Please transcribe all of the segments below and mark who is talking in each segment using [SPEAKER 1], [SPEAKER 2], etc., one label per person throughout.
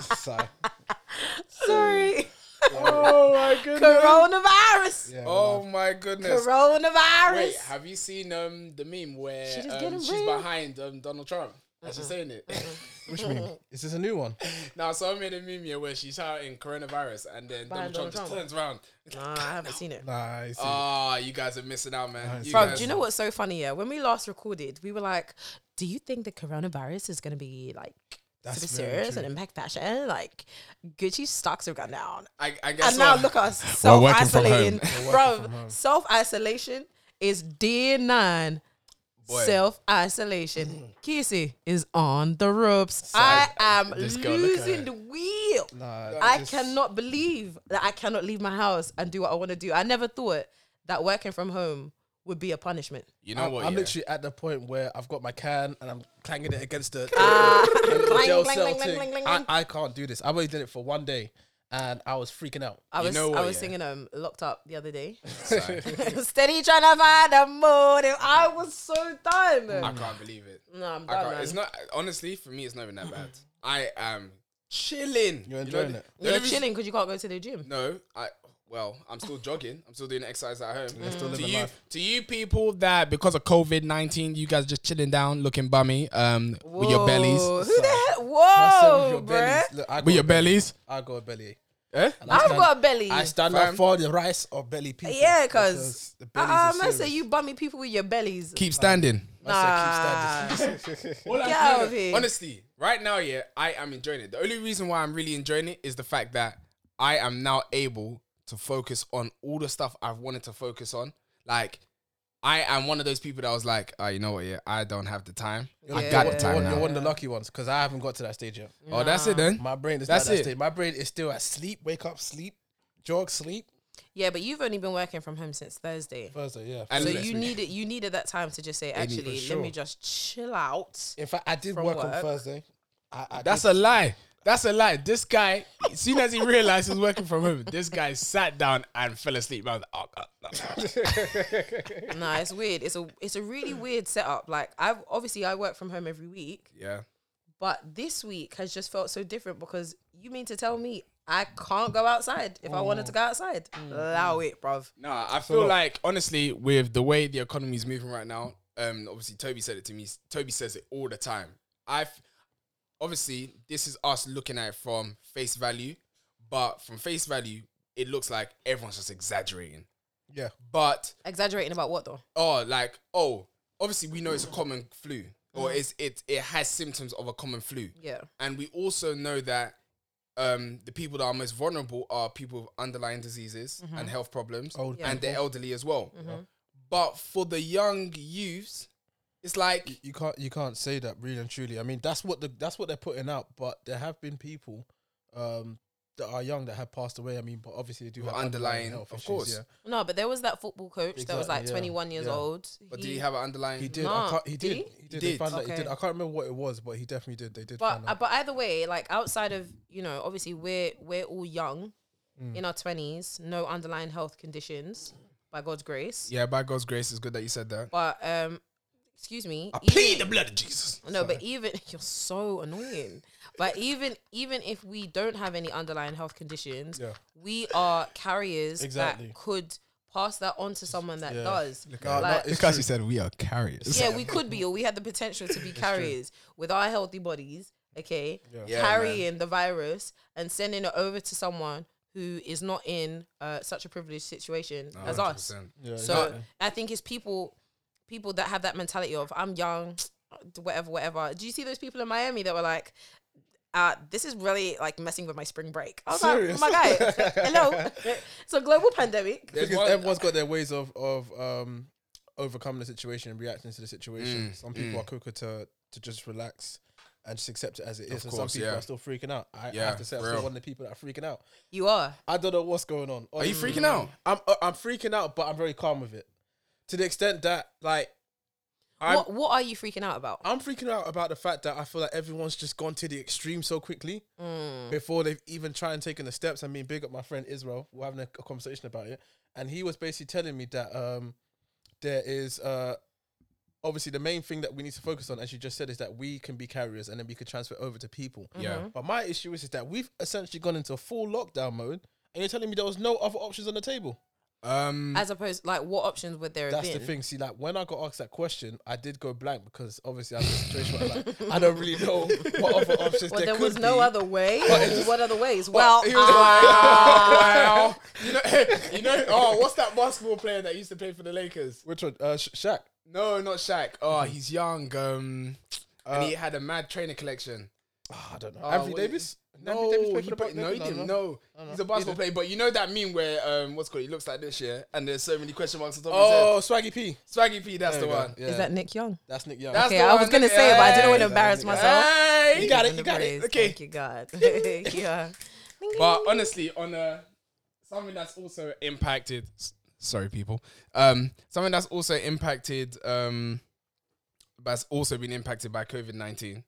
[SPEAKER 1] so,
[SPEAKER 2] Sorry.
[SPEAKER 3] oh my goodness.
[SPEAKER 2] Coronavirus.
[SPEAKER 1] yeah,
[SPEAKER 3] Oh
[SPEAKER 1] well,
[SPEAKER 3] my goodness.
[SPEAKER 2] Coronavirus.
[SPEAKER 3] Wait, have you seen um the meme where
[SPEAKER 2] She just
[SPEAKER 3] um,
[SPEAKER 2] getting
[SPEAKER 3] she's
[SPEAKER 2] real.
[SPEAKER 3] behind um Donald Trump? As she's saying it.
[SPEAKER 1] which meme? Is this a new one?
[SPEAKER 3] now, so I made a meme here where she's shouting coronavirus and then
[SPEAKER 2] Behind
[SPEAKER 3] Donald Trump
[SPEAKER 2] Donald
[SPEAKER 3] just
[SPEAKER 2] Trump.
[SPEAKER 3] turns around.
[SPEAKER 1] Mm.
[SPEAKER 2] Nah, I haven't seen it.
[SPEAKER 1] Nice.
[SPEAKER 3] Ah, you guys are missing out, man.
[SPEAKER 1] Nice.
[SPEAKER 3] You
[SPEAKER 2] Bro,
[SPEAKER 3] guys-
[SPEAKER 2] do you know what's so funny? Yeah, when we last recorded, we were like, "Do you think the coronavirus is going to be like
[SPEAKER 1] That's
[SPEAKER 2] super
[SPEAKER 1] very
[SPEAKER 2] serious and
[SPEAKER 1] true.
[SPEAKER 2] impact fashion? Like, Gucci stocks have gone down,
[SPEAKER 3] I, I guess
[SPEAKER 2] and now
[SPEAKER 3] so.
[SPEAKER 2] look at us
[SPEAKER 4] We're
[SPEAKER 2] self
[SPEAKER 4] working from
[SPEAKER 2] isolating,
[SPEAKER 4] home.
[SPEAKER 2] bro. Self isolation is day nine.
[SPEAKER 3] Boy. Mm.
[SPEAKER 2] Self isolation. Kissy is on the ropes. I
[SPEAKER 3] Sad.
[SPEAKER 2] am
[SPEAKER 3] This girl, look at her.
[SPEAKER 2] losing the wheel.
[SPEAKER 1] Nah,
[SPEAKER 2] I
[SPEAKER 1] this-
[SPEAKER 2] cannot believe that I cannot leave my house and do what I want to do. I never thought that working from home would be a punishment.
[SPEAKER 3] You know
[SPEAKER 1] I'm,
[SPEAKER 3] what?
[SPEAKER 1] I'm
[SPEAKER 3] yeah.
[SPEAKER 1] literally at the point where I've got my can and I'm clanging it against the,
[SPEAKER 2] Ah.
[SPEAKER 1] the
[SPEAKER 2] Clang,
[SPEAKER 1] jail
[SPEAKER 2] clang,
[SPEAKER 1] cell
[SPEAKER 2] clang,
[SPEAKER 1] thing.
[SPEAKER 2] clang, clang,
[SPEAKER 1] I,
[SPEAKER 2] clang.
[SPEAKER 1] I can't do this. I've only done it for one day, and I was freaking out.
[SPEAKER 2] I
[SPEAKER 3] You
[SPEAKER 2] was
[SPEAKER 3] know
[SPEAKER 2] I
[SPEAKER 3] what,
[SPEAKER 2] was
[SPEAKER 3] yeah.
[SPEAKER 2] singing um locked up the other day.
[SPEAKER 3] Sorry.
[SPEAKER 2] Steady trying to find a motive. I was so done.
[SPEAKER 3] I can't believe it.
[SPEAKER 2] no, I'm
[SPEAKER 3] I
[SPEAKER 2] done.
[SPEAKER 3] can't.
[SPEAKER 2] man.
[SPEAKER 3] It's not honestly for me. It's not even that bad. I am chilling.
[SPEAKER 1] You're
[SPEAKER 3] You know,
[SPEAKER 1] enjoying
[SPEAKER 3] the-
[SPEAKER 1] it?
[SPEAKER 3] the
[SPEAKER 2] You're
[SPEAKER 3] only reason-
[SPEAKER 2] chilling because you can't go to the gym.
[SPEAKER 3] No, I. Well, I'm still jogging. I'm still doing exercise at home.
[SPEAKER 1] still
[SPEAKER 3] to
[SPEAKER 1] living
[SPEAKER 3] you,
[SPEAKER 1] life.
[SPEAKER 3] to you people that because of COVID nineteen, you guys just chilling down, looking bummy, um, with your bellies,
[SPEAKER 2] Who
[SPEAKER 3] with
[SPEAKER 2] the hell?
[SPEAKER 1] I said with your
[SPEAKER 2] Whoa, bruh.
[SPEAKER 1] bellies, look, I got
[SPEAKER 3] your
[SPEAKER 1] a belly.
[SPEAKER 3] bellies,
[SPEAKER 1] I got a belly.
[SPEAKER 3] eh?
[SPEAKER 1] And
[SPEAKER 2] I've
[SPEAKER 1] stand-
[SPEAKER 2] got a belly.
[SPEAKER 1] I stand
[SPEAKER 3] Fam.
[SPEAKER 1] up for the rice or belly people.
[SPEAKER 2] yeah, cause
[SPEAKER 1] the bellies
[SPEAKER 2] uh,
[SPEAKER 1] are
[SPEAKER 2] man, say
[SPEAKER 1] serious.
[SPEAKER 2] you bummy people with your bellies.
[SPEAKER 3] Keep standing.
[SPEAKER 1] I said keep standing.
[SPEAKER 3] All I'm
[SPEAKER 2] Get out
[SPEAKER 3] saying
[SPEAKER 2] of
[SPEAKER 3] is,
[SPEAKER 2] here.
[SPEAKER 3] Honestly, right now, yeah, I am enjoying it. The only reason why I'm really enjoying it is the fact that I am now able to focus on all the stuff I've wanted to focus on. Like, I am one of those people that was like, oh, you know what, yeah, I don't have the time. I
[SPEAKER 2] Yeah.
[SPEAKER 3] got the
[SPEAKER 2] You're
[SPEAKER 3] time
[SPEAKER 1] You're,
[SPEAKER 3] now.
[SPEAKER 1] you're one of the lucky ones because I haven't got to that stage yet.
[SPEAKER 3] Oh, that's it then.
[SPEAKER 1] My brain is
[SPEAKER 3] That's
[SPEAKER 1] not at
[SPEAKER 3] it.
[SPEAKER 1] that stage. My brain is still at sleep, wake up, sleep, jog, sleep.
[SPEAKER 2] Yeah, but you've only been working from home since Thursday.
[SPEAKER 1] Thursday, yeah.
[SPEAKER 3] And
[SPEAKER 2] So
[SPEAKER 3] next
[SPEAKER 2] you
[SPEAKER 3] week.
[SPEAKER 2] needed you needed that time to just say, actually,
[SPEAKER 1] for
[SPEAKER 2] let me
[SPEAKER 1] sure.
[SPEAKER 2] just chill out.
[SPEAKER 1] In fact, I did
[SPEAKER 2] From
[SPEAKER 1] work, on
[SPEAKER 2] work.
[SPEAKER 1] Thursday. I, I
[SPEAKER 3] That's
[SPEAKER 1] did-
[SPEAKER 3] a lie. That's a lie. This guy, as soon as he realized he's working from home, this guy sat down and fell asleep. I was like, oh, God.
[SPEAKER 2] nah, it's weird. It's a it's a really weird setup. Like I've obviously I work from home every week,
[SPEAKER 3] yeah.
[SPEAKER 2] but this week has just felt so different because you mean to tell me I can't go outside if I wanted to go outside? Allow it, bruv.
[SPEAKER 3] No, I feel like honestly, with the way the economy is moving right now, um, obviously Toby said it to me. Toby says it all the time. I've obviously this is us looking at it from face value, but from face value, it looks like everyone's just exaggerating.
[SPEAKER 1] yeah.
[SPEAKER 3] But
[SPEAKER 2] Exaggerating about what though?
[SPEAKER 3] oh, like oh, obviously we know it's a common flu, or it's it it has symptoms of a common flu.
[SPEAKER 2] Yeah.
[SPEAKER 3] And we also know that um, the people that are most vulnerable are people with underlying diseases
[SPEAKER 2] Mm-hmm.
[SPEAKER 3] and health problems,
[SPEAKER 1] Old
[SPEAKER 3] and the elderly as well. But for the young youths, it's like
[SPEAKER 1] You can't you can't say that really and truly. I mean, that's what the that's what they're putting out. But there have been people um, that are young that have passed away. I mean, but obviously they do
[SPEAKER 3] Well,
[SPEAKER 1] have underlying,
[SPEAKER 3] underlying,
[SPEAKER 1] health
[SPEAKER 3] of
[SPEAKER 1] issues,
[SPEAKER 3] course.
[SPEAKER 1] Yeah.
[SPEAKER 2] No, but there was that football coach that was
[SPEAKER 1] Exactly,
[SPEAKER 2] like
[SPEAKER 1] yeah.
[SPEAKER 2] 21 years
[SPEAKER 1] Yeah.
[SPEAKER 2] old.
[SPEAKER 3] but do you have an underlying?
[SPEAKER 1] He did.
[SPEAKER 2] Nah,
[SPEAKER 1] I can't, he
[SPEAKER 2] did
[SPEAKER 1] did.
[SPEAKER 2] he?
[SPEAKER 1] He
[SPEAKER 3] He
[SPEAKER 1] did. They
[SPEAKER 3] did.
[SPEAKER 1] found that he
[SPEAKER 2] Okay.
[SPEAKER 1] did. I can't remember what it was, but he definitely did. They did.
[SPEAKER 2] But
[SPEAKER 1] find
[SPEAKER 2] uh,
[SPEAKER 1] out.
[SPEAKER 2] but either way, like outside of you know, obviously we're we're all young,
[SPEAKER 3] Mm.
[SPEAKER 2] in our twenties, no underlying health conditions by God's grace.
[SPEAKER 3] yeah, by God's grace, it's good that you said that.
[SPEAKER 2] But um, excuse me,
[SPEAKER 3] I
[SPEAKER 2] even-
[SPEAKER 3] plead the blood of Jesus.
[SPEAKER 2] no, but even you're so annoying. But even even if we don't have any underlying health conditions,
[SPEAKER 1] Yeah.
[SPEAKER 2] we are carriers
[SPEAKER 1] Exactly.
[SPEAKER 2] that could pass that on to someone that
[SPEAKER 1] Yeah.
[SPEAKER 2] does.
[SPEAKER 1] No, no,
[SPEAKER 2] Like-
[SPEAKER 1] it's
[SPEAKER 3] Because
[SPEAKER 1] true.
[SPEAKER 3] you said we are carriers.
[SPEAKER 2] yeah, we could be, or we had the potential to be carriers with our healthy bodies, okay,
[SPEAKER 3] Yeah,
[SPEAKER 2] carrying the virus and sending it over to someone who is not in uh, such a privileged situation as us.
[SPEAKER 1] Yeah,
[SPEAKER 2] So
[SPEAKER 1] exactly.
[SPEAKER 2] I think it's people, people that have that mentality of I'm young, whatever, whatever. Do you see those people in Miami that were like? Uh, this is really like messing with my spring break. I was
[SPEAKER 1] Serious?
[SPEAKER 2] like, oh my guy, hello. It's a global pandemic.
[SPEAKER 1] I think it's-
[SPEAKER 3] one-
[SPEAKER 1] everyone's got their ways of of um, overcoming the situation and reacting to the situation.
[SPEAKER 3] Mm,
[SPEAKER 1] some people are quicker to to just relax and just accept it as it is, and some
[SPEAKER 3] course,
[SPEAKER 1] people
[SPEAKER 3] yeah.
[SPEAKER 1] are still freaking out. I, I
[SPEAKER 3] Yeah,
[SPEAKER 1] have to say, I'm
[SPEAKER 3] for real.
[SPEAKER 1] still one of the people that are freaking out.
[SPEAKER 2] You are.
[SPEAKER 1] I don't know what's going on.
[SPEAKER 3] Are you
[SPEAKER 1] Honestly.
[SPEAKER 3] freaking out?
[SPEAKER 1] I'm uh, I'm freaking out, but I'm very calm with it. To the extent that like I'm
[SPEAKER 2] What, what are you freaking out about?
[SPEAKER 1] I'm freaking out about the fact that I feel like everyone's just gone to the extreme so quickly before they've even tried and taken the steps. I mean, big up my friend Israel. We're having a, a conversation about it, and he was basically telling me that um, there is uh, obviously the main thing that we need to focus on, as you just said, is that we can be carriers and then we can transfer over to people.
[SPEAKER 3] Yeah. Mhm.
[SPEAKER 1] But my issue is, is that we've essentially gone into full lockdown mode, and you're telling me there was no other options on the table.
[SPEAKER 3] Um,
[SPEAKER 2] As opposed, like, what options would there
[SPEAKER 1] Mm.
[SPEAKER 2] have
[SPEAKER 1] That's
[SPEAKER 2] been?
[SPEAKER 1] the thing. See, like when I got asked that question, I did go blank because obviously I'm in a situation where like, I don't really know what other options
[SPEAKER 2] Well,
[SPEAKER 1] there,
[SPEAKER 2] there
[SPEAKER 1] could
[SPEAKER 2] was no
[SPEAKER 1] be.
[SPEAKER 2] other way. what other ways? Well,
[SPEAKER 3] he was like,
[SPEAKER 2] Oh, ah.
[SPEAKER 3] "Oh, well." You know, you know. Oh, what's that basketball player that used to play for the Lakers?
[SPEAKER 1] Which one? Uh, Sha- Shaq.
[SPEAKER 3] No, not Shaq. Oh, he's young. Um, and he had a mad trainer collection.
[SPEAKER 1] Ah, I don't know.
[SPEAKER 3] Uh,
[SPEAKER 1] Anthony
[SPEAKER 3] what-
[SPEAKER 1] Davis. Did
[SPEAKER 3] No,
[SPEAKER 1] Anthony Davis play
[SPEAKER 3] he,
[SPEAKER 1] for the
[SPEAKER 3] pla-
[SPEAKER 1] Bucks?
[SPEAKER 3] no, he didn't. No, he's a basketball player. But you know that meme where um, what's it called? He looks like this year, and there's so many question marks on top
[SPEAKER 1] Oh, Swaggy P.
[SPEAKER 3] of his head. Swaggy P, that's the
[SPEAKER 1] There we go.
[SPEAKER 3] one.
[SPEAKER 1] Yeah.
[SPEAKER 2] Is that Nick Young?
[SPEAKER 1] That's Nick Young.
[SPEAKER 3] That's
[SPEAKER 2] Okay,
[SPEAKER 3] the
[SPEAKER 2] I was
[SPEAKER 3] one,
[SPEAKER 2] gonna
[SPEAKER 3] look
[SPEAKER 2] say it, but I
[SPEAKER 3] at-
[SPEAKER 2] didn't want
[SPEAKER 1] Hey.
[SPEAKER 2] to embarrass myself.
[SPEAKER 3] Hey!
[SPEAKER 1] You got it, you
[SPEAKER 2] Give him the
[SPEAKER 1] got it.
[SPEAKER 2] praise.
[SPEAKER 3] Okay.
[SPEAKER 2] Thank you, God. yeah.
[SPEAKER 3] But honestly, on a something that's also impacted. s- Sorry, people. Um, something that's also impacted. Um, that's also been impacted by COVID nineteen.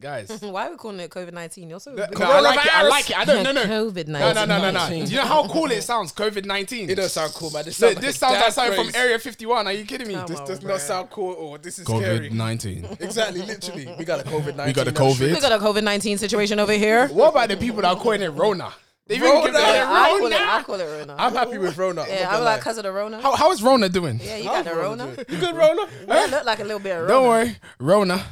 [SPEAKER 3] guys. no,
[SPEAKER 2] Why are we calling it COVID 19? You're so.
[SPEAKER 3] no,
[SPEAKER 2] rude.
[SPEAKER 3] I like it. I like it. I don't. No, no.
[SPEAKER 2] COVID 19.
[SPEAKER 3] No, no, no, no, no. Do you know how cool it sounds? COVID nineteen.
[SPEAKER 1] It does sound cool, man. This
[SPEAKER 3] Look,
[SPEAKER 1] sounds like
[SPEAKER 3] this
[SPEAKER 1] a
[SPEAKER 3] sounds
[SPEAKER 1] damn
[SPEAKER 3] like something from
[SPEAKER 1] phrase.
[SPEAKER 3] Area Fifty One. Are you kidding me?
[SPEAKER 2] Come
[SPEAKER 3] This
[SPEAKER 2] on,
[SPEAKER 3] does
[SPEAKER 1] Does
[SPEAKER 2] bro.
[SPEAKER 1] not sound cool at all. This is scary.
[SPEAKER 3] COVID nineteen.
[SPEAKER 1] Exactly, literally. We got a COVID 19.
[SPEAKER 3] We got a COVID.
[SPEAKER 2] We got a COVID 19 situation over here.
[SPEAKER 3] What about the people that are calling it Rona? They even give
[SPEAKER 1] Rona?
[SPEAKER 3] it
[SPEAKER 1] Yeah,
[SPEAKER 2] I call it, I
[SPEAKER 3] Rona.
[SPEAKER 2] call it Rona.
[SPEAKER 1] I'm happy with Rona. I'm
[SPEAKER 2] yeah,
[SPEAKER 1] not
[SPEAKER 2] I'm
[SPEAKER 1] gonna
[SPEAKER 2] like,
[SPEAKER 1] lie.
[SPEAKER 2] because of the Rona.
[SPEAKER 3] How, how is Rona doing?
[SPEAKER 2] yeah, you got the
[SPEAKER 1] How's
[SPEAKER 2] Rona.
[SPEAKER 1] doing? You good, Rona?
[SPEAKER 2] Yeah, it looked like a little bit of Rona.
[SPEAKER 3] Don't worry, Rona.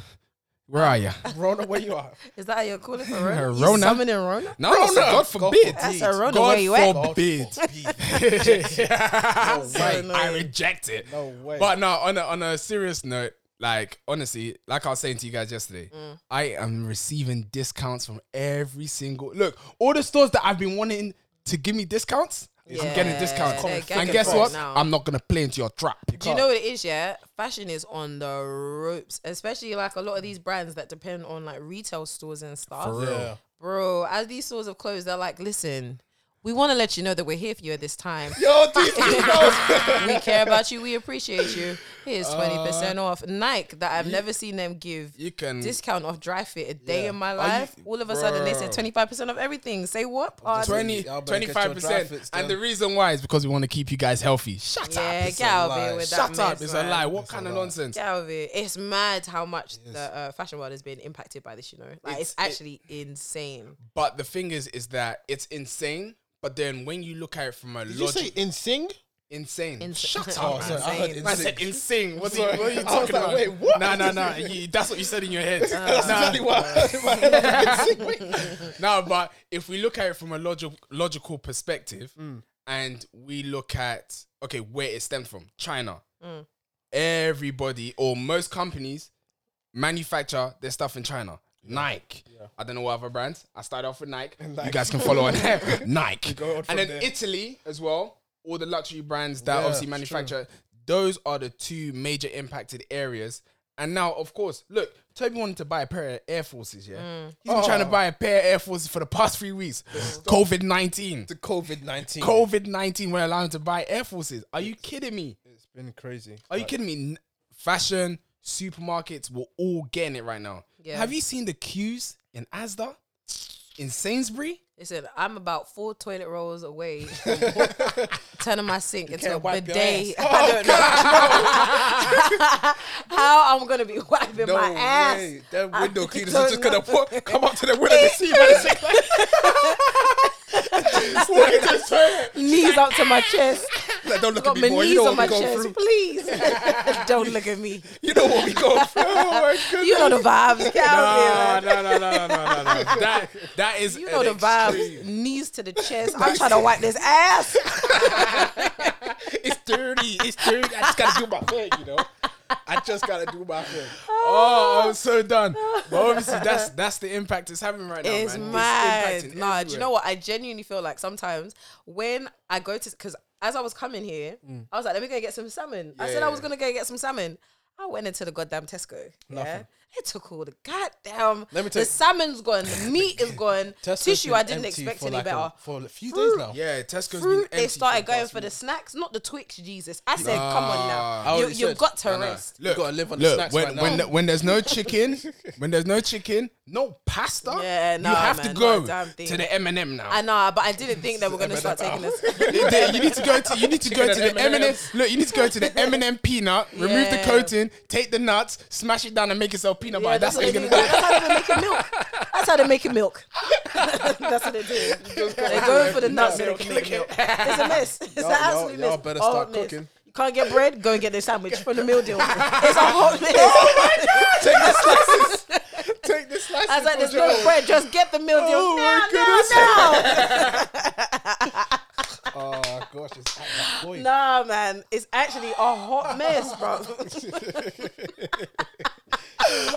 [SPEAKER 3] Where are you?
[SPEAKER 1] Rona, where you are?
[SPEAKER 2] Is that how you're calling it for Rona? You
[SPEAKER 3] Rona.
[SPEAKER 2] summoning Rona?
[SPEAKER 3] No, no, God forbid.
[SPEAKER 2] That's a Rona
[SPEAKER 3] God
[SPEAKER 2] where you at.
[SPEAKER 3] forbid.
[SPEAKER 2] way.
[SPEAKER 3] I reject it.
[SPEAKER 1] No way.
[SPEAKER 3] But no, on a, on a serious note, like honestly, like I was saying to you guys yesterday,
[SPEAKER 2] Mm.
[SPEAKER 3] I am receiving discounts from every single look. All the stores that I've been wanting to give me discounts, I'm getting
[SPEAKER 2] Yeah,
[SPEAKER 3] discounts.
[SPEAKER 2] they're
[SPEAKER 3] And
[SPEAKER 2] getting
[SPEAKER 3] guess
[SPEAKER 2] discounts
[SPEAKER 3] what?
[SPEAKER 2] now.
[SPEAKER 3] I'm not gonna play into your trap.
[SPEAKER 2] Do you know what it is? Yeah, fashion is on the ropes, especially like a lot of these brands that depend on like retail stores and stuff.
[SPEAKER 3] For real.
[SPEAKER 1] Yeah.
[SPEAKER 2] Bro, as these stores have closed, they're like, listen, we want to let you know that we're here for you at this time.
[SPEAKER 1] Yo, these
[SPEAKER 2] we care about you. We appreciate you. Here's twenty percent off Nike that I've never seen them give
[SPEAKER 3] You can
[SPEAKER 2] discount off dry fit a day
[SPEAKER 1] Yeah.
[SPEAKER 2] in my
[SPEAKER 3] Are you-
[SPEAKER 2] life. All of a sudden, they said
[SPEAKER 3] Bro.
[SPEAKER 2] twenty five percent of everything. Say what? Pardon?
[SPEAKER 3] 20,
[SPEAKER 1] Y'all better get your
[SPEAKER 3] 25%.
[SPEAKER 1] dry fits
[SPEAKER 3] and
[SPEAKER 1] done.
[SPEAKER 3] the reason why is because we want to keep you guys healthy. Shut
[SPEAKER 2] yeah,
[SPEAKER 3] up.
[SPEAKER 2] get out of
[SPEAKER 1] lie.
[SPEAKER 2] here with that.
[SPEAKER 3] Shut up.
[SPEAKER 2] mess,
[SPEAKER 3] It's a
[SPEAKER 2] man.
[SPEAKER 3] lie. What kind of nonsense?
[SPEAKER 2] Get out of here. It's mad how much the uh, fashion world has been impacted by this. You know, like it's,
[SPEAKER 3] It's- it-
[SPEAKER 2] actually insane.
[SPEAKER 3] But the thing is, is that it's insane. But then when you look at it from a
[SPEAKER 1] Did you say
[SPEAKER 3] logic,
[SPEAKER 1] in sing?
[SPEAKER 3] insane.
[SPEAKER 2] Ins-
[SPEAKER 3] Shut up.
[SPEAKER 1] Oh,
[SPEAKER 3] man.
[SPEAKER 1] sorry, I heard in
[SPEAKER 3] Man said
[SPEAKER 1] sync.
[SPEAKER 3] insane. What are you, what are you
[SPEAKER 1] I was
[SPEAKER 3] talking
[SPEAKER 1] like,
[SPEAKER 3] about?
[SPEAKER 1] wait, what?
[SPEAKER 3] Nah, nah, nah. You, that's what you said in your head.
[SPEAKER 1] That's exactly what
[SPEAKER 3] no, but if we look at it from a logic, logical perspective
[SPEAKER 1] Mm.
[SPEAKER 3] and we look at, okay, where it stemmed from China, everybody or most companies manufacture their stuff in China. Nike. I don't know what other brands. I started off with Nike. You guys can follow on Nike.
[SPEAKER 1] go on from
[SPEAKER 3] and then
[SPEAKER 1] there.
[SPEAKER 3] Italy as well. All the luxury brands that
[SPEAKER 1] Yeah,
[SPEAKER 3] obviously
[SPEAKER 1] it's
[SPEAKER 3] manufacture. Those are the two major impacted areas. And now, of course, look, Toby wanted to buy a pair of Air Forces, yeah?
[SPEAKER 2] Mm.
[SPEAKER 3] He's been trying to buy a pair of Air Forces for the past three weeks. COVID 19.
[SPEAKER 1] The COVID 19.
[SPEAKER 3] COVID 19, we're allowed to buy Air Forces. Are you kidding me?
[SPEAKER 1] It's been crazy.
[SPEAKER 3] Are you kidding me? N- Fashion, supermarkets, we're all getting it right now.
[SPEAKER 2] Yeah.
[SPEAKER 3] Have you seen the queues in Asda, in Sainsbury?
[SPEAKER 2] Listen, I'm about four toilet rolls away from turning my sink into a
[SPEAKER 1] can't wipe your
[SPEAKER 2] bidet.
[SPEAKER 1] ass. Oh,
[SPEAKER 2] I don't know how I'm gonna be wiping
[SPEAKER 1] No
[SPEAKER 2] my ass.
[SPEAKER 1] way. That
[SPEAKER 2] I
[SPEAKER 1] window cleaners
[SPEAKER 2] don't
[SPEAKER 1] is just gonna
[SPEAKER 2] know.
[SPEAKER 1] pop, come up to the window and see man.
[SPEAKER 3] Walk into the toilet.
[SPEAKER 2] Knees up to my chest.
[SPEAKER 1] Like, don't look
[SPEAKER 2] Got
[SPEAKER 1] at
[SPEAKER 2] my
[SPEAKER 1] me, boy. You
[SPEAKER 2] knees
[SPEAKER 1] know what
[SPEAKER 2] on my
[SPEAKER 1] we going
[SPEAKER 2] chest.
[SPEAKER 1] through.
[SPEAKER 2] Please, don't look at me.
[SPEAKER 1] You know what we going through. Oh my goodness.
[SPEAKER 2] You know the vibes. Get out here, man.
[SPEAKER 3] No, Ah, no, no, no, no, no, no, no. That, that is.
[SPEAKER 2] You know
[SPEAKER 3] an
[SPEAKER 2] the vibes.
[SPEAKER 3] extreme.
[SPEAKER 2] Knees to the chest. I'm trying to wipe this ass.
[SPEAKER 1] It's dirty. It's dirty. I just gotta do my thing, you know. I just gotta do my thing.
[SPEAKER 3] Oh, I'm so done. But obviously, that's that's the impact it's having right now,
[SPEAKER 2] It's
[SPEAKER 3] man.
[SPEAKER 2] mad. Nah, do
[SPEAKER 3] impacting
[SPEAKER 2] you
[SPEAKER 3] everywhere.
[SPEAKER 2] know what? I genuinely feel like sometimes when I go to, because as I was coming here,
[SPEAKER 1] Mm.
[SPEAKER 2] I was like, let me go get some salmon. I said I was
[SPEAKER 3] yeah.
[SPEAKER 2] going to go get some salmon. I went into the goddamn Tesco. Yeah. They took all the goddamn.
[SPEAKER 1] Let me tell
[SPEAKER 2] the
[SPEAKER 1] you-
[SPEAKER 2] salmon's gone. The meat is gone.
[SPEAKER 1] Tesco's
[SPEAKER 2] Tissue.
[SPEAKER 1] been
[SPEAKER 2] I didn't
[SPEAKER 1] empty
[SPEAKER 2] expect
[SPEAKER 1] for
[SPEAKER 2] any
[SPEAKER 1] like a-
[SPEAKER 2] better.
[SPEAKER 1] for a few
[SPEAKER 2] Fruit.
[SPEAKER 1] days now.
[SPEAKER 3] Yeah,
[SPEAKER 2] Fruit.
[SPEAKER 3] Tesco's been empty
[SPEAKER 2] They started
[SPEAKER 3] for
[SPEAKER 2] going
[SPEAKER 3] past
[SPEAKER 2] for the
[SPEAKER 3] week.
[SPEAKER 2] snacks, not the Twix. Jesus, I said, come on
[SPEAKER 3] Nah.
[SPEAKER 1] I
[SPEAKER 2] now. You,
[SPEAKER 1] already
[SPEAKER 2] you've
[SPEAKER 1] said.
[SPEAKER 2] got to
[SPEAKER 3] Nah, nah.
[SPEAKER 2] rest.
[SPEAKER 1] You gotta live on the
[SPEAKER 3] look,
[SPEAKER 1] snacks
[SPEAKER 3] when
[SPEAKER 1] right now.
[SPEAKER 3] when, when there's no chicken, when there's no chicken, no pasta.
[SPEAKER 2] Yeah,
[SPEAKER 3] you
[SPEAKER 2] nah,
[SPEAKER 3] have
[SPEAKER 2] man,
[SPEAKER 3] to
[SPEAKER 2] not
[SPEAKER 3] go
[SPEAKER 2] a damn thing.
[SPEAKER 3] to the M and M now.
[SPEAKER 2] I know, but I didn't think they were gonna
[SPEAKER 1] M&M
[SPEAKER 2] start taking
[SPEAKER 1] out.
[SPEAKER 2] us.
[SPEAKER 3] You did- you need to go to you need to go
[SPEAKER 1] Chicken
[SPEAKER 3] to
[SPEAKER 1] and
[SPEAKER 3] the M and M.
[SPEAKER 1] M&Ms.
[SPEAKER 3] Look, you need to go to the M and M peanut. Remove the
[SPEAKER 2] M&M. Yeah.
[SPEAKER 3] coating, take the nuts, smash it down, and make yourself peanut butter.
[SPEAKER 2] Yeah,
[SPEAKER 3] That's
[SPEAKER 2] that's,
[SPEAKER 3] what you're
[SPEAKER 2] what they do.
[SPEAKER 3] gonna do.
[SPEAKER 2] That's how they make it milk. That's how they make it milk. that's what they do. They're going for the nuts so they can make milk. It's a mess. It's an
[SPEAKER 1] y'all-
[SPEAKER 2] absolute
[SPEAKER 1] y'all
[SPEAKER 2] mess.
[SPEAKER 1] better
[SPEAKER 2] Oh,
[SPEAKER 1] start
[SPEAKER 2] miss.
[SPEAKER 1] cooking.
[SPEAKER 2] You can't get bread? Go and get the sandwich from the meal deal. It's a whole mess. Oh my god!
[SPEAKER 3] Take the slices. Take the slices.
[SPEAKER 2] I was like,
[SPEAKER 3] for
[SPEAKER 2] there's no
[SPEAKER 3] Joe.
[SPEAKER 2] bread. Just get the meal deal
[SPEAKER 3] Oh my
[SPEAKER 2] now, now, now.
[SPEAKER 1] Oh gosh, it's at that point.
[SPEAKER 2] Nah, man, it's actually a hot mess, bro.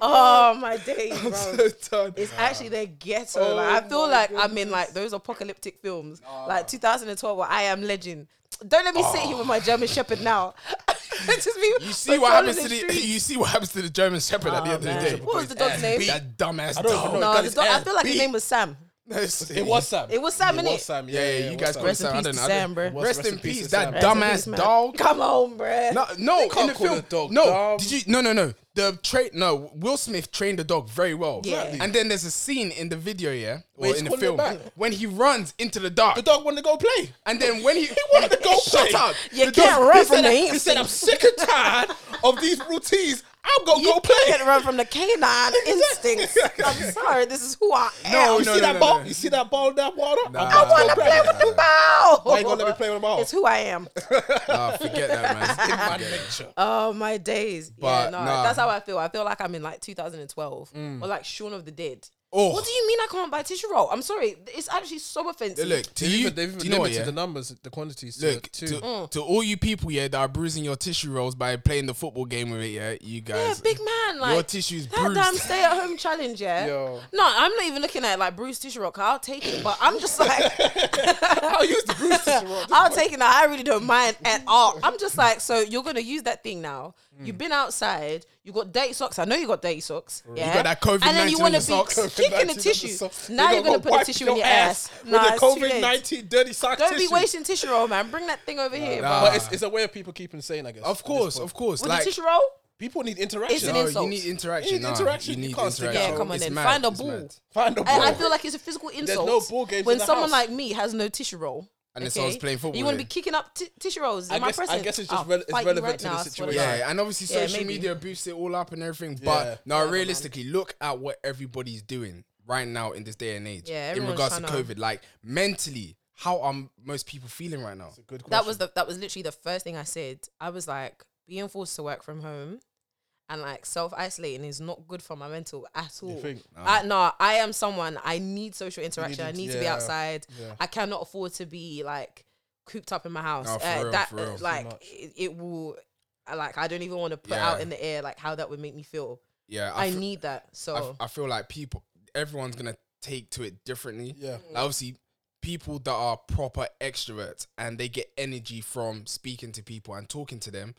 [SPEAKER 2] oh my days, bro.
[SPEAKER 3] Done. Oh
[SPEAKER 2] It's actually their ghetto. like, I feel like I'm in like those apocalyptic films, like 2012, where I am Legend. Don't let me sit here with my German Shepherd now. Just be
[SPEAKER 3] Ah. You see what happens to the E, you see what happens to the German Shepherd at the
[SPEAKER 2] Oh,
[SPEAKER 3] end
[SPEAKER 2] man.
[SPEAKER 3] of the day.
[SPEAKER 2] What was the dog's name?
[SPEAKER 3] Beat that dumbass
[SPEAKER 1] don't even
[SPEAKER 3] dog.
[SPEAKER 1] know.
[SPEAKER 2] No,
[SPEAKER 1] That
[SPEAKER 2] the
[SPEAKER 1] is
[SPEAKER 2] dog, I
[SPEAKER 1] L.
[SPEAKER 2] feel like his
[SPEAKER 3] Beat.
[SPEAKER 2] name was Sam.
[SPEAKER 1] It was Sam.
[SPEAKER 2] It was Sam,
[SPEAKER 1] It
[SPEAKER 2] innit?
[SPEAKER 1] was Sam. Yeah,
[SPEAKER 3] Yeah, yeah, you guys
[SPEAKER 1] Sam.
[SPEAKER 3] call him
[SPEAKER 2] Rest in
[SPEAKER 3] Sam. I
[SPEAKER 2] peace
[SPEAKER 3] don't
[SPEAKER 2] to
[SPEAKER 3] know. I don't-
[SPEAKER 2] Sam, bro.
[SPEAKER 1] Was-
[SPEAKER 3] Rest
[SPEAKER 1] rest
[SPEAKER 3] in
[SPEAKER 1] in peace
[SPEAKER 3] peace,
[SPEAKER 1] to
[SPEAKER 3] that
[SPEAKER 1] Sam.
[SPEAKER 2] Rest in
[SPEAKER 3] dumbass
[SPEAKER 2] peace, man.
[SPEAKER 3] dog.
[SPEAKER 2] Come on, bruh.
[SPEAKER 3] No, no, in
[SPEAKER 1] can't
[SPEAKER 3] the
[SPEAKER 1] call
[SPEAKER 3] film,
[SPEAKER 1] the dog
[SPEAKER 3] no.
[SPEAKER 1] dumb.
[SPEAKER 3] Did you? No, no, no. The trait. No, Will Smith trained the dog very well.
[SPEAKER 2] Yeah. Exactly.
[SPEAKER 3] And then there's a scene in the video, yeah,
[SPEAKER 1] Where
[SPEAKER 3] or
[SPEAKER 1] he's
[SPEAKER 3] in the
[SPEAKER 1] calling it
[SPEAKER 3] film,
[SPEAKER 1] back.
[SPEAKER 3] when he runs into the dark.
[SPEAKER 1] The dog wanted to go play.
[SPEAKER 3] And then when he, he
[SPEAKER 1] wanted to go
[SPEAKER 3] shut
[SPEAKER 1] play.
[SPEAKER 3] up.
[SPEAKER 2] You
[SPEAKER 3] The
[SPEAKER 2] can't
[SPEAKER 3] dog-
[SPEAKER 2] run
[SPEAKER 3] he
[SPEAKER 2] from
[SPEAKER 3] said,
[SPEAKER 2] the
[SPEAKER 3] He said, "I'm sick and tired of these routines. I'll go
[SPEAKER 2] You
[SPEAKER 3] go play."
[SPEAKER 2] can't run from the canine instincts. I'm sorry, this is who I am.
[SPEAKER 3] No,
[SPEAKER 1] Oh, you
[SPEAKER 3] no,
[SPEAKER 1] see
[SPEAKER 3] no,
[SPEAKER 1] that
[SPEAKER 3] no,
[SPEAKER 1] ball?
[SPEAKER 3] no.
[SPEAKER 1] You see that ball in that water?
[SPEAKER 3] Nah.
[SPEAKER 1] I'm
[SPEAKER 2] I
[SPEAKER 1] gonna
[SPEAKER 2] want
[SPEAKER 1] go
[SPEAKER 2] to play with the ball.
[SPEAKER 1] Why you gonna let me play with the ball?
[SPEAKER 2] It's who I am.
[SPEAKER 3] Nah, Ah, forget that, man.
[SPEAKER 1] my nature.
[SPEAKER 2] Oh my days! yeah,
[SPEAKER 3] But,
[SPEAKER 2] no,
[SPEAKER 3] nah.
[SPEAKER 2] that's how I feel. I feel like I'm in like 2012
[SPEAKER 1] Mm.
[SPEAKER 2] or like Shaun of the Dead.
[SPEAKER 3] Oh.
[SPEAKER 2] What do you mean I can't buy tissue roll? I'm sorry, it's actually so offensive.
[SPEAKER 3] Look, to
[SPEAKER 1] They've
[SPEAKER 3] you,
[SPEAKER 1] even, they've even
[SPEAKER 3] do you know what,
[SPEAKER 1] limited
[SPEAKER 3] yeah?
[SPEAKER 1] the numbers, the quantities to
[SPEAKER 3] Look
[SPEAKER 1] two.
[SPEAKER 3] to, to all you people, yeah, that are bruising your tissue rolls by playing the football game with it, yeah. You
[SPEAKER 2] yeah,
[SPEAKER 3] guys,
[SPEAKER 2] big man, like
[SPEAKER 3] your tissue's
[SPEAKER 2] that damn
[SPEAKER 3] bruised.
[SPEAKER 2] stay-at-home challenge. Yeah,
[SPEAKER 1] Yo.
[SPEAKER 2] no, I'm not even looking at like Bruce tissue roll. 'cause I'll take it, but I'm just like,
[SPEAKER 1] I'll use the Bruce tissue roll.
[SPEAKER 2] I'll take it. Now. I really don't mind at all. I'm just like, so you're gonna use that thing now. You've been outside. You got dirty socks. I know you got dirty socks. Yeah.
[SPEAKER 3] got that COVID-19
[SPEAKER 2] And then you
[SPEAKER 3] on
[SPEAKER 2] want to
[SPEAKER 3] your
[SPEAKER 2] be
[SPEAKER 3] socks.
[SPEAKER 2] kicking the tissue. Now you're gonna put the tissue in your ass.
[SPEAKER 1] with
[SPEAKER 2] Nah,
[SPEAKER 1] the
[SPEAKER 2] it's too
[SPEAKER 1] COVID
[SPEAKER 2] late.
[SPEAKER 1] nineteen dirty sock
[SPEAKER 2] Don't
[SPEAKER 1] tissue.
[SPEAKER 2] be wasting tissue roll, man. Bring that thing over here.
[SPEAKER 3] nah.
[SPEAKER 2] Bro.
[SPEAKER 1] But it's, it's a way of people keeping sane, I guess. at
[SPEAKER 3] Of
[SPEAKER 1] this
[SPEAKER 3] course,
[SPEAKER 1] point.
[SPEAKER 3] of course.
[SPEAKER 2] With
[SPEAKER 3] like,
[SPEAKER 2] the tissue roll?
[SPEAKER 1] people need interaction.
[SPEAKER 2] It's an
[SPEAKER 3] no,
[SPEAKER 2] insult.
[SPEAKER 3] you need interaction.
[SPEAKER 1] You need
[SPEAKER 3] nah,
[SPEAKER 1] interaction.
[SPEAKER 3] You
[SPEAKER 1] You
[SPEAKER 3] need
[SPEAKER 1] can't stick
[SPEAKER 3] interaction.
[SPEAKER 1] it
[SPEAKER 2] Yeah, come on
[SPEAKER 3] It's
[SPEAKER 2] then.
[SPEAKER 3] mad,
[SPEAKER 2] Find a
[SPEAKER 3] it's
[SPEAKER 2] ball.
[SPEAKER 3] mad.
[SPEAKER 1] Find a ball.
[SPEAKER 2] I, I feel like it's a physical insult.
[SPEAKER 1] no ball games
[SPEAKER 2] when
[SPEAKER 1] in the
[SPEAKER 2] someone
[SPEAKER 1] house.
[SPEAKER 2] like me has no tissue roll.
[SPEAKER 3] And
[SPEAKER 2] okay?
[SPEAKER 3] this one's playing football
[SPEAKER 2] You want to
[SPEAKER 3] then.
[SPEAKER 2] be kicking up t- tissue rolls in
[SPEAKER 1] I
[SPEAKER 2] my
[SPEAKER 1] guess- I
[SPEAKER 2] presence.
[SPEAKER 1] guess it's just
[SPEAKER 2] I'll
[SPEAKER 1] rel- it's
[SPEAKER 2] fight you
[SPEAKER 1] relevant
[SPEAKER 2] right
[SPEAKER 1] to the
[SPEAKER 2] now, I swear
[SPEAKER 1] situation.
[SPEAKER 2] God.
[SPEAKER 3] Yeah, and obviously
[SPEAKER 2] Yeah,
[SPEAKER 3] social
[SPEAKER 2] maybe.
[SPEAKER 3] media boosts it all up and everything.
[SPEAKER 1] Yeah.
[SPEAKER 3] But now, realistically, look at what everybody's doing right now in this day and age.
[SPEAKER 2] Yeah,
[SPEAKER 3] in
[SPEAKER 2] everyone's
[SPEAKER 3] regards to
[SPEAKER 2] trying to-
[SPEAKER 3] COVID, like mentally, how are m- most people feeling right now?
[SPEAKER 1] Good question.
[SPEAKER 2] That was the that was literally the first thing I said. I was like, being forced to work from home and like self isolating is not good for my mental at all.
[SPEAKER 1] think?
[SPEAKER 2] I, no, I am someone. I need social interaction. I
[SPEAKER 1] it-
[SPEAKER 2] need to be
[SPEAKER 1] yeah,
[SPEAKER 2] outside.
[SPEAKER 1] yeah.
[SPEAKER 2] I cannot afford to be like cooped up in my house.
[SPEAKER 3] No, for
[SPEAKER 2] Uh,
[SPEAKER 3] real,
[SPEAKER 2] that
[SPEAKER 3] for real.
[SPEAKER 2] uh,
[SPEAKER 3] Too
[SPEAKER 2] like
[SPEAKER 1] much.
[SPEAKER 2] it, it will. I, Like I don't even want to put
[SPEAKER 3] Yeah.
[SPEAKER 2] out in the air like how that would make me feel.
[SPEAKER 3] Yeah,
[SPEAKER 2] I,
[SPEAKER 3] I fe-
[SPEAKER 2] need that. So
[SPEAKER 3] I, f- I feel like people, everyone's gonna take to it differently.
[SPEAKER 1] Yeah.
[SPEAKER 3] Like, obviously, people that are proper extroverts and they get energy from speaking to people and talking to them.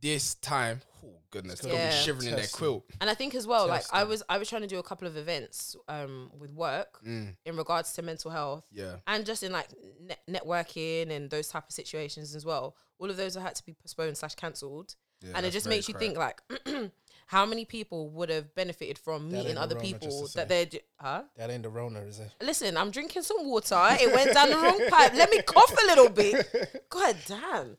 [SPEAKER 3] This time, oh goodness, they're gonna be
[SPEAKER 2] Yeah.
[SPEAKER 3] shivering in their
[SPEAKER 1] Testing.
[SPEAKER 3] quilt.
[SPEAKER 2] And I think as well, like
[SPEAKER 1] Test
[SPEAKER 2] I was, I was trying to do a couple of events um, with work
[SPEAKER 3] Mm.
[SPEAKER 2] in regards to mental health,
[SPEAKER 3] Yeah.
[SPEAKER 2] and just in like net- networking and those type of situations as well. All of those had to be postponed slash cancelled, and it
[SPEAKER 3] that's
[SPEAKER 2] just
[SPEAKER 3] very
[SPEAKER 2] makes you
[SPEAKER 3] correct.
[SPEAKER 2] think like, how many people would have benefited from
[SPEAKER 1] ain't
[SPEAKER 2] meeting
[SPEAKER 1] the
[SPEAKER 2] other
[SPEAKER 1] Rona, just
[SPEAKER 2] people
[SPEAKER 1] to say.
[SPEAKER 2] that they're, ju- huh?
[SPEAKER 1] That ain't the Rona, is it?
[SPEAKER 2] Listen, I'm drinking some water. It went down the wrong pipe. Let me cough a little bit. God damn.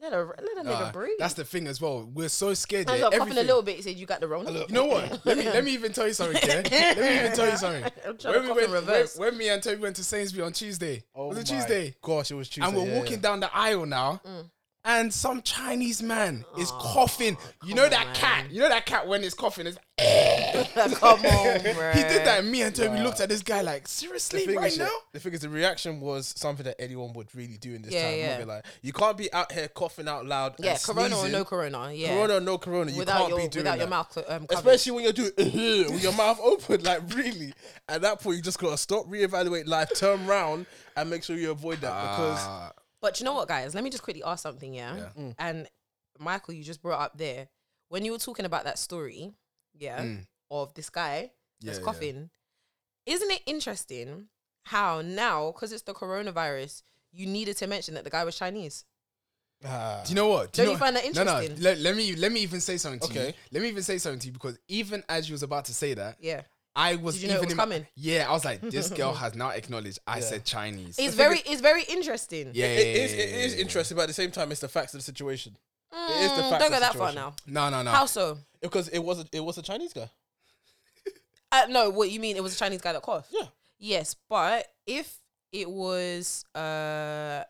[SPEAKER 2] Let a let a
[SPEAKER 3] Nah,
[SPEAKER 2] nigga breathe.
[SPEAKER 3] Uh, That's the thing as well. We're so scared.
[SPEAKER 2] I
[SPEAKER 3] Yeah,
[SPEAKER 2] was like, coughing a
[SPEAKER 3] everything-
[SPEAKER 2] little bit. He said, "You got the wrong."
[SPEAKER 3] You know what? Let me let me even tell you something. Yeah? Let me even tell you something.
[SPEAKER 2] I'm trying to cough in
[SPEAKER 3] went,
[SPEAKER 2] reverse.
[SPEAKER 3] when me and Toby went to Sainsbury on Tuesday, was it
[SPEAKER 1] Oh my
[SPEAKER 3] Tuesday?
[SPEAKER 1] Gosh, it was Tuesday.
[SPEAKER 3] And we're
[SPEAKER 1] yeah,
[SPEAKER 3] walking
[SPEAKER 1] yeah.
[SPEAKER 3] down the aisle now,
[SPEAKER 2] Mm.
[SPEAKER 3] and some Chinese man is coughing. You know that cat. You know that cat when it's coughing. It's,
[SPEAKER 2] Come on, bro.
[SPEAKER 3] he did that, and me and Toby looked at this guy like, seriously,
[SPEAKER 1] thing
[SPEAKER 3] right
[SPEAKER 1] is, yeah,
[SPEAKER 3] now?
[SPEAKER 1] The thing is, the reaction was something that anyone would really do in this
[SPEAKER 2] Yeah,
[SPEAKER 1] time.
[SPEAKER 2] yeah.
[SPEAKER 1] You'd be like, you can't be out here coughing out loud.
[SPEAKER 2] Yeah,
[SPEAKER 1] and
[SPEAKER 2] corona or
[SPEAKER 1] sneezing.
[SPEAKER 2] no corona. Yeah.
[SPEAKER 1] Corona or no corona, you
[SPEAKER 2] without
[SPEAKER 1] can't
[SPEAKER 2] your
[SPEAKER 1] be doing
[SPEAKER 2] without
[SPEAKER 1] that.
[SPEAKER 2] your mouth cl- um, covered.
[SPEAKER 1] Especially when you're doing with your mouth open, like really. At that point, you just gotta stop, reevaluate life, turn round, and make sure you avoid that because
[SPEAKER 3] Ah,
[SPEAKER 2] But you know what, guys? Let me just quickly ask something, yeah. And Michael, you just brought up there when you were talking about that story yeah,
[SPEAKER 3] Mm.
[SPEAKER 2] of this guy
[SPEAKER 3] Yeah,
[SPEAKER 2] that's
[SPEAKER 3] yeah.
[SPEAKER 2] coughing. Isn't it interesting how now, because it's the coronavirus, you needed to mention that the guy was Chinese?
[SPEAKER 1] Ah.
[SPEAKER 3] Do you know what? Do
[SPEAKER 2] Don't you
[SPEAKER 3] know-
[SPEAKER 2] find that
[SPEAKER 3] No, no.
[SPEAKER 2] interesting?
[SPEAKER 3] Let, let me let me even say something to you.
[SPEAKER 1] Okay.
[SPEAKER 3] Let me even say something to you because even as you was about to say that,
[SPEAKER 2] Yeah.
[SPEAKER 3] I was
[SPEAKER 2] Did you know
[SPEAKER 3] even
[SPEAKER 2] it was
[SPEAKER 3] in my-
[SPEAKER 2] coming?
[SPEAKER 3] yeah, I was like, this girl has now acknowledged I
[SPEAKER 1] Yeah.
[SPEAKER 3] said Chinese.
[SPEAKER 2] It's very it's very interesting.
[SPEAKER 3] yeah,
[SPEAKER 1] It is, it is interesting, but at the same time, it's the facts of the situation it is the
[SPEAKER 2] Mm,
[SPEAKER 1] facts
[SPEAKER 2] don't
[SPEAKER 1] of
[SPEAKER 2] go
[SPEAKER 1] the
[SPEAKER 2] that far
[SPEAKER 1] situation.
[SPEAKER 2] now.
[SPEAKER 3] No, no, no.
[SPEAKER 2] How so?
[SPEAKER 1] because it was a, it was a Chinese guy.
[SPEAKER 2] Uh, no, what you mean? It was a Chinese guy that coughed.
[SPEAKER 1] Yeah.
[SPEAKER 2] Yes, but if it was uh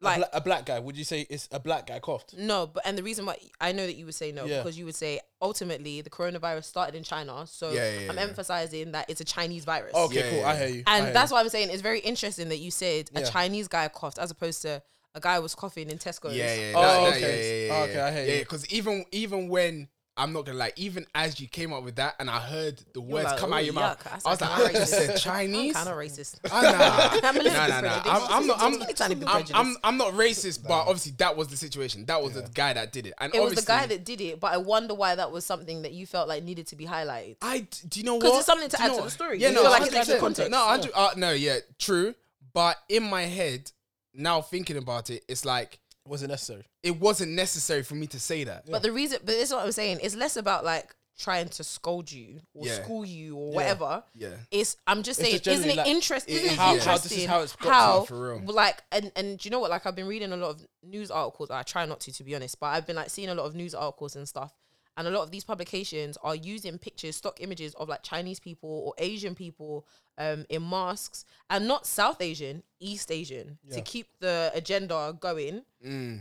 [SPEAKER 1] Like
[SPEAKER 2] like
[SPEAKER 1] a, bla- a black guy. Would you say it's a black guy coughed?
[SPEAKER 2] no, but and the reason why I know that you would say no
[SPEAKER 1] Yeah.
[SPEAKER 2] because you would say ultimately the coronavirus started in China, so
[SPEAKER 3] Yeah, yeah, yeah,
[SPEAKER 2] I'm
[SPEAKER 3] yeah.
[SPEAKER 2] emphasizing that it's a Chinese virus.
[SPEAKER 1] Okay,
[SPEAKER 3] Yeah,
[SPEAKER 1] cool.
[SPEAKER 3] yeah,
[SPEAKER 1] I
[SPEAKER 3] yeah.
[SPEAKER 1] hear you. I hear
[SPEAKER 2] And that's
[SPEAKER 1] you.
[SPEAKER 2] why I'm saying it's very interesting that you said a
[SPEAKER 1] Yeah.
[SPEAKER 2] Chinese guy coughed as opposed to a guy was coughing in Tesco.
[SPEAKER 3] Yeah, yeah.
[SPEAKER 1] Oh,
[SPEAKER 3] that- that-
[SPEAKER 1] okay.
[SPEAKER 3] yeah, yeah, yeah,
[SPEAKER 1] Oh, okay, I hear
[SPEAKER 3] yeah.
[SPEAKER 1] you.
[SPEAKER 3] because even even when I'm not gonna lie, even as you came up with that and I heard the words
[SPEAKER 2] like,
[SPEAKER 3] come out
[SPEAKER 2] "Ooh,
[SPEAKER 3] of your mouth,
[SPEAKER 2] yuck." I was
[SPEAKER 3] I was
[SPEAKER 2] like,
[SPEAKER 3] like, I
[SPEAKER 2] "Racist."
[SPEAKER 3] just said
[SPEAKER 2] I'm
[SPEAKER 3] Chinese.
[SPEAKER 2] kind of racist.
[SPEAKER 3] Ah, nah.
[SPEAKER 2] I'm a
[SPEAKER 3] nah,
[SPEAKER 2] little
[SPEAKER 3] nah,
[SPEAKER 2] bit
[SPEAKER 3] nah.
[SPEAKER 2] prejudiced.
[SPEAKER 3] I'm, I'm not. I'm,
[SPEAKER 2] Just a tiny bit
[SPEAKER 3] I'm, I'm,
[SPEAKER 2] prejudiced.
[SPEAKER 3] I'm not racist, but obviously that was the situation. That was the guy that did it, and
[SPEAKER 2] It was the
[SPEAKER 3] obviously-
[SPEAKER 2] guy that did it, but I wonder why that was something that you felt like needed to be highlighted.
[SPEAKER 3] I d- do you know what?
[SPEAKER 2] 'Cause it's something to
[SPEAKER 3] Do you
[SPEAKER 2] add
[SPEAKER 3] know
[SPEAKER 2] to
[SPEAKER 3] what?
[SPEAKER 2] the story.
[SPEAKER 3] Yeah,
[SPEAKER 2] You
[SPEAKER 3] no,
[SPEAKER 2] feel like it's extra
[SPEAKER 3] 100%.
[SPEAKER 2] context.
[SPEAKER 3] No, 100 uh, no, yeah, true. But in my head, now thinking about it, it's like
[SPEAKER 1] was it necessary?
[SPEAKER 3] it wasn't necessary for me to say that.
[SPEAKER 2] But the reason, but this is what I'm saying. It's less about like trying to scold you or
[SPEAKER 3] Yeah.
[SPEAKER 2] school you or whatever.
[SPEAKER 3] Yeah.
[SPEAKER 2] It's I'm just
[SPEAKER 1] It's
[SPEAKER 2] saying,
[SPEAKER 1] just
[SPEAKER 2] isn't
[SPEAKER 1] generally,
[SPEAKER 2] it
[SPEAKER 1] like,
[SPEAKER 2] interesting?
[SPEAKER 3] it-
[SPEAKER 2] Isn't it
[SPEAKER 3] how-
[SPEAKER 1] how
[SPEAKER 2] interesting?
[SPEAKER 1] this is how it's got to,
[SPEAKER 2] how,
[SPEAKER 3] like, for real.
[SPEAKER 2] Like, and and do you know what? Like, I've been reading a lot of news articles. I try not to, to be honest, but I've been like seeing a lot of news articles and stuff. And a lot of these publications are using pictures, stock images of like Chinese people or Asian people um, in masks, and not South Asian, East Asian, to keep the agenda going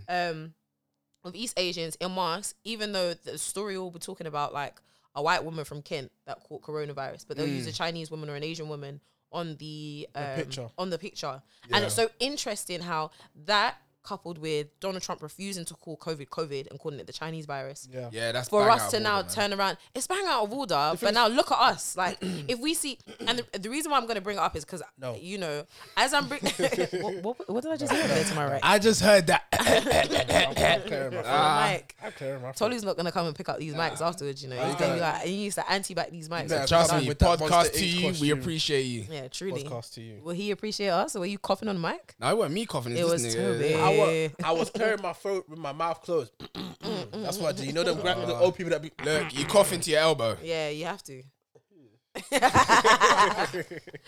[SPEAKER 2] um of East Asians in masks, even though the story we'll be talking about like a white woman from Kent that caught coronavirus, but they'll use a
[SPEAKER 3] Mm.
[SPEAKER 2] Chinese woman or an Asian woman on the, um,
[SPEAKER 1] picture.
[SPEAKER 2] on the picture, and it's so interesting how that coupled with Donald Trump refusing to call COVID COVID and calling it the Chinese virus.
[SPEAKER 1] Yeah.
[SPEAKER 3] Yeah, that's
[SPEAKER 2] For
[SPEAKER 3] bang
[SPEAKER 2] us
[SPEAKER 3] out
[SPEAKER 2] to
[SPEAKER 3] of
[SPEAKER 2] now
[SPEAKER 3] order, man.
[SPEAKER 2] turn around, it's bang out of order. But now look at us. Like, if we see, and the, the reason why I'm going to bring it up is because,
[SPEAKER 1] No.
[SPEAKER 2] you know, as I'm bringing, what, what, what did I just hear there to my right?
[SPEAKER 3] I just heard that.
[SPEAKER 1] I'm, I'm clearing my throat.
[SPEAKER 3] Ah,
[SPEAKER 2] On the mic.
[SPEAKER 1] I'm clearing my throat.
[SPEAKER 2] Tolu's not gonna come and pick up these mics afterwards, you know. He's gonna be like, he needs to anti back these mics.
[SPEAKER 1] Nah,
[SPEAKER 3] Trust
[SPEAKER 1] Come
[SPEAKER 3] me,
[SPEAKER 1] with that Monster
[SPEAKER 3] podcast to
[SPEAKER 1] Inc.
[SPEAKER 3] you. We
[SPEAKER 1] costume.
[SPEAKER 3] appreciate you.
[SPEAKER 2] yeah, truly.
[SPEAKER 1] Podcast to you.
[SPEAKER 2] Will he appreciate us? Or were you coughing on the mic?
[SPEAKER 3] No, it wasn't me coughing. It's
[SPEAKER 2] It
[SPEAKER 3] this
[SPEAKER 2] was
[SPEAKER 3] nigga.
[SPEAKER 2] Toby.
[SPEAKER 1] I
[SPEAKER 2] Yeah.
[SPEAKER 1] was, I was clearing my throat with my mouth closed. That's what I do. You know them grand, the old people that be.
[SPEAKER 3] Look, you coughing to your elbow.
[SPEAKER 2] Yeah, you have to.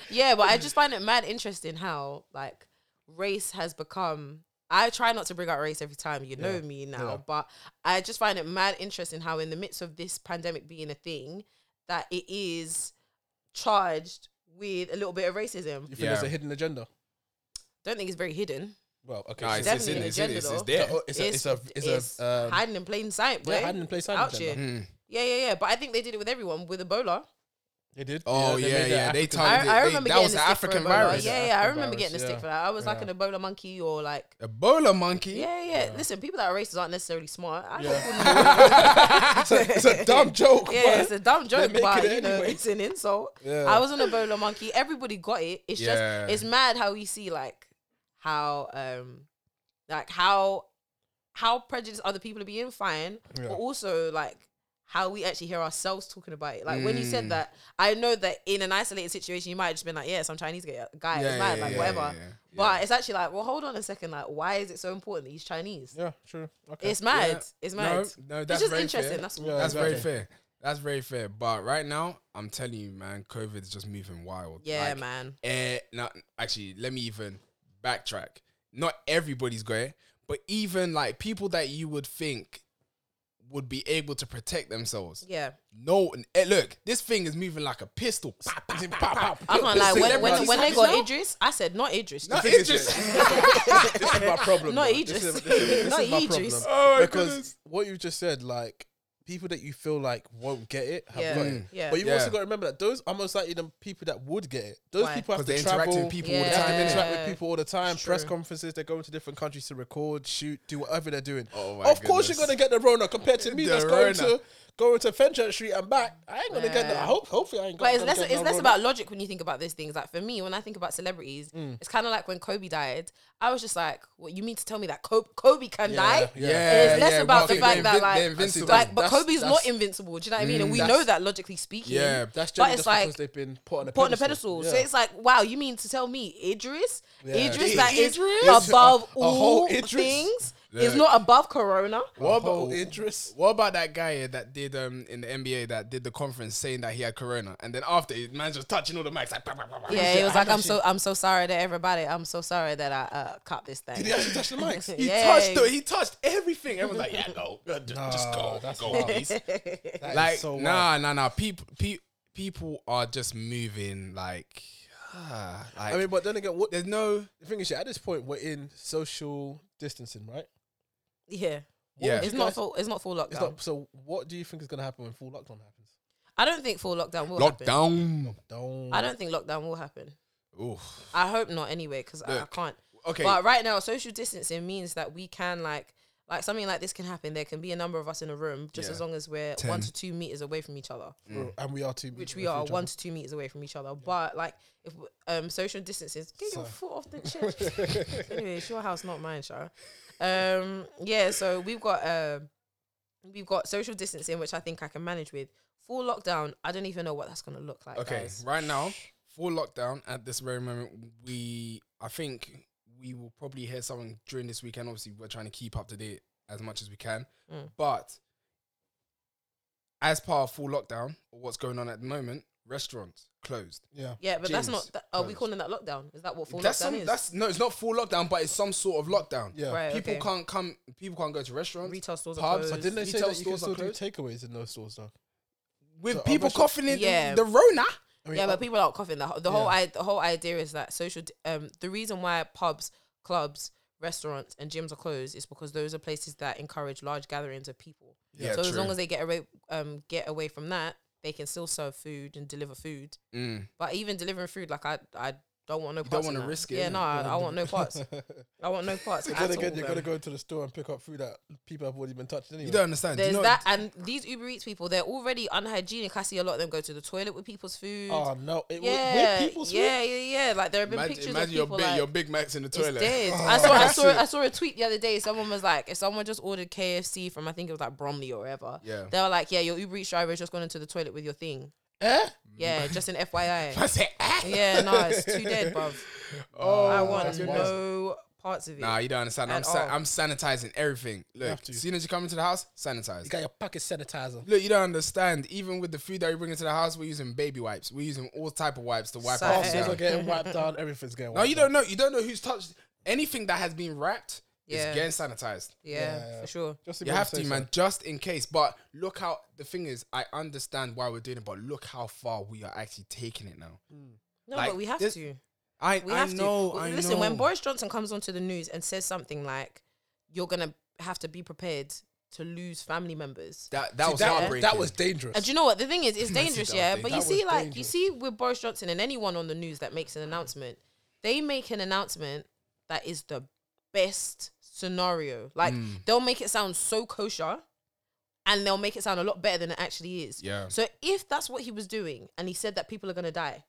[SPEAKER 2] yeah, but I just find it mad interesting how like race has become. I try not to bring out race every time, you know me now, but I just find it mad interesting how in the midst of this pandemic being a thing, that it is charged with a little bit of racism.
[SPEAKER 1] You think there's a hidden agenda?
[SPEAKER 2] Don't think it's very hidden.
[SPEAKER 1] Well, okay.
[SPEAKER 3] Nah,
[SPEAKER 1] so
[SPEAKER 3] it's,
[SPEAKER 1] it's,
[SPEAKER 3] it's,
[SPEAKER 2] Definitely
[SPEAKER 3] in-
[SPEAKER 2] an
[SPEAKER 3] it's, in-
[SPEAKER 2] agenda,
[SPEAKER 3] it's, it's
[SPEAKER 2] though.
[SPEAKER 3] there.
[SPEAKER 1] it's a, it's a, it's a,
[SPEAKER 2] it's
[SPEAKER 1] um,
[SPEAKER 2] hiding in plain sight, boy.
[SPEAKER 1] yeah, hiding in plain sight
[SPEAKER 2] Out
[SPEAKER 1] agenda.
[SPEAKER 2] here.
[SPEAKER 3] Hmm.
[SPEAKER 2] Yeah, yeah, yeah. But I think they did it with everyone with Ebola.
[SPEAKER 1] they did.
[SPEAKER 3] Oh,
[SPEAKER 1] made
[SPEAKER 3] yeah,
[SPEAKER 1] that
[SPEAKER 3] yeah,
[SPEAKER 1] African-
[SPEAKER 3] they
[SPEAKER 2] I,
[SPEAKER 3] targeted-
[SPEAKER 2] I
[SPEAKER 3] they-
[SPEAKER 2] remember
[SPEAKER 3] that
[SPEAKER 2] getting
[SPEAKER 3] was
[SPEAKER 2] a
[SPEAKER 3] the
[SPEAKER 2] stick
[SPEAKER 3] African
[SPEAKER 2] for Ebola.
[SPEAKER 3] virus.
[SPEAKER 2] Yeah,
[SPEAKER 1] Yeah,
[SPEAKER 2] yeah. I
[SPEAKER 1] African
[SPEAKER 2] remember
[SPEAKER 1] virus,
[SPEAKER 2] getting a stick
[SPEAKER 1] yeah.
[SPEAKER 2] for that. I was like
[SPEAKER 1] Yeah.
[SPEAKER 2] an Ebola monkey or like.
[SPEAKER 3] Ebola monkey.
[SPEAKER 2] Yeah, yeah. Listen, people that are racist aren't necessarily smart. I yeah.
[SPEAKER 1] it's, a, it's a dumb joke.
[SPEAKER 2] yeah, it's a dumb joke,
[SPEAKER 1] make
[SPEAKER 2] but
[SPEAKER 1] it
[SPEAKER 2] you know,
[SPEAKER 1] anyway.
[SPEAKER 2] it's an insult.
[SPEAKER 1] Yeah.
[SPEAKER 2] I was an Ebola monkey. Everybody got it. It's
[SPEAKER 3] Yeah.
[SPEAKER 2] just it's mad how we see like how um like how how prejudiced other people are being fine,
[SPEAKER 1] Yeah.
[SPEAKER 2] but also like how we actually hear ourselves talking about it. Like when you
[SPEAKER 3] Mm.
[SPEAKER 2] said that, I know that in an isolated situation, you might have just been like, "Yeah, some Chinese guy, guy
[SPEAKER 3] Yeah,
[SPEAKER 2] is mad,
[SPEAKER 3] yeah,
[SPEAKER 2] like
[SPEAKER 3] yeah,
[SPEAKER 2] whatever."
[SPEAKER 3] yeah, yeah.
[SPEAKER 2] But it's actually like, well, hold on a second. Like, why is it so important that he's Chinese?
[SPEAKER 1] yeah, true. Okay.
[SPEAKER 2] It's mad.
[SPEAKER 3] Yeah.
[SPEAKER 2] It's
[SPEAKER 3] No,
[SPEAKER 2] mad.
[SPEAKER 3] no,
[SPEAKER 2] it's
[SPEAKER 3] that's
[SPEAKER 2] just
[SPEAKER 3] very
[SPEAKER 2] interesting.
[SPEAKER 3] fair.
[SPEAKER 2] That's all.
[SPEAKER 1] Yeah.
[SPEAKER 3] That's very
[SPEAKER 1] Exactly.
[SPEAKER 3] fair. That's very fair. But right now, I'm telling you, man, COVID's just moving wild.
[SPEAKER 2] Yeah,
[SPEAKER 3] Like,
[SPEAKER 2] man.
[SPEAKER 3] Eh, no, actually, let me even backtrack. Not everybody's great, but even like people that you would think would be able to protect themselves.
[SPEAKER 2] Yeah.
[SPEAKER 3] No, and, eh, look, this thing is moving like a pistol. Pa, pa, pa, pa, pa.
[SPEAKER 2] I can't lie. When, when,
[SPEAKER 3] Celebrities
[SPEAKER 2] when they
[SPEAKER 3] have
[SPEAKER 2] got
[SPEAKER 3] now?
[SPEAKER 2] Idris, I said not Idris.
[SPEAKER 3] No,
[SPEAKER 2] Not,
[SPEAKER 3] it's just
[SPEAKER 1] this is my problem.
[SPEAKER 2] Not
[SPEAKER 1] though. This
[SPEAKER 2] Idris.
[SPEAKER 1] is, this is- this
[SPEAKER 2] Not
[SPEAKER 1] is my problem.
[SPEAKER 2] Idris.
[SPEAKER 3] Oh, my
[SPEAKER 1] because
[SPEAKER 3] goodness.
[SPEAKER 1] what you just said, like people that you feel like won't get it have
[SPEAKER 2] Yeah.
[SPEAKER 1] got it.
[SPEAKER 2] Mm. Yeah.
[SPEAKER 1] But you've
[SPEAKER 3] Yeah.
[SPEAKER 1] also got to remember that those are most likely the people that would get it. Those
[SPEAKER 2] Why?
[SPEAKER 1] people have
[SPEAKER 3] because
[SPEAKER 1] to
[SPEAKER 3] they
[SPEAKER 1] travel.
[SPEAKER 3] interact with people all the
[SPEAKER 2] Yeah.
[SPEAKER 3] time.
[SPEAKER 1] They
[SPEAKER 3] innit?
[SPEAKER 1] interact with people all the time.
[SPEAKER 2] It's
[SPEAKER 1] Press
[SPEAKER 2] true.
[SPEAKER 1] conferences. They're going to different countries to record, shoot, do whatever they're doing.
[SPEAKER 3] Oh my
[SPEAKER 1] of course, you're gonna
[SPEAKER 3] goodness.
[SPEAKER 1] get the Rona compared to me.
[SPEAKER 3] The
[SPEAKER 1] that's going
[SPEAKER 3] Rona.
[SPEAKER 1] to going to Fenchurch Street and back. I ain't gonna get that. I
[SPEAKER 2] Yeah.
[SPEAKER 1] hope hopefully I ain't
[SPEAKER 2] But
[SPEAKER 1] gonna,
[SPEAKER 2] it's
[SPEAKER 1] gonna
[SPEAKER 2] less,
[SPEAKER 1] get
[SPEAKER 2] it's
[SPEAKER 1] no
[SPEAKER 2] less
[SPEAKER 1] road.
[SPEAKER 2] about logic when you think about these things. Like for me, when I think about celebrities,
[SPEAKER 1] Mm.
[SPEAKER 2] it's kind of like when Kobe died. I was just like, "What you mean to tell me that Kobe, Kobe can die?"
[SPEAKER 1] Yeah.
[SPEAKER 2] And it's less
[SPEAKER 3] yeah,
[SPEAKER 2] about
[SPEAKER 3] we
[SPEAKER 2] the
[SPEAKER 3] think
[SPEAKER 2] fact
[SPEAKER 3] they're
[SPEAKER 2] that
[SPEAKER 3] invin-
[SPEAKER 2] like,
[SPEAKER 3] they're invincible.
[SPEAKER 2] like, but
[SPEAKER 1] That's-
[SPEAKER 2] Kobe's
[SPEAKER 1] that's- Mm,
[SPEAKER 2] not invincible. Do you know what I mean? And we
[SPEAKER 3] that's-
[SPEAKER 2] know that logically speaking.
[SPEAKER 3] Yeah.
[SPEAKER 1] That's
[SPEAKER 2] but
[SPEAKER 1] generally
[SPEAKER 2] it's
[SPEAKER 1] just because
[SPEAKER 2] like
[SPEAKER 1] they've been put on a
[SPEAKER 2] put on a
[SPEAKER 1] pedestal.
[SPEAKER 2] pedestal.
[SPEAKER 1] Yeah.
[SPEAKER 2] So it's like, wow, you mean to tell me Idris,
[SPEAKER 1] Yeah.
[SPEAKER 2] Idris
[SPEAKER 1] I-
[SPEAKER 2] that is
[SPEAKER 1] Idris?
[SPEAKER 2] above
[SPEAKER 1] A- a whole
[SPEAKER 2] all
[SPEAKER 1] Idris?
[SPEAKER 2] things
[SPEAKER 3] Look.
[SPEAKER 2] is not above Corona?
[SPEAKER 1] what about
[SPEAKER 3] Oh.
[SPEAKER 1] Idris?
[SPEAKER 3] What about that guy here that did um in the NBA that did the conference saying that he had corona and then after it, man just touching all the mics like bah, bah, bah, bah.
[SPEAKER 2] Yeah, it was
[SPEAKER 1] I
[SPEAKER 2] like I'm
[SPEAKER 1] actually-
[SPEAKER 2] so I'm so sorry to everybody. I'm so sorry that I uh, caught this thing.
[SPEAKER 1] Did he actually touch the mics?
[SPEAKER 3] He
[SPEAKER 2] Yeah.
[SPEAKER 3] touched the, he touched everything. Everyone's like, yeah, go, just, just go,
[SPEAKER 1] that's
[SPEAKER 3] go,
[SPEAKER 1] wild.
[SPEAKER 3] please.
[SPEAKER 1] That is
[SPEAKER 3] like
[SPEAKER 1] so wild.
[SPEAKER 3] nah nah nah people pe- people are just moving like, ah, like
[SPEAKER 1] I mean, but then again, what
[SPEAKER 3] there's no
[SPEAKER 1] the thing is, yeah, at this point, we're in social distancing, right?
[SPEAKER 2] Yeah.
[SPEAKER 3] yeah
[SPEAKER 2] It's
[SPEAKER 1] you
[SPEAKER 2] not
[SPEAKER 1] guys-
[SPEAKER 2] full it's not full lockdown.
[SPEAKER 1] It's not, so, what do you think is going to happen when full lockdown happens?
[SPEAKER 2] I don't think full lockdown will happen.
[SPEAKER 3] lockdown
[SPEAKER 1] Don't.
[SPEAKER 2] I don't think lockdown will happen.
[SPEAKER 3] Oof.
[SPEAKER 2] I hope not anyway, because I, I
[SPEAKER 3] Look,
[SPEAKER 2] can't.
[SPEAKER 3] okay
[SPEAKER 2] But right now, social distancing means that we can like like something like this can happen. There can be a number of us in a room, just
[SPEAKER 3] Yeah.
[SPEAKER 2] as long as we're
[SPEAKER 3] Ten.
[SPEAKER 2] one to two meters away from each other,
[SPEAKER 1] Bro, And we are two. meters
[SPEAKER 2] which we
[SPEAKER 1] away
[SPEAKER 2] are
[SPEAKER 1] from each
[SPEAKER 2] one
[SPEAKER 1] other.
[SPEAKER 2] to two meters away from each other. But like if w- um social distances, get your foot off the chair. anyway, it's your house, not mine, Shara. Um, yeah. So we've got um we've got social distancing, which I think I can manage with. Full lockdown, I don't even know what that's gonna look like.
[SPEAKER 3] okay
[SPEAKER 2] guys.
[SPEAKER 3] right now for lockdown at this very moment we I think we will probably hear something during this weekend obviously we're trying to keep up to date as much as we can
[SPEAKER 2] Mm.
[SPEAKER 3] but as part of full lockdown or what's going on at the moment restaurants closed
[SPEAKER 1] Yeah.
[SPEAKER 2] Yeah, but that's
[SPEAKER 3] Gyms
[SPEAKER 2] not. That, are we
[SPEAKER 3] closed.
[SPEAKER 2] calling that lockdown? Is that what full
[SPEAKER 3] that's
[SPEAKER 2] lockdown
[SPEAKER 3] some,
[SPEAKER 2] is?
[SPEAKER 3] that's no it's not full lockdown but it's some sort of lockdown
[SPEAKER 1] Yeah.
[SPEAKER 2] Right.
[SPEAKER 3] people
[SPEAKER 2] okay.
[SPEAKER 3] can't come. People can't go to restaurants.
[SPEAKER 2] Retail stores are
[SPEAKER 3] pubs.
[SPEAKER 2] closed.
[SPEAKER 1] But didn't they say
[SPEAKER 3] Retail
[SPEAKER 1] that you can
[SPEAKER 3] stores
[SPEAKER 1] still
[SPEAKER 3] are
[SPEAKER 1] do takeaways in those stores, though?
[SPEAKER 3] with
[SPEAKER 1] So are
[SPEAKER 3] people
[SPEAKER 1] restaurants-
[SPEAKER 3] coughing in
[SPEAKER 2] Yeah.
[SPEAKER 3] the Rona.
[SPEAKER 1] I mean,
[SPEAKER 2] yeah,
[SPEAKER 1] uh,
[SPEAKER 2] but people are coughing. The, whole- the whole
[SPEAKER 1] Yeah.
[SPEAKER 2] I, the whole idea is that social. d- Um, the reason why pubs, clubs, restaurants, and gyms are closed is because those are places that encourage large gatherings of people.
[SPEAKER 3] Yeah,
[SPEAKER 2] so as long
[SPEAKER 3] true.
[SPEAKER 2] as they get away, um, get away from that, they can still serve food and deliver food.
[SPEAKER 3] Mm.
[SPEAKER 2] But even delivering food, like I, I don't want no.
[SPEAKER 3] don't
[SPEAKER 2] Parts in
[SPEAKER 3] wanna
[SPEAKER 2] that.
[SPEAKER 3] risk it,
[SPEAKER 2] Yeah,
[SPEAKER 3] innit?
[SPEAKER 2] no, I, I want no parts. I want no parts.
[SPEAKER 1] But
[SPEAKER 2] at
[SPEAKER 1] then again,
[SPEAKER 2] all,
[SPEAKER 1] you're
[SPEAKER 2] man.
[SPEAKER 1] going to go to the store and pick up food that people have already been touched anyway.
[SPEAKER 3] You don't understand.
[SPEAKER 2] There's
[SPEAKER 3] you know,
[SPEAKER 2] that, and these Uber Eats people, they're already unhygienic. I see a lot of them go to the toilet with people's food.
[SPEAKER 1] Oh, no. It,
[SPEAKER 2] yeah,
[SPEAKER 1] yeah. With people's food?
[SPEAKER 2] yeah, yeah, yeah. Like there have been
[SPEAKER 3] Imagine,
[SPEAKER 2] pictures
[SPEAKER 3] imagine
[SPEAKER 2] of
[SPEAKER 3] your,
[SPEAKER 2] people
[SPEAKER 3] big,
[SPEAKER 2] like
[SPEAKER 3] your Big Mac's in the
[SPEAKER 2] it's
[SPEAKER 3] toilet. Oh,
[SPEAKER 2] dead.
[SPEAKER 1] Oh.
[SPEAKER 2] I saw, I saw, I saw a tweet the other day. Someone was like, if someone just ordered KFC from, I think it was like Bromley or whatever.
[SPEAKER 3] Yeah.
[SPEAKER 2] They were like, yeah, your Uber Eats driver is just going into the toilet with your thing.
[SPEAKER 1] Eh?
[SPEAKER 3] Mm.
[SPEAKER 2] Yeah, just an FYI.
[SPEAKER 3] I said, ah.
[SPEAKER 2] yeah, no, it's too dead, bruv.
[SPEAKER 3] Oh,
[SPEAKER 2] I
[SPEAKER 1] that's
[SPEAKER 2] want
[SPEAKER 1] wild.
[SPEAKER 2] no parts of it.
[SPEAKER 3] Nah, you don't understand. I'm
[SPEAKER 2] At
[SPEAKER 3] sa-
[SPEAKER 2] all.
[SPEAKER 3] I'm sanitizing everything. Look,
[SPEAKER 1] have to.
[SPEAKER 3] soon as you come into the house, sanitize.
[SPEAKER 1] You got your pocket sanitizer.
[SPEAKER 3] Look, you don't understand. Even with the food that we bring into the house, we're using baby wipes. We're using all type of wipes to wipe
[SPEAKER 2] Sa-
[SPEAKER 3] off.
[SPEAKER 1] Bathrooms are
[SPEAKER 2] okay.
[SPEAKER 1] getting wiped down. Everything's getting
[SPEAKER 3] No,
[SPEAKER 1] wiped
[SPEAKER 3] you don't know. You don't know who's touched anything that has been wrapped.
[SPEAKER 2] Yeah.
[SPEAKER 3] Is getting sanitized.
[SPEAKER 2] yeah,
[SPEAKER 1] yeah.
[SPEAKER 2] for sure.
[SPEAKER 3] You have to, man, just in case. But look how the thing is, I understand why we're doing it, but look how far we are actually taking it now.
[SPEAKER 2] No,
[SPEAKER 3] Like,
[SPEAKER 2] but we have
[SPEAKER 3] this-
[SPEAKER 2] to.
[SPEAKER 3] I,
[SPEAKER 2] We
[SPEAKER 3] I
[SPEAKER 2] have
[SPEAKER 3] know,
[SPEAKER 2] to.
[SPEAKER 3] I
[SPEAKER 2] Listen, when
[SPEAKER 3] know.
[SPEAKER 2] Boris Johnson comes onto the news and says something like, "You're gonna have to be prepared to lose family members,"
[SPEAKER 3] that that was
[SPEAKER 1] that,
[SPEAKER 3] heartbreaking.
[SPEAKER 1] that was dangerous.
[SPEAKER 2] and do you know what the thing is? It's dangerous,
[SPEAKER 3] that
[SPEAKER 2] yeah.
[SPEAKER 3] was
[SPEAKER 2] But
[SPEAKER 3] dang-
[SPEAKER 2] you
[SPEAKER 1] that was
[SPEAKER 2] see, like you
[SPEAKER 1] dangerous.
[SPEAKER 2] see, with Boris Johnson and anyone on the news that makes an announcement, they make an announcement that is the best scenario. Like
[SPEAKER 1] Mm.
[SPEAKER 2] they'll make it sound so kosher. And they'll make it sound a lot better than it actually is.
[SPEAKER 3] Yeah.
[SPEAKER 2] So if that's what he was doing, and he said that people are gonna die,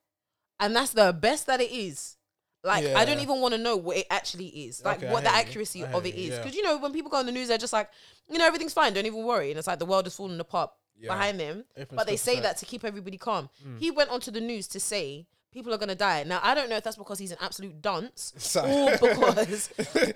[SPEAKER 2] and that's the best that it is. Like I don't
[SPEAKER 1] Yeah.
[SPEAKER 2] even want to know what it actually is, like
[SPEAKER 1] Okay, I
[SPEAKER 2] what the
[SPEAKER 1] hear you.
[SPEAKER 2] accuracy
[SPEAKER 1] I
[SPEAKER 2] of
[SPEAKER 1] hear
[SPEAKER 2] it
[SPEAKER 1] you,
[SPEAKER 2] is.
[SPEAKER 1] yeah.
[SPEAKER 2] Because you know when people go on the news, they're just like, you know, everything's fine, don't even worry, and it's like the world is falling apart
[SPEAKER 3] Yeah.
[SPEAKER 2] behind them.
[SPEAKER 1] Everyone's
[SPEAKER 2] but they say
[SPEAKER 1] upset.
[SPEAKER 2] that to keep everybody calm. He went onto the news to say. People are gonna die. Now I don't know if that's because he's an absolute dunce,
[SPEAKER 1] Sorry.
[SPEAKER 2] or because,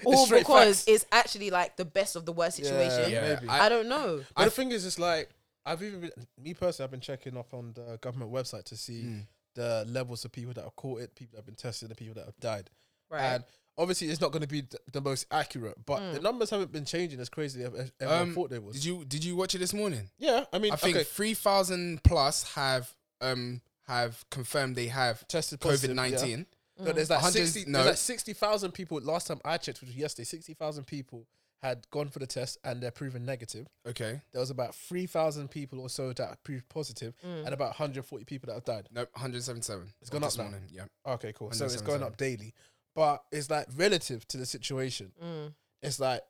[SPEAKER 2] or
[SPEAKER 1] straight
[SPEAKER 2] because
[SPEAKER 1] facts.
[SPEAKER 2] it's actually like the best of the worst situation.
[SPEAKER 3] Yeah,
[SPEAKER 1] Maybe.
[SPEAKER 3] I,
[SPEAKER 2] I don't know.
[SPEAKER 1] But the thing is, it's like I've even been, me personally, I've been checking up on the government website to see
[SPEAKER 3] Mm.
[SPEAKER 1] the levels of people that have caught it, people that have been tested, and people that have died.
[SPEAKER 2] Right.
[SPEAKER 1] And obviously, it's not going to be th- the most accurate, but the numbers haven't been changing as crazy as as everyone
[SPEAKER 3] Mm. um,
[SPEAKER 1] thought they would.
[SPEAKER 3] Did you did you watch it this morning?
[SPEAKER 1] Yeah, I mean,
[SPEAKER 3] I think
[SPEAKER 1] okay,
[SPEAKER 3] three thousand plus have um have confirmed they have
[SPEAKER 1] tested
[SPEAKER 3] COVID nineteen.
[SPEAKER 1] No, there's like
[SPEAKER 3] 100
[SPEAKER 1] sixty.
[SPEAKER 3] no.
[SPEAKER 1] There's like sixty thousand people. Last time I checked, which was yesterday, sixty thousand people had gone for the test and they're proven negative.
[SPEAKER 3] Okay,
[SPEAKER 1] There was about three thousand people or so that proved positive,
[SPEAKER 3] Mm.
[SPEAKER 1] and about 140 people that have died.
[SPEAKER 3] no, one hundred seventy seven. It's
[SPEAKER 1] gone up now.
[SPEAKER 3] Yeah,
[SPEAKER 1] Okay, cool. So it's
[SPEAKER 3] 177.
[SPEAKER 1] going up daily, but it's like relative to the
[SPEAKER 2] Mm.
[SPEAKER 1] situation. It's like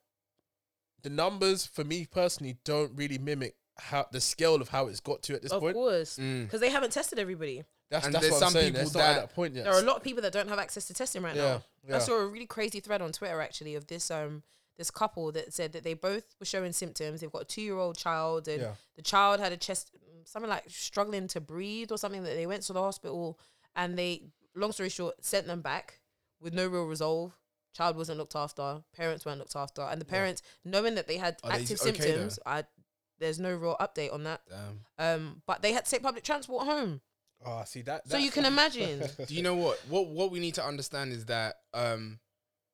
[SPEAKER 1] the numbers for me personally don't really mimic how the scale of how it's got to at this
[SPEAKER 2] of
[SPEAKER 1] point.
[SPEAKER 2] course, because they haven't tested everybody.
[SPEAKER 1] That's,
[SPEAKER 3] And
[SPEAKER 1] that's
[SPEAKER 3] there's
[SPEAKER 1] what I'm
[SPEAKER 3] some
[SPEAKER 1] saying.
[SPEAKER 3] people
[SPEAKER 1] It's not at
[SPEAKER 3] that-
[SPEAKER 1] that point yet.
[SPEAKER 2] There are a lot of people that don't have access to testing right
[SPEAKER 1] Yeah,
[SPEAKER 2] now. I
[SPEAKER 1] yeah.
[SPEAKER 2] saw a really crazy thread on Twitter actually of this um this couple that said that they both were showing symptoms. They've got a two year old child, and
[SPEAKER 1] Yeah.
[SPEAKER 2] the child had a chest something like struggling to breathe or something. That they went to the hospital, and they long story short sent them back with no real resolve. Child wasn't looked after. Parents weren't looked after, and the parents knowing that they had
[SPEAKER 3] Are they
[SPEAKER 2] active
[SPEAKER 3] okay, though?
[SPEAKER 2] symptoms. I there's no real update on that. Um, but they had to take public transport home.
[SPEAKER 1] Ah, see that.
[SPEAKER 2] So you can imagine.
[SPEAKER 3] Do you know what? What what we need to understand is that um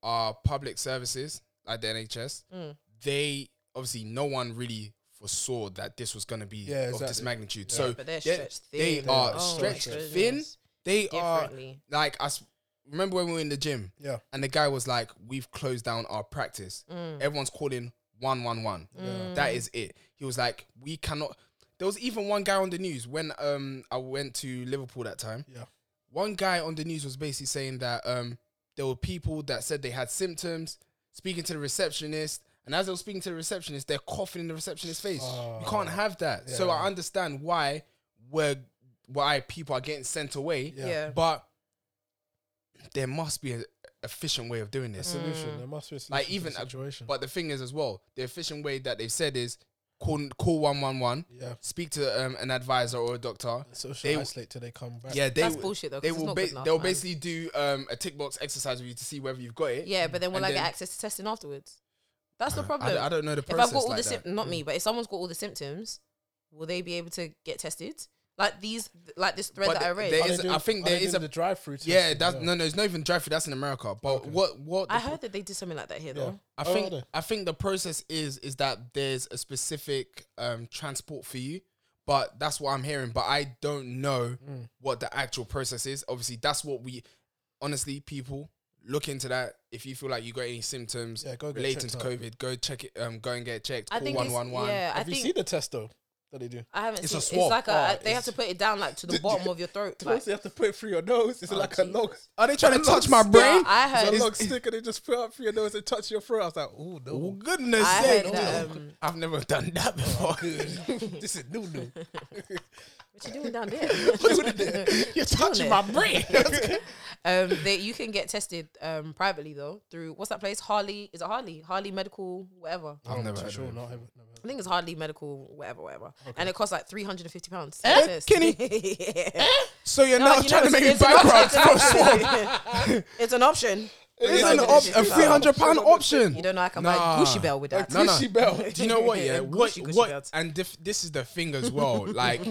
[SPEAKER 3] our public services, like the NHS,
[SPEAKER 2] Mm.
[SPEAKER 3] they obviously no one really foresaw that this was going to be
[SPEAKER 1] Yeah,
[SPEAKER 3] of this
[SPEAKER 1] exactly.
[SPEAKER 3] magnitude.
[SPEAKER 1] Yeah.
[SPEAKER 3] So
[SPEAKER 2] But they're
[SPEAKER 3] they-
[SPEAKER 2] stretched
[SPEAKER 3] They
[SPEAKER 2] thin.
[SPEAKER 3] are
[SPEAKER 1] Oh my
[SPEAKER 3] stretched
[SPEAKER 1] goodness.
[SPEAKER 3] thin. uh, They are
[SPEAKER 2] Differently.
[SPEAKER 3] like us. Remember when we were in the gym
[SPEAKER 1] Yeah.
[SPEAKER 3] and the guy was like, "We've closed down our practice. Everyone's calling one one one. That is it." He was like, "We cannot." There was even one guy on the news when um I went to Liverpool that time
[SPEAKER 1] Yeah.
[SPEAKER 3] one guy on the news was basically saying that um, there were people that said they had symptoms, speaking to the receptionist, and as they were speaking to the receptionist, they're coughing in the receptionist's face. you can't have that. So I understand why we're why people are getting sent away,
[SPEAKER 1] Yeah.
[SPEAKER 2] Yeah.
[SPEAKER 3] but there must be an efficient way of doing this.
[SPEAKER 2] Mm.
[SPEAKER 1] Solution. There must be Mm. a solution.
[SPEAKER 3] Like
[SPEAKER 1] to
[SPEAKER 3] even,
[SPEAKER 1] the situation.
[SPEAKER 3] but the thing is as well, the efficient way that they've said is call call one one one,
[SPEAKER 1] yeah.
[SPEAKER 3] speak to um, an advisor or a doctor.
[SPEAKER 1] Social
[SPEAKER 3] They-
[SPEAKER 1] isolate till they come back.
[SPEAKER 3] Yeah, they
[SPEAKER 2] That's
[SPEAKER 3] w-
[SPEAKER 2] bullshit though,
[SPEAKER 3] They
[SPEAKER 2] 'cause it's
[SPEAKER 3] will
[SPEAKER 2] not
[SPEAKER 3] ba-
[SPEAKER 2] good enough,
[SPEAKER 3] they'll
[SPEAKER 2] man.
[SPEAKER 3] basically do um, a tick box exercise with you to see whether you've got it.
[SPEAKER 2] Yeah, but then will
[SPEAKER 3] And
[SPEAKER 2] I get
[SPEAKER 3] then-
[SPEAKER 2] access to testing afterwards? That's the
[SPEAKER 3] I,
[SPEAKER 2] problem.
[SPEAKER 3] d- I don't know the
[SPEAKER 2] if
[SPEAKER 3] process.
[SPEAKER 2] I've got all
[SPEAKER 3] like
[SPEAKER 2] the
[SPEAKER 3] that. Mm.
[SPEAKER 2] symptoms, not me, but if someone's got all the symptoms, will they be able to get tested? Like these, like this thread
[SPEAKER 3] But
[SPEAKER 2] that I
[SPEAKER 3] th-
[SPEAKER 2] read.
[SPEAKER 3] there
[SPEAKER 1] Are they
[SPEAKER 3] is- I
[SPEAKER 1] doing-
[SPEAKER 3] think
[SPEAKER 1] are
[SPEAKER 3] there
[SPEAKER 1] they
[SPEAKER 3] is
[SPEAKER 1] doing
[SPEAKER 3] a-
[SPEAKER 1] the drive-through.
[SPEAKER 3] yeah,
[SPEAKER 1] testing?
[SPEAKER 3] that's no, no. It's not even drive through. That's in America. But
[SPEAKER 1] Okay.
[SPEAKER 3] what what
[SPEAKER 2] I
[SPEAKER 3] the-
[SPEAKER 2] heard that they did something like that here
[SPEAKER 1] Yeah.
[SPEAKER 2] though.
[SPEAKER 3] I
[SPEAKER 1] Oh,
[SPEAKER 3] think
[SPEAKER 1] are they?
[SPEAKER 3] I think the process is is that there's a specific um, transport for you, but that's what I'm hearing. But I don't know
[SPEAKER 1] Mm.
[SPEAKER 3] what the actual process is. Obviously, that's what we honestly people look into that. If you feel like you got any symptoms
[SPEAKER 1] Yeah, go get
[SPEAKER 3] relating
[SPEAKER 1] checked
[SPEAKER 3] to
[SPEAKER 1] out.
[SPEAKER 3] COVID, go check it. Um, go and get checked.
[SPEAKER 2] I
[SPEAKER 3] Call
[SPEAKER 2] think
[SPEAKER 3] one
[SPEAKER 2] it's-
[SPEAKER 3] one one.
[SPEAKER 2] Yeah, I
[SPEAKER 1] Have you
[SPEAKER 2] think
[SPEAKER 1] seen the test though that they do?
[SPEAKER 2] I haven't
[SPEAKER 3] It's
[SPEAKER 2] seen.
[SPEAKER 3] a swab.
[SPEAKER 2] It's like a,
[SPEAKER 1] Oh,
[SPEAKER 2] they have
[SPEAKER 1] it's-
[SPEAKER 2] to put it down like to the bottom of your throat.
[SPEAKER 1] They
[SPEAKER 2] like-
[SPEAKER 1] also have to put it through your nose. It's like a long.
[SPEAKER 2] Jesus.
[SPEAKER 3] Are they trying to touch my
[SPEAKER 1] Bro,
[SPEAKER 3] brain?
[SPEAKER 2] I heard.
[SPEAKER 1] It's a long stick, and they just put it up through your nose and touch your throat. I was like, oh
[SPEAKER 3] Oh,
[SPEAKER 1] no,
[SPEAKER 3] goodness
[SPEAKER 2] I
[SPEAKER 3] sake.
[SPEAKER 2] heard that, um,
[SPEAKER 3] I've never done
[SPEAKER 1] Oh,
[SPEAKER 3] that before.
[SPEAKER 1] this is new, new.
[SPEAKER 2] What you doing down there?
[SPEAKER 3] You're touching
[SPEAKER 2] it.
[SPEAKER 3] my brain.
[SPEAKER 2] um, they, you can get tested um, privately though through what's that place? Harley is it Harley? Harley Medical, whatever.
[SPEAKER 3] I've never heard
[SPEAKER 1] Sure,
[SPEAKER 3] of it.
[SPEAKER 1] not having- never heard
[SPEAKER 2] I think it's hardly medical, whatever, whatever. And it costs like three hundred and fifty pounds.
[SPEAKER 3] Eh, Kenny?
[SPEAKER 2] yeah.
[SPEAKER 3] So you're
[SPEAKER 2] No,
[SPEAKER 3] now
[SPEAKER 2] you
[SPEAKER 3] trying
[SPEAKER 2] know,
[SPEAKER 3] to make me
[SPEAKER 2] it's-
[SPEAKER 3] buy
[SPEAKER 2] it's an
[SPEAKER 3] products from
[SPEAKER 2] option.
[SPEAKER 3] Swap.
[SPEAKER 2] it's an option.
[SPEAKER 3] It's
[SPEAKER 2] Yeah,
[SPEAKER 3] an
[SPEAKER 2] yeah,
[SPEAKER 3] op-
[SPEAKER 2] yeah.
[SPEAKER 3] a 300 pound
[SPEAKER 2] You
[SPEAKER 3] option.
[SPEAKER 2] don't know I can
[SPEAKER 3] Nah.
[SPEAKER 2] buy Gucci Bell with that.
[SPEAKER 3] No, no.
[SPEAKER 1] Gucci Bell.
[SPEAKER 3] Do you know what? Yeah, what?
[SPEAKER 2] Gucci, Gucci
[SPEAKER 3] What?
[SPEAKER 2] belts.
[SPEAKER 3] And dif- this is the thing as well. Like,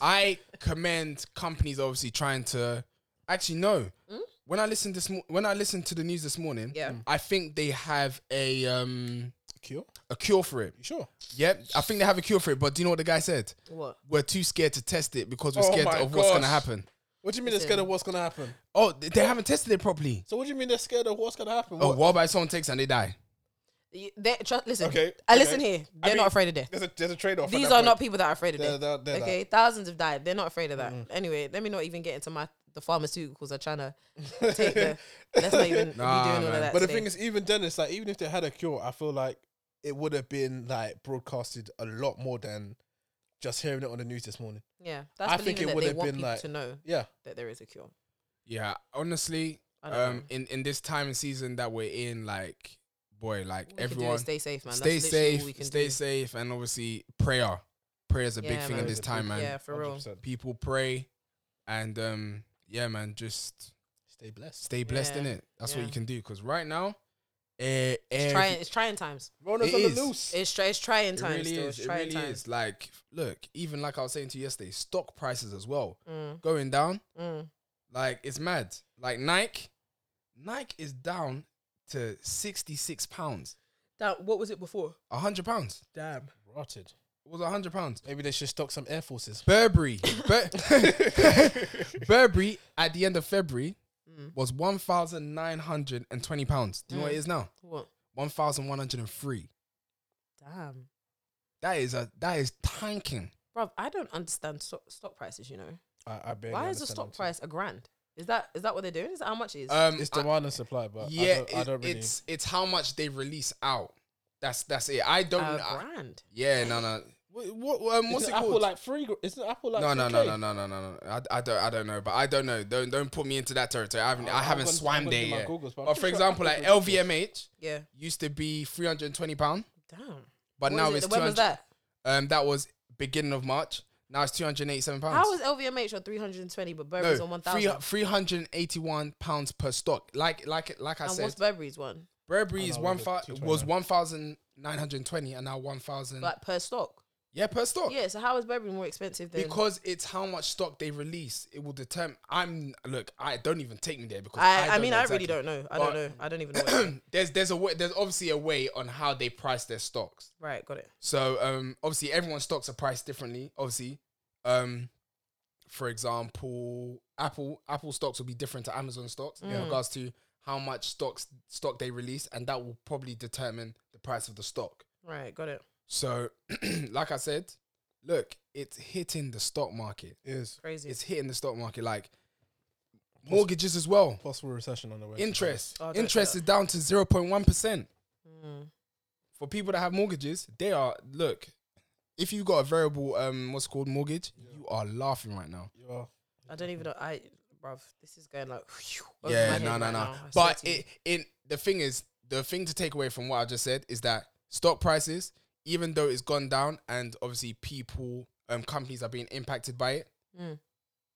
[SPEAKER 3] I commend companies obviously trying to. Actually, no. When I listened this, mo- when I listened to the news this morning,
[SPEAKER 2] Hmm?
[SPEAKER 1] Hmm.
[SPEAKER 2] Yeah.
[SPEAKER 3] I think they have a um
[SPEAKER 1] Cure?
[SPEAKER 3] a cure for it.
[SPEAKER 1] You sure?
[SPEAKER 3] Yep, I think they have a cure for it. But do you know what the guy said?
[SPEAKER 2] What?
[SPEAKER 3] We're too scared to test it because we're
[SPEAKER 1] Oh
[SPEAKER 3] scared
[SPEAKER 1] my
[SPEAKER 3] of what's gonna
[SPEAKER 1] gosh.
[SPEAKER 3] happen.
[SPEAKER 1] What do you mean they're scared of what's gonna happen?
[SPEAKER 3] Oh, th- they haven't tested it properly.
[SPEAKER 1] So what do you mean they're scared of what's gonna happen?
[SPEAKER 3] Oh, what about if someone takes and they die?
[SPEAKER 2] You- They, trust, listen.
[SPEAKER 1] Okay,
[SPEAKER 2] I listen
[SPEAKER 1] okay.
[SPEAKER 2] here.
[SPEAKER 1] I
[SPEAKER 2] They're
[SPEAKER 1] mean,
[SPEAKER 2] not afraid of death.
[SPEAKER 1] There's a there's a trade-off. at
[SPEAKER 2] These
[SPEAKER 1] that
[SPEAKER 2] are
[SPEAKER 1] point.
[SPEAKER 2] not people that are afraid of
[SPEAKER 1] They're-
[SPEAKER 2] death.
[SPEAKER 1] they're- they're
[SPEAKER 2] okay, thousands have died. They're not afraid of that. Anyway, let me not even get into my the pharmaceuticals are trying to take the. Let's not even
[SPEAKER 3] Nah,
[SPEAKER 2] be doing all
[SPEAKER 3] man.
[SPEAKER 2] of that.
[SPEAKER 1] But the
[SPEAKER 2] today.
[SPEAKER 1] thing is, even Dennis, like even if they had a cure, I feel like it would have been like broadcasted a lot more than just hearing it on the news this morning.
[SPEAKER 2] yeah, that's
[SPEAKER 1] I
[SPEAKER 2] I
[SPEAKER 1] think
[SPEAKER 2] believing
[SPEAKER 1] it
[SPEAKER 2] that
[SPEAKER 1] would
[SPEAKER 2] they
[SPEAKER 1] have
[SPEAKER 2] want
[SPEAKER 1] been
[SPEAKER 2] people
[SPEAKER 1] like-
[SPEAKER 2] to know
[SPEAKER 1] Yeah,
[SPEAKER 2] that there is a cure.
[SPEAKER 3] Yeah, honestly,
[SPEAKER 2] I don't
[SPEAKER 3] um,
[SPEAKER 2] know.
[SPEAKER 3] in in this time and season that we're in, like, boy, like
[SPEAKER 2] All we can do
[SPEAKER 3] everyone,
[SPEAKER 2] is stay safe, man.
[SPEAKER 3] stay
[SPEAKER 2] That's literally all we
[SPEAKER 3] safe,
[SPEAKER 2] can
[SPEAKER 3] stay
[SPEAKER 2] do.
[SPEAKER 3] safe, and obviously prayer. Prayer is a big
[SPEAKER 2] Yeah,
[SPEAKER 3] thing
[SPEAKER 2] man.
[SPEAKER 3] in this time, man.
[SPEAKER 2] Yeah, for real.
[SPEAKER 1] 100%.
[SPEAKER 3] People pray, and um, yeah, man, just
[SPEAKER 1] Stay blessed.
[SPEAKER 3] stay blessed
[SPEAKER 2] Yeah,
[SPEAKER 3] in it. That's what
[SPEAKER 2] yeah.
[SPEAKER 3] you can do. Because right now, eh,
[SPEAKER 2] It's
[SPEAKER 3] every-
[SPEAKER 2] trying. It's trying times.
[SPEAKER 1] Rolo's
[SPEAKER 3] It
[SPEAKER 1] on
[SPEAKER 3] is.
[SPEAKER 1] the loose.
[SPEAKER 2] It's try. It's trying times.
[SPEAKER 3] It really
[SPEAKER 2] still.
[SPEAKER 3] is.
[SPEAKER 2] It's
[SPEAKER 3] It
[SPEAKER 2] trying
[SPEAKER 3] really
[SPEAKER 2] times.
[SPEAKER 3] is. Like, look, even like I was saying to you yesterday, stock prices as well going down.
[SPEAKER 2] Mm.
[SPEAKER 3] Like, it's mad. Like Nike, Nike is down to sixty six pounds,
[SPEAKER 2] That what was it before?
[SPEAKER 3] a hundred pounds.
[SPEAKER 1] Damn, rotted.
[SPEAKER 3] It was a hundred pounds.
[SPEAKER 1] Maybe they should stock some Air Forces.
[SPEAKER 3] Burberry, Bur- Burberry at the end of February
[SPEAKER 2] Mm,
[SPEAKER 3] was one thousand nine hundred and twenty pounds. Do you know
[SPEAKER 1] Mm.
[SPEAKER 3] what it is now?
[SPEAKER 2] What?
[SPEAKER 3] One thousand one hundred and three.
[SPEAKER 2] Damn,
[SPEAKER 3] That is a that is tanking.
[SPEAKER 2] bro. I don't understand stock, stock prices. You know,
[SPEAKER 1] I, I barely
[SPEAKER 2] why is the
[SPEAKER 1] understand them
[SPEAKER 2] stock
[SPEAKER 1] too.
[SPEAKER 2] price a grand? Is that is that what they're doing? Is that how much it is?
[SPEAKER 3] Um,
[SPEAKER 1] It's
[SPEAKER 3] I-
[SPEAKER 1] demand and supply, but
[SPEAKER 3] yeah,
[SPEAKER 1] I don't, I
[SPEAKER 3] it-
[SPEAKER 1] don't really. Uh,
[SPEAKER 3] it's it's how much they release out. That's that's it. I don't.
[SPEAKER 2] a
[SPEAKER 3] I-
[SPEAKER 2] grand.
[SPEAKER 3] yeah, no, no. What, what um, what's
[SPEAKER 1] Isn't
[SPEAKER 3] it
[SPEAKER 1] Apple
[SPEAKER 3] called?
[SPEAKER 1] like free? gr- Isn't Apple like
[SPEAKER 3] no, no,
[SPEAKER 1] 3K?
[SPEAKER 3] no, no, no, no, no, no. I, I don't, I don't know, but I don't know. Don't, don't put me into that territory. I haven't, I
[SPEAKER 1] I'm
[SPEAKER 3] haven't
[SPEAKER 1] gonna- I'm
[SPEAKER 3] swam
[SPEAKER 1] gonna
[SPEAKER 3] there
[SPEAKER 1] do my
[SPEAKER 3] yet.
[SPEAKER 1] Googles, but I'm
[SPEAKER 3] But
[SPEAKER 1] pretty
[SPEAKER 3] for
[SPEAKER 1] sure
[SPEAKER 3] example, like
[SPEAKER 1] Apple is
[SPEAKER 3] LVMH
[SPEAKER 2] Yeah.
[SPEAKER 3] used to be three hundred and twenty pound,
[SPEAKER 2] Damn. What
[SPEAKER 3] but now
[SPEAKER 2] is it?
[SPEAKER 3] it's two
[SPEAKER 2] when was
[SPEAKER 3] hundred.
[SPEAKER 2] that?
[SPEAKER 3] Um, that was beginning of March. Now it's two hundred eighty-seven pounds.
[SPEAKER 2] How was LVMH on 320 but Burberry's on 1000?
[SPEAKER 3] three three hundred eighty-one pounds per stock. Like, like, like I
[SPEAKER 2] and
[SPEAKER 3] said,
[SPEAKER 2] what's Burberry's one?
[SPEAKER 1] Oh,
[SPEAKER 3] Burberry is
[SPEAKER 1] no,
[SPEAKER 3] one
[SPEAKER 1] was it
[SPEAKER 3] thou- was
[SPEAKER 1] 229?
[SPEAKER 3] one thousand nine hundred twenty, and now one thousand.
[SPEAKER 2] Like per stock.
[SPEAKER 3] Yeah, per stock.
[SPEAKER 2] Yeah, so how is Burberry more expensive than
[SPEAKER 3] Because it's how much stock they release. It will determine. I'm look. I don't even take me there because
[SPEAKER 2] I, I,
[SPEAKER 3] don't
[SPEAKER 2] mean
[SPEAKER 3] know
[SPEAKER 2] I really
[SPEAKER 3] exactly.
[SPEAKER 2] don't know. I don't
[SPEAKER 3] But-
[SPEAKER 2] know. I don't even know. what it is.
[SPEAKER 3] there's there's a way, there's obviously a way on how they price their stocks.
[SPEAKER 2] right, got it.
[SPEAKER 3] So um obviously everyone's stocks are priced differently. Obviously, um, for example, Apple Apple stocks will be different to Amazon stocks in
[SPEAKER 2] Mm.
[SPEAKER 3] regards to how much stocks stock they release, and that will probably determine the price of the stock.
[SPEAKER 2] Right, got it.
[SPEAKER 3] So, like I said, look, it's hitting the stock market.
[SPEAKER 1] is
[SPEAKER 2] Crazy.
[SPEAKER 3] It's hitting the stock market like mortgages as well.
[SPEAKER 1] possible recession on the way.
[SPEAKER 3] Interest
[SPEAKER 2] Oh, don't say
[SPEAKER 3] interest
[SPEAKER 2] that.
[SPEAKER 3] is down to zero point one percent.
[SPEAKER 2] Mm.
[SPEAKER 3] for people that have mortgages, they are look. If you got a variable, um, what's it called mortgage, you are laughing right now.
[SPEAKER 1] You are.
[SPEAKER 2] I don't even know. I, bruv, this is going like. phew, over my
[SPEAKER 3] yeah,
[SPEAKER 2] head
[SPEAKER 3] no, no,
[SPEAKER 2] right
[SPEAKER 3] no.
[SPEAKER 2] now, I swear
[SPEAKER 3] But
[SPEAKER 2] to you.
[SPEAKER 3] it, it, the thing is, the thing to take away from what I just said is that stock prices, even though it's gone down, and obviously people, um, companies are being impacted by it.
[SPEAKER 2] Mm.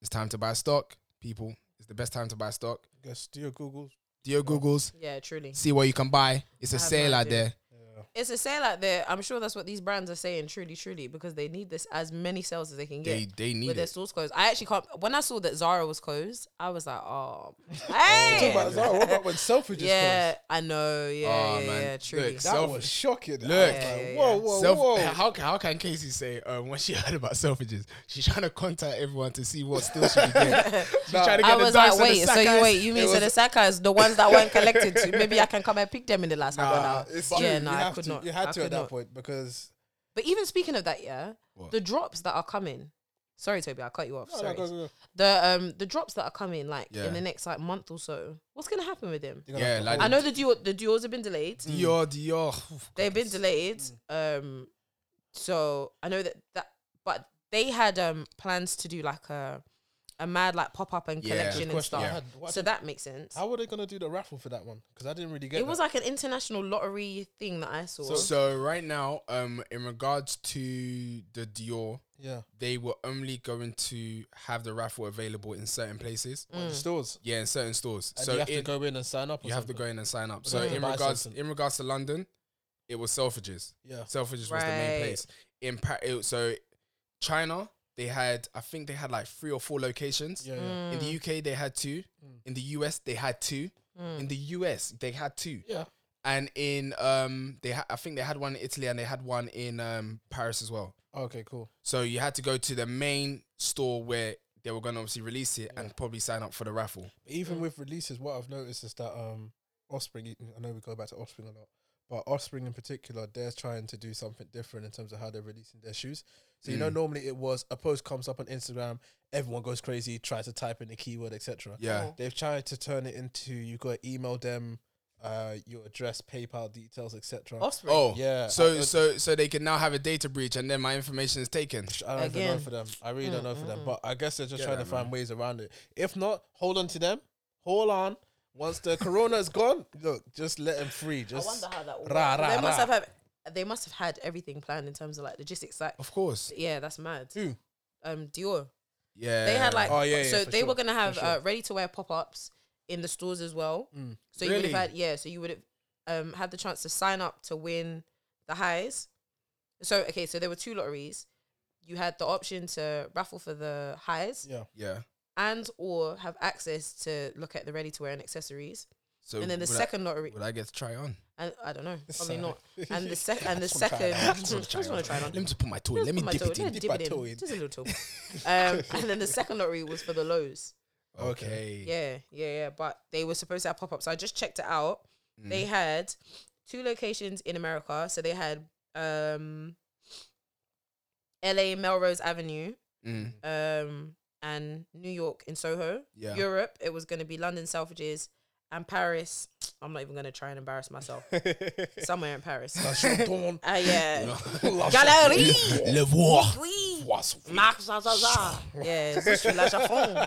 [SPEAKER 3] It's time to buy stock, people. It's the best time to buy stock.
[SPEAKER 1] Guess do your Googles.
[SPEAKER 3] Do your googles,
[SPEAKER 2] Yeah, truly.
[SPEAKER 3] see what you can buy. It's a
[SPEAKER 2] I have no
[SPEAKER 3] sale out
[SPEAKER 2] idea.
[SPEAKER 3] there.
[SPEAKER 1] Yeah.
[SPEAKER 2] It's a sale out there. I'm sure that's what these brands are saying, truly, truly, because they need this as many sales as they can get
[SPEAKER 3] They, they need
[SPEAKER 2] with their
[SPEAKER 3] it.
[SPEAKER 2] stores closed. I actually can't. When I saw that Zara was closed, I was like, oh,
[SPEAKER 1] Talk
[SPEAKER 2] hey.
[SPEAKER 1] about Zara. What about when Selfridge
[SPEAKER 2] yeah,
[SPEAKER 1] is closed?
[SPEAKER 2] I know. Yeah,
[SPEAKER 3] Oh,
[SPEAKER 2] yeah,
[SPEAKER 3] man.
[SPEAKER 2] yeah, truly.
[SPEAKER 3] Look,
[SPEAKER 1] That
[SPEAKER 3] Selfridge.
[SPEAKER 1] was shocking. I
[SPEAKER 3] Look.
[SPEAKER 1] was
[SPEAKER 2] Yeah,
[SPEAKER 1] like,
[SPEAKER 2] yeah,
[SPEAKER 1] whoa,
[SPEAKER 2] yeah.
[SPEAKER 1] whoa,
[SPEAKER 3] Self,
[SPEAKER 1] whoa.
[SPEAKER 3] How, ca- how can Casey say um, when she heard about selfridges, she's trying to contact everyone to see what still she can get. She's trying to get
[SPEAKER 2] I
[SPEAKER 3] the
[SPEAKER 2] was like,
[SPEAKER 3] dice and the
[SPEAKER 2] wait, so you
[SPEAKER 3] Sakai.
[SPEAKER 2] wait, you mean
[SPEAKER 3] It
[SPEAKER 2] so the
[SPEAKER 3] was-
[SPEAKER 2] Sakas, the ones that weren't collected to, maybe I can come and pick them in the last half an
[SPEAKER 1] Nah,
[SPEAKER 2] hour.
[SPEAKER 1] it's
[SPEAKER 2] yeah,
[SPEAKER 1] true.
[SPEAKER 2] no,
[SPEAKER 1] you
[SPEAKER 2] I
[SPEAKER 1] have
[SPEAKER 2] could
[SPEAKER 1] to,
[SPEAKER 2] not.
[SPEAKER 1] You had
[SPEAKER 2] I
[SPEAKER 1] to at
[SPEAKER 2] could
[SPEAKER 1] that
[SPEAKER 2] not.
[SPEAKER 1] point because
[SPEAKER 2] But even speaking of that, yeah,
[SPEAKER 3] What?
[SPEAKER 2] the drops that are coming. Sorry, Toby, I cut you off.
[SPEAKER 1] No, no,
[SPEAKER 2] sorry.
[SPEAKER 1] go, go, go.
[SPEAKER 2] The um the drops that are coming like
[SPEAKER 3] Yeah.
[SPEAKER 2] in the next like month or so. What's gonna happen with them?
[SPEAKER 1] You're gonna
[SPEAKER 3] Yeah,
[SPEAKER 1] have to
[SPEAKER 3] like-
[SPEAKER 2] I
[SPEAKER 1] hold
[SPEAKER 2] know the duo the duos have been delayed.
[SPEAKER 3] Dior, Dior. Oof,
[SPEAKER 2] They've been
[SPEAKER 3] goodness.
[SPEAKER 2] delayed.
[SPEAKER 3] Mm.
[SPEAKER 2] Um, so I know that that, but they had um plans to do like a a mad like pop up and
[SPEAKER 3] Yeah.
[SPEAKER 1] Good
[SPEAKER 2] collection and
[SPEAKER 1] question
[SPEAKER 2] stuff.
[SPEAKER 1] I had. What
[SPEAKER 2] So
[SPEAKER 1] happened-
[SPEAKER 2] that makes sense.
[SPEAKER 1] how were they gonna do the raffle for that one? Because I didn't really get
[SPEAKER 2] It was
[SPEAKER 1] that.
[SPEAKER 2] like an international lottery thing that I saw.
[SPEAKER 3] So right now, um, in regards to the Dior,
[SPEAKER 1] yeah,
[SPEAKER 3] they were only going to have the raffle available in certain
[SPEAKER 2] Mm.
[SPEAKER 3] places.
[SPEAKER 1] What, the stores.
[SPEAKER 3] Yeah, in certain stores.
[SPEAKER 1] And
[SPEAKER 3] so
[SPEAKER 1] you have to
[SPEAKER 3] in-
[SPEAKER 1] go in and sign up. Or
[SPEAKER 3] you have to
[SPEAKER 1] something?
[SPEAKER 3] go in and sign up.
[SPEAKER 1] But
[SPEAKER 3] So
[SPEAKER 1] they have to
[SPEAKER 3] in
[SPEAKER 1] buy
[SPEAKER 3] regards
[SPEAKER 1] something.
[SPEAKER 3] in regards to London, it was Selfridges.
[SPEAKER 1] Yeah,
[SPEAKER 3] Selfridges was the main
[SPEAKER 2] Right.
[SPEAKER 3] place. In pa- it, so China, they had I think they had like three or four locations.
[SPEAKER 1] yeah, yeah.
[SPEAKER 2] Mm.
[SPEAKER 3] In the UK, they had two. In the US, they had two.
[SPEAKER 2] Mm,
[SPEAKER 3] In the US, they had two.
[SPEAKER 1] Yeah,
[SPEAKER 3] And in um, they ha- I think they had one in Italy and they had one in um Paris as well.
[SPEAKER 1] Okay, cool.
[SPEAKER 3] So you had to go to the main store where they were going to obviously release it and probably sign up for the raffle.
[SPEAKER 2] Mm.
[SPEAKER 1] Even with releases, what I've noticed is that um, Offspring. e- I know we go back to Offspring a lot, but Offspring in particular, they're trying to do something different in terms of how they're releasing their shoes. So you know,
[SPEAKER 3] Mm.
[SPEAKER 1] normally it was a post comes up on Instagram, everyone goes crazy, tries to type in the keyword, etc.
[SPEAKER 3] Yeah.
[SPEAKER 1] They've tried to turn it into you got to email them, uh, your address, PayPal details, etc.
[SPEAKER 2] Osprey.
[SPEAKER 3] Oh
[SPEAKER 1] Yeah,
[SPEAKER 3] So
[SPEAKER 1] I-
[SPEAKER 3] so so they can now have a data breach and then my information is
[SPEAKER 1] I
[SPEAKER 3] taken.
[SPEAKER 1] don't even know
[SPEAKER 2] Again. Mm,
[SPEAKER 1] for them. I really don't know for them.
[SPEAKER 2] Mm-mm-mm.
[SPEAKER 1] But I guess they're just
[SPEAKER 3] Get
[SPEAKER 1] trying to
[SPEAKER 3] that,
[SPEAKER 1] find ways around it. If not, hold on to them. Hold on. Once the corona is gone, look, just let them free.
[SPEAKER 2] I
[SPEAKER 1] Just
[SPEAKER 2] wonder how that. Will
[SPEAKER 1] rah,
[SPEAKER 2] work.
[SPEAKER 1] rah,
[SPEAKER 2] they must
[SPEAKER 1] rah.
[SPEAKER 2] have had. They must have had everything planned in terms of like logistics. Like,
[SPEAKER 3] Of course.
[SPEAKER 2] yeah, that's mad.
[SPEAKER 1] Who?
[SPEAKER 2] Um, Dior.
[SPEAKER 3] Yeah.
[SPEAKER 2] They had like.
[SPEAKER 1] Oh, yeah, yeah,
[SPEAKER 2] So
[SPEAKER 1] for
[SPEAKER 2] they
[SPEAKER 1] sure,
[SPEAKER 2] were gonna have
[SPEAKER 1] for sure.
[SPEAKER 2] uh, ready to wear pop ups in the stores as well.
[SPEAKER 1] Mm.
[SPEAKER 2] So you would
[SPEAKER 3] Really?
[SPEAKER 2] have had yeah. So you would have um had the chance to sign up to win the highs. So okay, so there were two lotteries. You had the option to raffle for the highs.
[SPEAKER 1] Yeah.
[SPEAKER 3] Yeah.
[SPEAKER 2] and or have access to look at the ready to wear and accessories.
[SPEAKER 1] Uh,
[SPEAKER 3] So
[SPEAKER 2] and then the
[SPEAKER 3] would I-
[SPEAKER 2] second lottery,
[SPEAKER 3] would I get to try on?
[SPEAKER 2] and I don't know, probably
[SPEAKER 1] Sorry.
[SPEAKER 2] not. And the second, and the
[SPEAKER 1] Just wanna try it
[SPEAKER 2] second, I
[SPEAKER 1] out.
[SPEAKER 2] just want to try it on.
[SPEAKER 3] Let me just put my toe. in.
[SPEAKER 2] Just
[SPEAKER 3] Let me
[SPEAKER 2] put my
[SPEAKER 3] dip
[SPEAKER 2] toe-
[SPEAKER 3] it
[SPEAKER 2] yeah,
[SPEAKER 3] in.
[SPEAKER 1] Dip
[SPEAKER 2] dip
[SPEAKER 1] my
[SPEAKER 2] it in,
[SPEAKER 1] toe in.
[SPEAKER 2] just a little. toe. um, and then the second lottery was for the lows.
[SPEAKER 3] Okay.
[SPEAKER 2] Yeah, yeah, yeah. But they were supposed to have pop ups. So I just checked it out.
[SPEAKER 3] Mm.
[SPEAKER 2] They had two locations in America. So they had um, L.A. Melrose Avenue
[SPEAKER 3] Mm.
[SPEAKER 2] um, and New York in Soho.
[SPEAKER 3] Yeah.
[SPEAKER 2] Europe, it was going to be London Selfridges and Paris. Oh, I'm not even gonna try and embarrass myself.
[SPEAKER 3] That's
[SPEAKER 2] Somewhere in Paris.
[SPEAKER 1] La Chardon,
[SPEAKER 2] Ah yeah.
[SPEAKER 1] La
[SPEAKER 2] Galerie.
[SPEAKER 1] Chardon.
[SPEAKER 3] Le voir.
[SPEAKER 2] Oui.
[SPEAKER 3] Poisson.
[SPEAKER 2] Marc Zah, Zah, Zah. Yeah, je suis la Japon.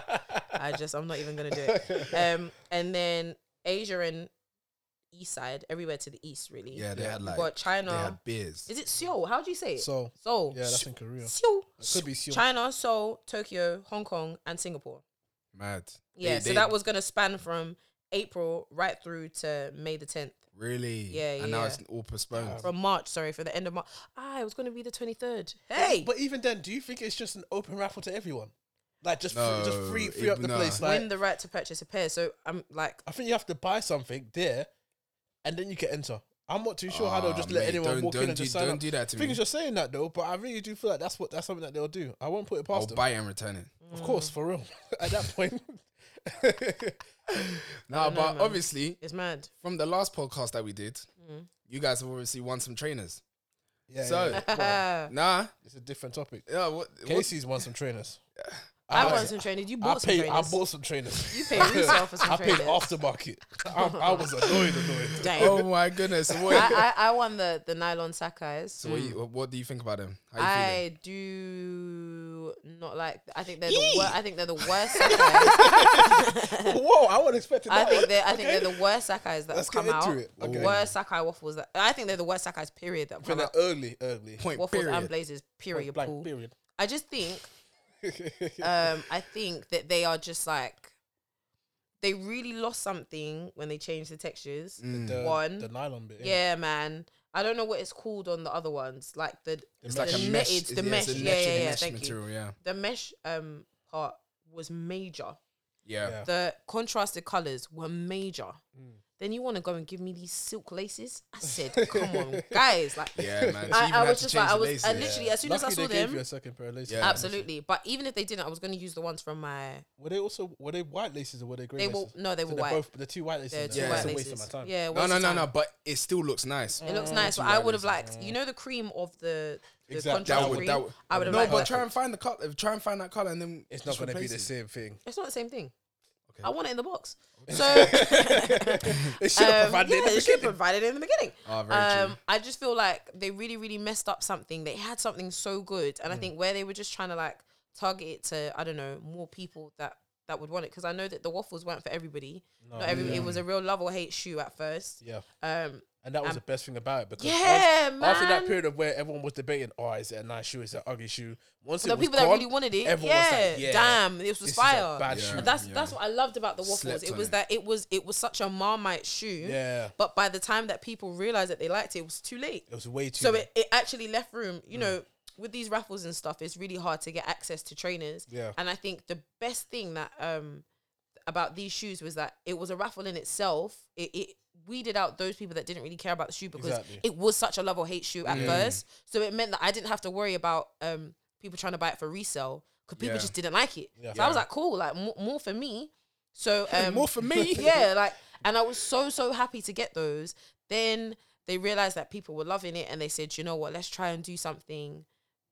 [SPEAKER 2] I just, I'm not even gonna do it. Um, and then Asia and East Side, everywhere to the east, really.
[SPEAKER 3] Yeah, they had
[SPEAKER 2] You
[SPEAKER 3] like
[SPEAKER 2] got
[SPEAKER 3] they had
[SPEAKER 2] China.
[SPEAKER 3] beers.
[SPEAKER 2] Is it Seoul? How do you say it?
[SPEAKER 1] So
[SPEAKER 2] Seoul.
[SPEAKER 1] yeah, that's in Korea.
[SPEAKER 2] Seoul.
[SPEAKER 1] It could be Seoul.
[SPEAKER 2] China, Seoul, Tokyo, Hong Kong, and Singapore.
[SPEAKER 3] Mad.
[SPEAKER 2] Yeah,
[SPEAKER 3] They-
[SPEAKER 2] so
[SPEAKER 3] they-
[SPEAKER 2] that was gonna span from April right through to May the 10th.
[SPEAKER 3] really
[SPEAKER 2] Yeah, yeah,
[SPEAKER 3] And now
[SPEAKER 2] yeah.
[SPEAKER 3] it's all
[SPEAKER 1] Oh.
[SPEAKER 3] postponed.
[SPEAKER 2] From March, sorry, for the end of March. Ah, it was gonna be the 23rd. Hey,
[SPEAKER 1] But even then, do you think it's just an open raffle to everyone? Like just free, just
[SPEAKER 3] No,
[SPEAKER 1] free,
[SPEAKER 3] it-
[SPEAKER 1] free up the
[SPEAKER 3] nah.
[SPEAKER 1] place. Like
[SPEAKER 2] win the right to purchase a pair. So I'm like,
[SPEAKER 1] I think you have to buy something there, and then you can enter. I'm not too sure how they'll
[SPEAKER 3] Ah,
[SPEAKER 1] just
[SPEAKER 3] mate,
[SPEAKER 1] let anyone
[SPEAKER 3] don't-
[SPEAKER 1] walk in
[SPEAKER 3] don't
[SPEAKER 1] and
[SPEAKER 3] do-
[SPEAKER 1] just sign
[SPEAKER 3] don't
[SPEAKER 1] up.
[SPEAKER 3] do that
[SPEAKER 1] I
[SPEAKER 3] to
[SPEAKER 1] think
[SPEAKER 3] me.
[SPEAKER 1] you're saying that though, but I really do feel like that's what that's something that they'll do. I won't put it
[SPEAKER 3] I'll
[SPEAKER 1] past them.
[SPEAKER 3] buy it and return it.
[SPEAKER 2] Mm.
[SPEAKER 1] Of course, for real. At that point,
[SPEAKER 3] No,
[SPEAKER 2] know,
[SPEAKER 3] but
[SPEAKER 2] man.
[SPEAKER 3] obviously
[SPEAKER 2] it's mad.
[SPEAKER 3] from the last podcast that we did,
[SPEAKER 2] Mm.
[SPEAKER 3] you guys have obviously won some trainers.
[SPEAKER 1] yeah.
[SPEAKER 3] So-
[SPEAKER 1] yeah, yeah. Go on.
[SPEAKER 3] Nah,
[SPEAKER 1] it's a different topic.
[SPEAKER 3] yeah, what, what,
[SPEAKER 1] Casey's won some trainers.
[SPEAKER 2] I
[SPEAKER 1] I-
[SPEAKER 2] want some trainers. You
[SPEAKER 1] I
[SPEAKER 2] bought some
[SPEAKER 1] paid. I
[SPEAKER 2] trainers.
[SPEAKER 1] bought some trainers.
[SPEAKER 2] You paid yourself for some
[SPEAKER 1] I paid
[SPEAKER 2] trainers.
[SPEAKER 1] aftermarket. I, I was annoyed, annoyed.
[SPEAKER 2] Damn.
[SPEAKER 3] oh my goodness! What,
[SPEAKER 2] I, I, I won the, the nylon Sakai's.
[SPEAKER 3] so what, you, what do you think about them? How you feeling?
[SPEAKER 2] I do not like. I think they're the worst. I think they're the worst Sakai's.
[SPEAKER 1] Whoa! I wasn't expecting
[SPEAKER 2] I
[SPEAKER 1] that.
[SPEAKER 2] think they. I think they're the worst Sakai's that
[SPEAKER 1] Let's
[SPEAKER 2] have come
[SPEAKER 1] get into
[SPEAKER 2] out.
[SPEAKER 1] it.
[SPEAKER 2] The
[SPEAKER 1] Okay.
[SPEAKER 2] worst Sakai waffles. That, I think they're the worst Sakai's. Period. That have
[SPEAKER 1] For
[SPEAKER 2] come
[SPEAKER 1] that
[SPEAKER 2] out.
[SPEAKER 1] early, early.
[SPEAKER 3] Point
[SPEAKER 2] Waffles
[SPEAKER 3] period.
[SPEAKER 2] and blazers. Period.
[SPEAKER 1] Blank,
[SPEAKER 2] Paul.
[SPEAKER 1] period.
[SPEAKER 2] I just think um, I think that they are just like they really lost something when they changed the textures.
[SPEAKER 3] Mm,
[SPEAKER 1] The-
[SPEAKER 2] One.
[SPEAKER 1] the nylon bit. innit?
[SPEAKER 2] Yeah, man. I don't know what it's called on the other ones, like the
[SPEAKER 3] It's
[SPEAKER 2] the
[SPEAKER 3] like a
[SPEAKER 2] knitted-
[SPEAKER 3] mesh.
[SPEAKER 2] the
[SPEAKER 3] it's-
[SPEAKER 2] mesh.
[SPEAKER 3] it's a
[SPEAKER 2] Yeah, yeah, yeah.
[SPEAKER 3] mesh
[SPEAKER 2] Thank you.
[SPEAKER 3] material. Yeah,
[SPEAKER 2] The mesh um part was major.
[SPEAKER 3] yeah.
[SPEAKER 1] Yeah.
[SPEAKER 2] The contrasted colors were major.
[SPEAKER 1] Mm.
[SPEAKER 2] Then you want to go and give me these silk laces? I said, come on, guys! Like,
[SPEAKER 3] Yeah, man. She
[SPEAKER 2] I,
[SPEAKER 3] even
[SPEAKER 2] I
[SPEAKER 3] had
[SPEAKER 2] was
[SPEAKER 3] to
[SPEAKER 2] just
[SPEAKER 3] change
[SPEAKER 2] like, I
[SPEAKER 3] the
[SPEAKER 2] was, I
[SPEAKER 3] laces.
[SPEAKER 2] literally, as soon as I
[SPEAKER 1] Lucky
[SPEAKER 2] saw
[SPEAKER 1] they gave you
[SPEAKER 2] them,
[SPEAKER 1] a second pair of laces.
[SPEAKER 3] Yeah.
[SPEAKER 2] absolutely. But even if they didn't, I was going to use the ones from my
[SPEAKER 1] Were they also were they white laces or were they grey?
[SPEAKER 2] They were
[SPEAKER 1] laces?
[SPEAKER 2] no, they
[SPEAKER 1] So
[SPEAKER 2] were
[SPEAKER 1] they're
[SPEAKER 2] white.
[SPEAKER 1] both the two white laces.
[SPEAKER 2] They're
[SPEAKER 1] in
[SPEAKER 2] two
[SPEAKER 1] there.
[SPEAKER 3] Yeah.
[SPEAKER 2] white
[SPEAKER 1] It's
[SPEAKER 2] laces.
[SPEAKER 1] a waste of my time. Mm.
[SPEAKER 2] Yeah,
[SPEAKER 3] No,
[SPEAKER 2] waste
[SPEAKER 3] no,
[SPEAKER 2] of
[SPEAKER 3] no,
[SPEAKER 2] time.
[SPEAKER 3] no. But it still looks nice.
[SPEAKER 2] It looks nice,
[SPEAKER 3] Two
[SPEAKER 2] but I
[SPEAKER 3] white
[SPEAKER 2] would have
[SPEAKER 3] laces.
[SPEAKER 2] liked, you know, the cream of the the
[SPEAKER 1] Exact-
[SPEAKER 2] contrast
[SPEAKER 1] that would-
[SPEAKER 2] cream.
[SPEAKER 3] that would-
[SPEAKER 2] I would have
[SPEAKER 3] No,
[SPEAKER 2] liked.
[SPEAKER 3] but
[SPEAKER 2] that.
[SPEAKER 3] try and find the color. Try and find that color, and then
[SPEAKER 1] It's not
[SPEAKER 3] just
[SPEAKER 1] going to be
[SPEAKER 3] replace
[SPEAKER 1] the
[SPEAKER 3] it.
[SPEAKER 1] same thing.
[SPEAKER 2] It's not the same thing.
[SPEAKER 3] Okay.
[SPEAKER 2] I want it in the box. So um,
[SPEAKER 1] It should have
[SPEAKER 2] yeah,
[SPEAKER 1] provided it in the
[SPEAKER 2] it should
[SPEAKER 1] beginning.
[SPEAKER 2] provided it in the beginning.
[SPEAKER 3] Ah, very
[SPEAKER 2] Um,
[SPEAKER 3] true.
[SPEAKER 2] I just feel like they really, really messed up something. They had something so good, and I
[SPEAKER 1] Mm.
[SPEAKER 2] think where they were just trying to like target it to, I don't know, more people that that would want it. Because I know that the waffles weren't for everybody. Not everybody. It was a real love or hate shoe at first.
[SPEAKER 1] Yeah,
[SPEAKER 2] Um,
[SPEAKER 1] and that was the best thing about it because
[SPEAKER 2] Yeah,
[SPEAKER 1] once- after that
[SPEAKER 2] man.
[SPEAKER 1] period of where everyone was debating, oh, is it a nice shoe? Is it an ugly shoe? Once
[SPEAKER 2] the
[SPEAKER 1] it was
[SPEAKER 2] people that really
[SPEAKER 1] gone,
[SPEAKER 2] wanted it,
[SPEAKER 1] everyone was
[SPEAKER 2] yeah,
[SPEAKER 1] like, yeah,
[SPEAKER 2] damn, this was
[SPEAKER 1] this is a
[SPEAKER 2] fire.
[SPEAKER 1] bad
[SPEAKER 3] Yeah.
[SPEAKER 1] shoe.
[SPEAKER 2] And that's that's what I loved about the waffles.
[SPEAKER 3] Slept
[SPEAKER 2] it
[SPEAKER 3] on
[SPEAKER 2] was
[SPEAKER 3] it.
[SPEAKER 2] that it was it was such a marmite shoe.
[SPEAKER 1] Yeah.
[SPEAKER 2] But by the time that people realized that they liked it, it was too late.
[SPEAKER 1] It was way too.
[SPEAKER 2] So it, it actually left room. You know, with these raffles and stuff, it's really hard to get access to trainers.
[SPEAKER 1] Yeah.
[SPEAKER 2] And I think the best thing that um about these shoes was that it was a raffle in itself. It, it weeded out those people that didn't really care about the shoe because
[SPEAKER 1] Exactly.
[SPEAKER 2] it was such a love or hate shoe at first. So it meant that I didn't have to worry about um people trying to buy it for resale because people
[SPEAKER 3] Yeah.
[SPEAKER 2] just didn't like it.
[SPEAKER 1] Yeah.
[SPEAKER 2] So I was like, cool, like more, more for me. So um,
[SPEAKER 3] More for me.
[SPEAKER 2] yeah, like, and I was so so happy to get those. Then they realized that people were loving it, and they said, you know what, let's try and do something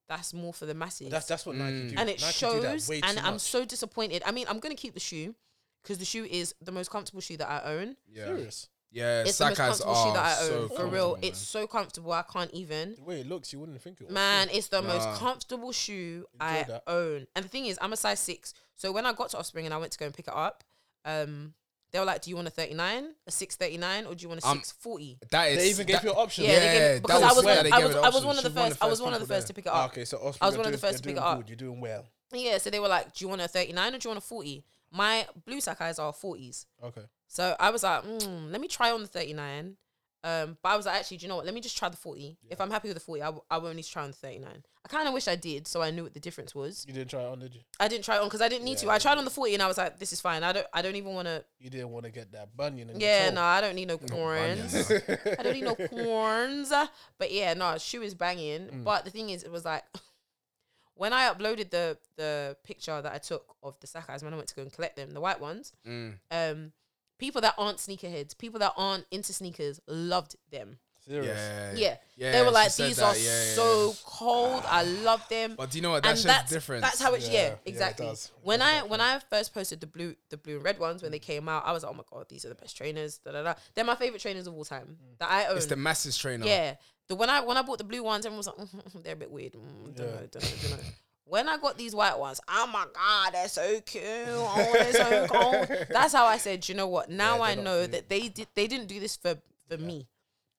[SPEAKER 2] that's more for the masses.
[SPEAKER 1] that's that's what Nike do.
[SPEAKER 2] and it
[SPEAKER 1] Nike do that
[SPEAKER 2] shows,
[SPEAKER 1] way
[SPEAKER 2] and
[SPEAKER 1] too
[SPEAKER 2] I'm
[SPEAKER 1] much.
[SPEAKER 2] so disappointed. I mean, I'm gonna keep the shoe because the shoe is the most comfortable shoe that I own.
[SPEAKER 3] Yeah,
[SPEAKER 1] serious.
[SPEAKER 3] yeah.
[SPEAKER 2] It's the most
[SPEAKER 3] Sakas
[SPEAKER 2] comfortable shoe
[SPEAKER 3] are
[SPEAKER 2] that I
[SPEAKER 3] so
[SPEAKER 2] own for real.
[SPEAKER 3] comfortable,
[SPEAKER 2] It's so comfortable. I can't even.
[SPEAKER 1] The way it looks, you wouldn't think it was.
[SPEAKER 2] Man, it's the most
[SPEAKER 3] Nah.
[SPEAKER 2] comfortable shoe I
[SPEAKER 1] that.
[SPEAKER 2] own. And the thing is, I'm a size six. So when I got to Offspring and I went to go and pick it up, um, they were like, "Do you want a 39, a 639, or do you want a
[SPEAKER 3] Um,
[SPEAKER 2] 640?"
[SPEAKER 3] That is
[SPEAKER 1] They even
[SPEAKER 3] that-
[SPEAKER 1] gave you options.
[SPEAKER 2] Yeah, they gave-
[SPEAKER 3] yeah, that
[SPEAKER 2] because
[SPEAKER 3] was
[SPEAKER 2] I was
[SPEAKER 3] where
[SPEAKER 2] one,
[SPEAKER 3] they
[SPEAKER 2] I
[SPEAKER 3] gave
[SPEAKER 2] was,
[SPEAKER 3] it
[SPEAKER 2] I was
[SPEAKER 3] options.
[SPEAKER 2] one of the
[SPEAKER 3] She won the
[SPEAKER 2] first. I was
[SPEAKER 3] first
[SPEAKER 2] one of the
[SPEAKER 3] people
[SPEAKER 2] first
[SPEAKER 3] there.
[SPEAKER 2] to pick it
[SPEAKER 1] Ah,
[SPEAKER 2] up.
[SPEAKER 1] okay, so Osprey,
[SPEAKER 2] I was
[SPEAKER 1] you're
[SPEAKER 2] one of the
[SPEAKER 1] doing-
[SPEAKER 2] first to
[SPEAKER 1] you're
[SPEAKER 2] pick it
[SPEAKER 1] doing
[SPEAKER 2] up.
[SPEAKER 1] good, You're doing well.
[SPEAKER 2] Yeah, so they were like, "Do you want a 39 or do you want a 40?" My blue sakais are 40s.
[SPEAKER 1] Okay.
[SPEAKER 2] So I was like, mm, let me try on the 39. Um, but I was like, actually, do you know what? Let me just try the 40. If I'm happy with the 40, I, w- I won't need to try on the 39. I kind of wish I did, so I knew what the difference was.
[SPEAKER 1] You didn't try it on, did you?
[SPEAKER 2] I didn't try it on because I didn't need to. I tried on the 40 and I was like, this is fine. I don't I don't even want to.
[SPEAKER 1] You didn't want to get that bunion. In
[SPEAKER 2] Yeah,
[SPEAKER 1] your toe.
[SPEAKER 2] no, I don't need no corns. I don't need no corns. But yeah, no, shoe is banging.
[SPEAKER 3] Mm.
[SPEAKER 2] But the thing is, it was like when I uploaded the the picture that I took of the Sakai's when I went to go and collect them, the white ones,
[SPEAKER 3] Mm.
[SPEAKER 2] um, people that aren't sneakerheads, people that aren't into sneakers loved them.
[SPEAKER 1] Serious.
[SPEAKER 3] Yeah.
[SPEAKER 2] Yeah.
[SPEAKER 3] Yeah,
[SPEAKER 2] they were
[SPEAKER 3] she
[SPEAKER 2] like,
[SPEAKER 3] said
[SPEAKER 2] these are
[SPEAKER 3] that, yeah, yeah,
[SPEAKER 2] so cold. I love them.
[SPEAKER 3] But do you know what?
[SPEAKER 2] and
[SPEAKER 3] That's
[SPEAKER 2] that's
[SPEAKER 3] just different.
[SPEAKER 2] That's how it's
[SPEAKER 1] Yeah,
[SPEAKER 2] yeah,
[SPEAKER 1] yeah, it
[SPEAKER 2] exactly.
[SPEAKER 1] does.
[SPEAKER 2] When I when I first posted the blue the blue and red ones when they came out, I was like, oh my god, these are the best trainers. Da, da, da. They're my favorite trainers of all time that I own.
[SPEAKER 3] it's the masses trainer.
[SPEAKER 2] yeah, the when I when I bought the blue ones, everyone was like, mm, they're a bit weird. Mm, don't
[SPEAKER 1] Yeah.
[SPEAKER 2] know, don't know, don't know. When I got these white ones, oh my god, they're so cute. Oh, they're so cold. That's how I said, you know what? Now
[SPEAKER 1] they're
[SPEAKER 2] I
[SPEAKER 1] not
[SPEAKER 2] know
[SPEAKER 1] cute.
[SPEAKER 2] that they did they didn't do this for for me.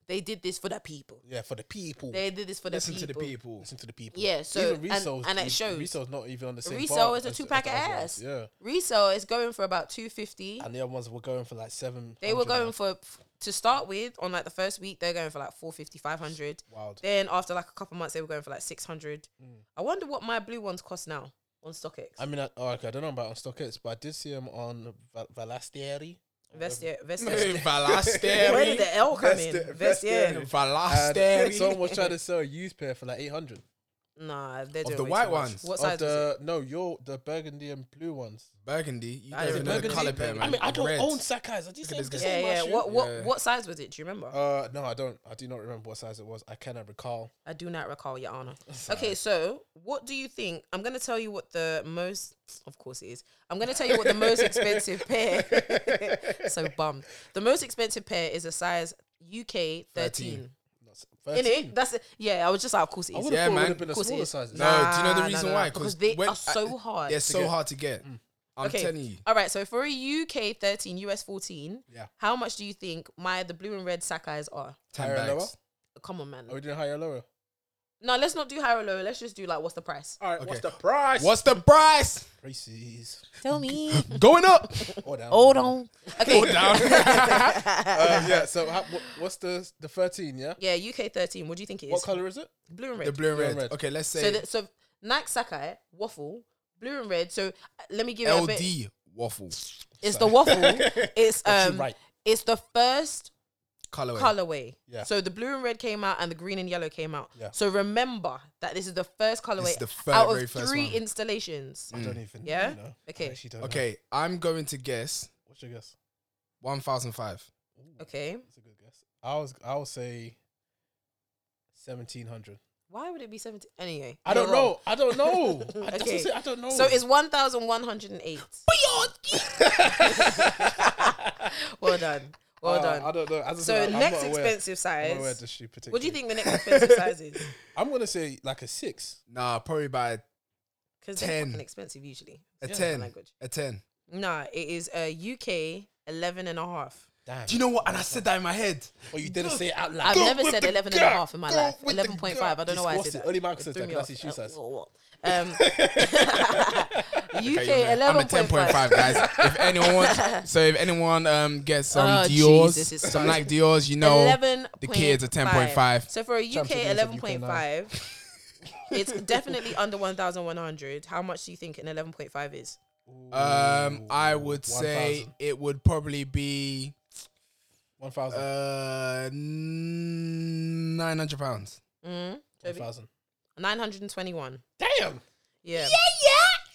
[SPEAKER 2] They did this for the people.
[SPEAKER 1] Yeah, for the people.
[SPEAKER 2] They did this for the
[SPEAKER 3] Listen
[SPEAKER 2] people.
[SPEAKER 3] to the people.
[SPEAKER 1] Listen to the people.
[SPEAKER 2] Yeah, so- and- and it
[SPEAKER 1] e-
[SPEAKER 2] shows.
[SPEAKER 1] Resale's not even on the same.
[SPEAKER 2] Resale
[SPEAKER 1] bar
[SPEAKER 2] is a
[SPEAKER 1] as- as
[SPEAKER 2] two-pack
[SPEAKER 1] the
[SPEAKER 2] of
[SPEAKER 1] other ones.
[SPEAKER 2] ass.
[SPEAKER 1] Yeah,
[SPEAKER 2] Resale is going for about two fifty.
[SPEAKER 1] and the other ones were going for like seven.
[SPEAKER 2] They were going for f- to start with on like the first week they're going for like 450 500
[SPEAKER 1] wild.
[SPEAKER 2] then after like a couple months they were going for like 600
[SPEAKER 3] Mm.
[SPEAKER 2] i wonder what my blue ones cost now on stockx
[SPEAKER 1] I mean, I, oh, okay, I don't know about on StockX, but I did see them on Val- Valastieri.
[SPEAKER 2] Vestier, Vestier. where did
[SPEAKER 3] Valasteri.
[SPEAKER 2] the l come in
[SPEAKER 1] Vestiaire-
[SPEAKER 2] Vestier.
[SPEAKER 1] Vestiaire. And Someone
[SPEAKER 3] Valasteri.
[SPEAKER 1] was trying to sell a used pair for like eight hundred.
[SPEAKER 2] nah they're doing
[SPEAKER 3] the
[SPEAKER 2] way
[SPEAKER 3] white
[SPEAKER 2] too much.
[SPEAKER 3] ones.
[SPEAKER 2] what
[SPEAKER 1] Of
[SPEAKER 2] size was it?
[SPEAKER 1] the no, your the burgundy and blue ones.
[SPEAKER 3] Burgundy. You
[SPEAKER 2] I
[SPEAKER 3] don't
[SPEAKER 2] don't
[SPEAKER 3] even know the
[SPEAKER 1] Burgundy.
[SPEAKER 3] color pair, man.
[SPEAKER 1] I mean, I don't
[SPEAKER 3] Red.
[SPEAKER 1] own Sakai's. I just
[SPEAKER 3] at
[SPEAKER 1] own
[SPEAKER 3] this
[SPEAKER 1] this
[SPEAKER 3] guy.
[SPEAKER 2] yeah
[SPEAKER 1] on my
[SPEAKER 2] yeah
[SPEAKER 1] shoe.
[SPEAKER 2] what what
[SPEAKER 3] Yeah. Oh,
[SPEAKER 2] what size was it do you remember
[SPEAKER 1] Uh, no, I don't. I do not remember what size it was. I cannot recall.
[SPEAKER 2] i do not recall your honor okay so what do you think i'm gonna tell you what the most of course it is i'm gonna tell you what the most expensive pair so bummed. The most expensive pair is a size UK 13. In it, that's it. Yeah, I was just like, of course it
[SPEAKER 1] I
[SPEAKER 2] is.
[SPEAKER 1] would have
[SPEAKER 3] Yeah,
[SPEAKER 1] thought it would
[SPEAKER 3] man.
[SPEAKER 1] have been a
[SPEAKER 2] Of course it
[SPEAKER 1] smaller
[SPEAKER 2] is.
[SPEAKER 1] size.
[SPEAKER 3] No, do you know the
[SPEAKER 2] Nah,
[SPEAKER 3] reason
[SPEAKER 2] nah,
[SPEAKER 3] why?
[SPEAKER 2] nah, because they
[SPEAKER 3] when-
[SPEAKER 2] are so hard
[SPEAKER 3] They're
[SPEAKER 2] to
[SPEAKER 3] so
[SPEAKER 1] get.
[SPEAKER 3] hard to get. Mm. I'm
[SPEAKER 2] Okay.
[SPEAKER 3] telling you.
[SPEAKER 2] All right, so for a UK 13, US 14,
[SPEAKER 1] Yeah.
[SPEAKER 2] how much do you think my the blue and red Sakai's are?
[SPEAKER 3] Ten
[SPEAKER 1] Higher and
[SPEAKER 3] bags.
[SPEAKER 2] Come on, man.
[SPEAKER 3] Oh,
[SPEAKER 1] Are we doing higher or lower?
[SPEAKER 2] No, let's not do high or low. Let's just do like, what's the price?
[SPEAKER 1] All right,
[SPEAKER 3] what's the
[SPEAKER 1] price?
[SPEAKER 3] What's the price?
[SPEAKER 1] Prices.
[SPEAKER 2] Tell me.
[SPEAKER 3] Going up.
[SPEAKER 1] Or down.
[SPEAKER 2] Hold on. Okay.
[SPEAKER 1] Uh, yeah, so how, what, what's the the 13, yeah?
[SPEAKER 2] Yeah, UK 13. What do you think it is?
[SPEAKER 1] What color is it?
[SPEAKER 2] Blue and red.
[SPEAKER 3] the blue and
[SPEAKER 1] Blue and
[SPEAKER 3] red.
[SPEAKER 1] red.
[SPEAKER 3] Okay, let's
[SPEAKER 2] so,
[SPEAKER 3] say
[SPEAKER 2] that so Nike Sakai, waffle, blue and red. So uh, let me give you a bit.
[SPEAKER 3] LD waffle
[SPEAKER 2] It's the waffle. It's
[SPEAKER 1] But you
[SPEAKER 2] um.
[SPEAKER 1] right.
[SPEAKER 2] It's the first
[SPEAKER 3] colorway.
[SPEAKER 2] colorway.
[SPEAKER 1] Yeah.
[SPEAKER 2] So the blue and red came out, and the green and yellow came out.
[SPEAKER 1] Yeah.
[SPEAKER 2] So remember that this is the first colorway
[SPEAKER 3] the fir-
[SPEAKER 2] out
[SPEAKER 3] very
[SPEAKER 2] of
[SPEAKER 3] first
[SPEAKER 2] three
[SPEAKER 3] one.
[SPEAKER 2] installations.
[SPEAKER 1] I don't even
[SPEAKER 2] Yeah?
[SPEAKER 1] you know.
[SPEAKER 2] Okay.
[SPEAKER 1] I actually don't know.
[SPEAKER 3] Okay, I'm going to guess
[SPEAKER 1] What's your guess?
[SPEAKER 3] one thousand five.
[SPEAKER 1] Mm.
[SPEAKER 2] Okay.
[SPEAKER 1] That's a good guess. I was I'll say 1700.
[SPEAKER 2] Why would it be seventy? Anyway,
[SPEAKER 1] I don't
[SPEAKER 2] you're wrong.
[SPEAKER 1] know. I don't know. I, that's what I
[SPEAKER 2] Okay.
[SPEAKER 1] said, I don't know.
[SPEAKER 2] So it's one thousand one hundred and eight. well done. Well
[SPEAKER 1] Uh,
[SPEAKER 2] done.
[SPEAKER 1] I don't know. As I
[SPEAKER 2] so
[SPEAKER 1] said, I- I'm
[SPEAKER 2] next
[SPEAKER 1] not aware.
[SPEAKER 2] expensive
[SPEAKER 1] I'm not aware of
[SPEAKER 2] size.
[SPEAKER 1] the shoe
[SPEAKER 2] What do
[SPEAKER 1] particularly.
[SPEAKER 2] you think the next expensive size is?
[SPEAKER 1] I'm gonna say like a six.
[SPEAKER 3] Nah, probably by
[SPEAKER 2] Because they're
[SPEAKER 3] 10.
[SPEAKER 2] fucking expensive usually.
[SPEAKER 3] a
[SPEAKER 2] Yeah.
[SPEAKER 3] ten.
[SPEAKER 2] Language.
[SPEAKER 3] A ten.
[SPEAKER 2] Nah, it is a UK 11 and a half.
[SPEAKER 1] Damn.
[SPEAKER 3] Do you know what? And I said that in my head.
[SPEAKER 1] Or you didn't say it out loud.
[SPEAKER 2] I've
[SPEAKER 3] Go
[SPEAKER 2] never
[SPEAKER 3] with
[SPEAKER 2] said
[SPEAKER 3] the
[SPEAKER 2] 11 and a
[SPEAKER 3] gut.
[SPEAKER 2] half in my
[SPEAKER 3] Go
[SPEAKER 2] life.
[SPEAKER 3] with the
[SPEAKER 2] 11.5 I don't know why I said
[SPEAKER 1] Disgusted.
[SPEAKER 2] that.
[SPEAKER 1] Only Marcus
[SPEAKER 2] It
[SPEAKER 1] says
[SPEAKER 2] threw
[SPEAKER 1] that,
[SPEAKER 2] me
[SPEAKER 1] 'cause that's
[SPEAKER 2] off.
[SPEAKER 1] his shoe
[SPEAKER 2] Uh,
[SPEAKER 1] size.
[SPEAKER 2] whoa, whoa. Um, UK
[SPEAKER 3] I'm a ten
[SPEAKER 2] 11.5.
[SPEAKER 3] point five, guys. if anyone wants, so if anyone um gets some
[SPEAKER 2] Oh,
[SPEAKER 3] Dior's,
[SPEAKER 2] Jesus, it's
[SPEAKER 3] some
[SPEAKER 2] so-
[SPEAKER 3] like Dior's, you know,
[SPEAKER 2] 11
[SPEAKER 3] the kids are 10.5.
[SPEAKER 2] So for a UK
[SPEAKER 1] Champs against the UK
[SPEAKER 2] 11.5, it's definitely under 1,100. How much do you think an 11.5 is?
[SPEAKER 3] um, I would say
[SPEAKER 1] 1,000.
[SPEAKER 3] it would probably be
[SPEAKER 1] One thousand.
[SPEAKER 3] uh nine hundred pounds.
[SPEAKER 2] Mm,
[SPEAKER 1] One
[SPEAKER 2] Toby?
[SPEAKER 1] thousand.
[SPEAKER 2] 921.
[SPEAKER 1] Damn.
[SPEAKER 2] Yeah. Yeah, yeah.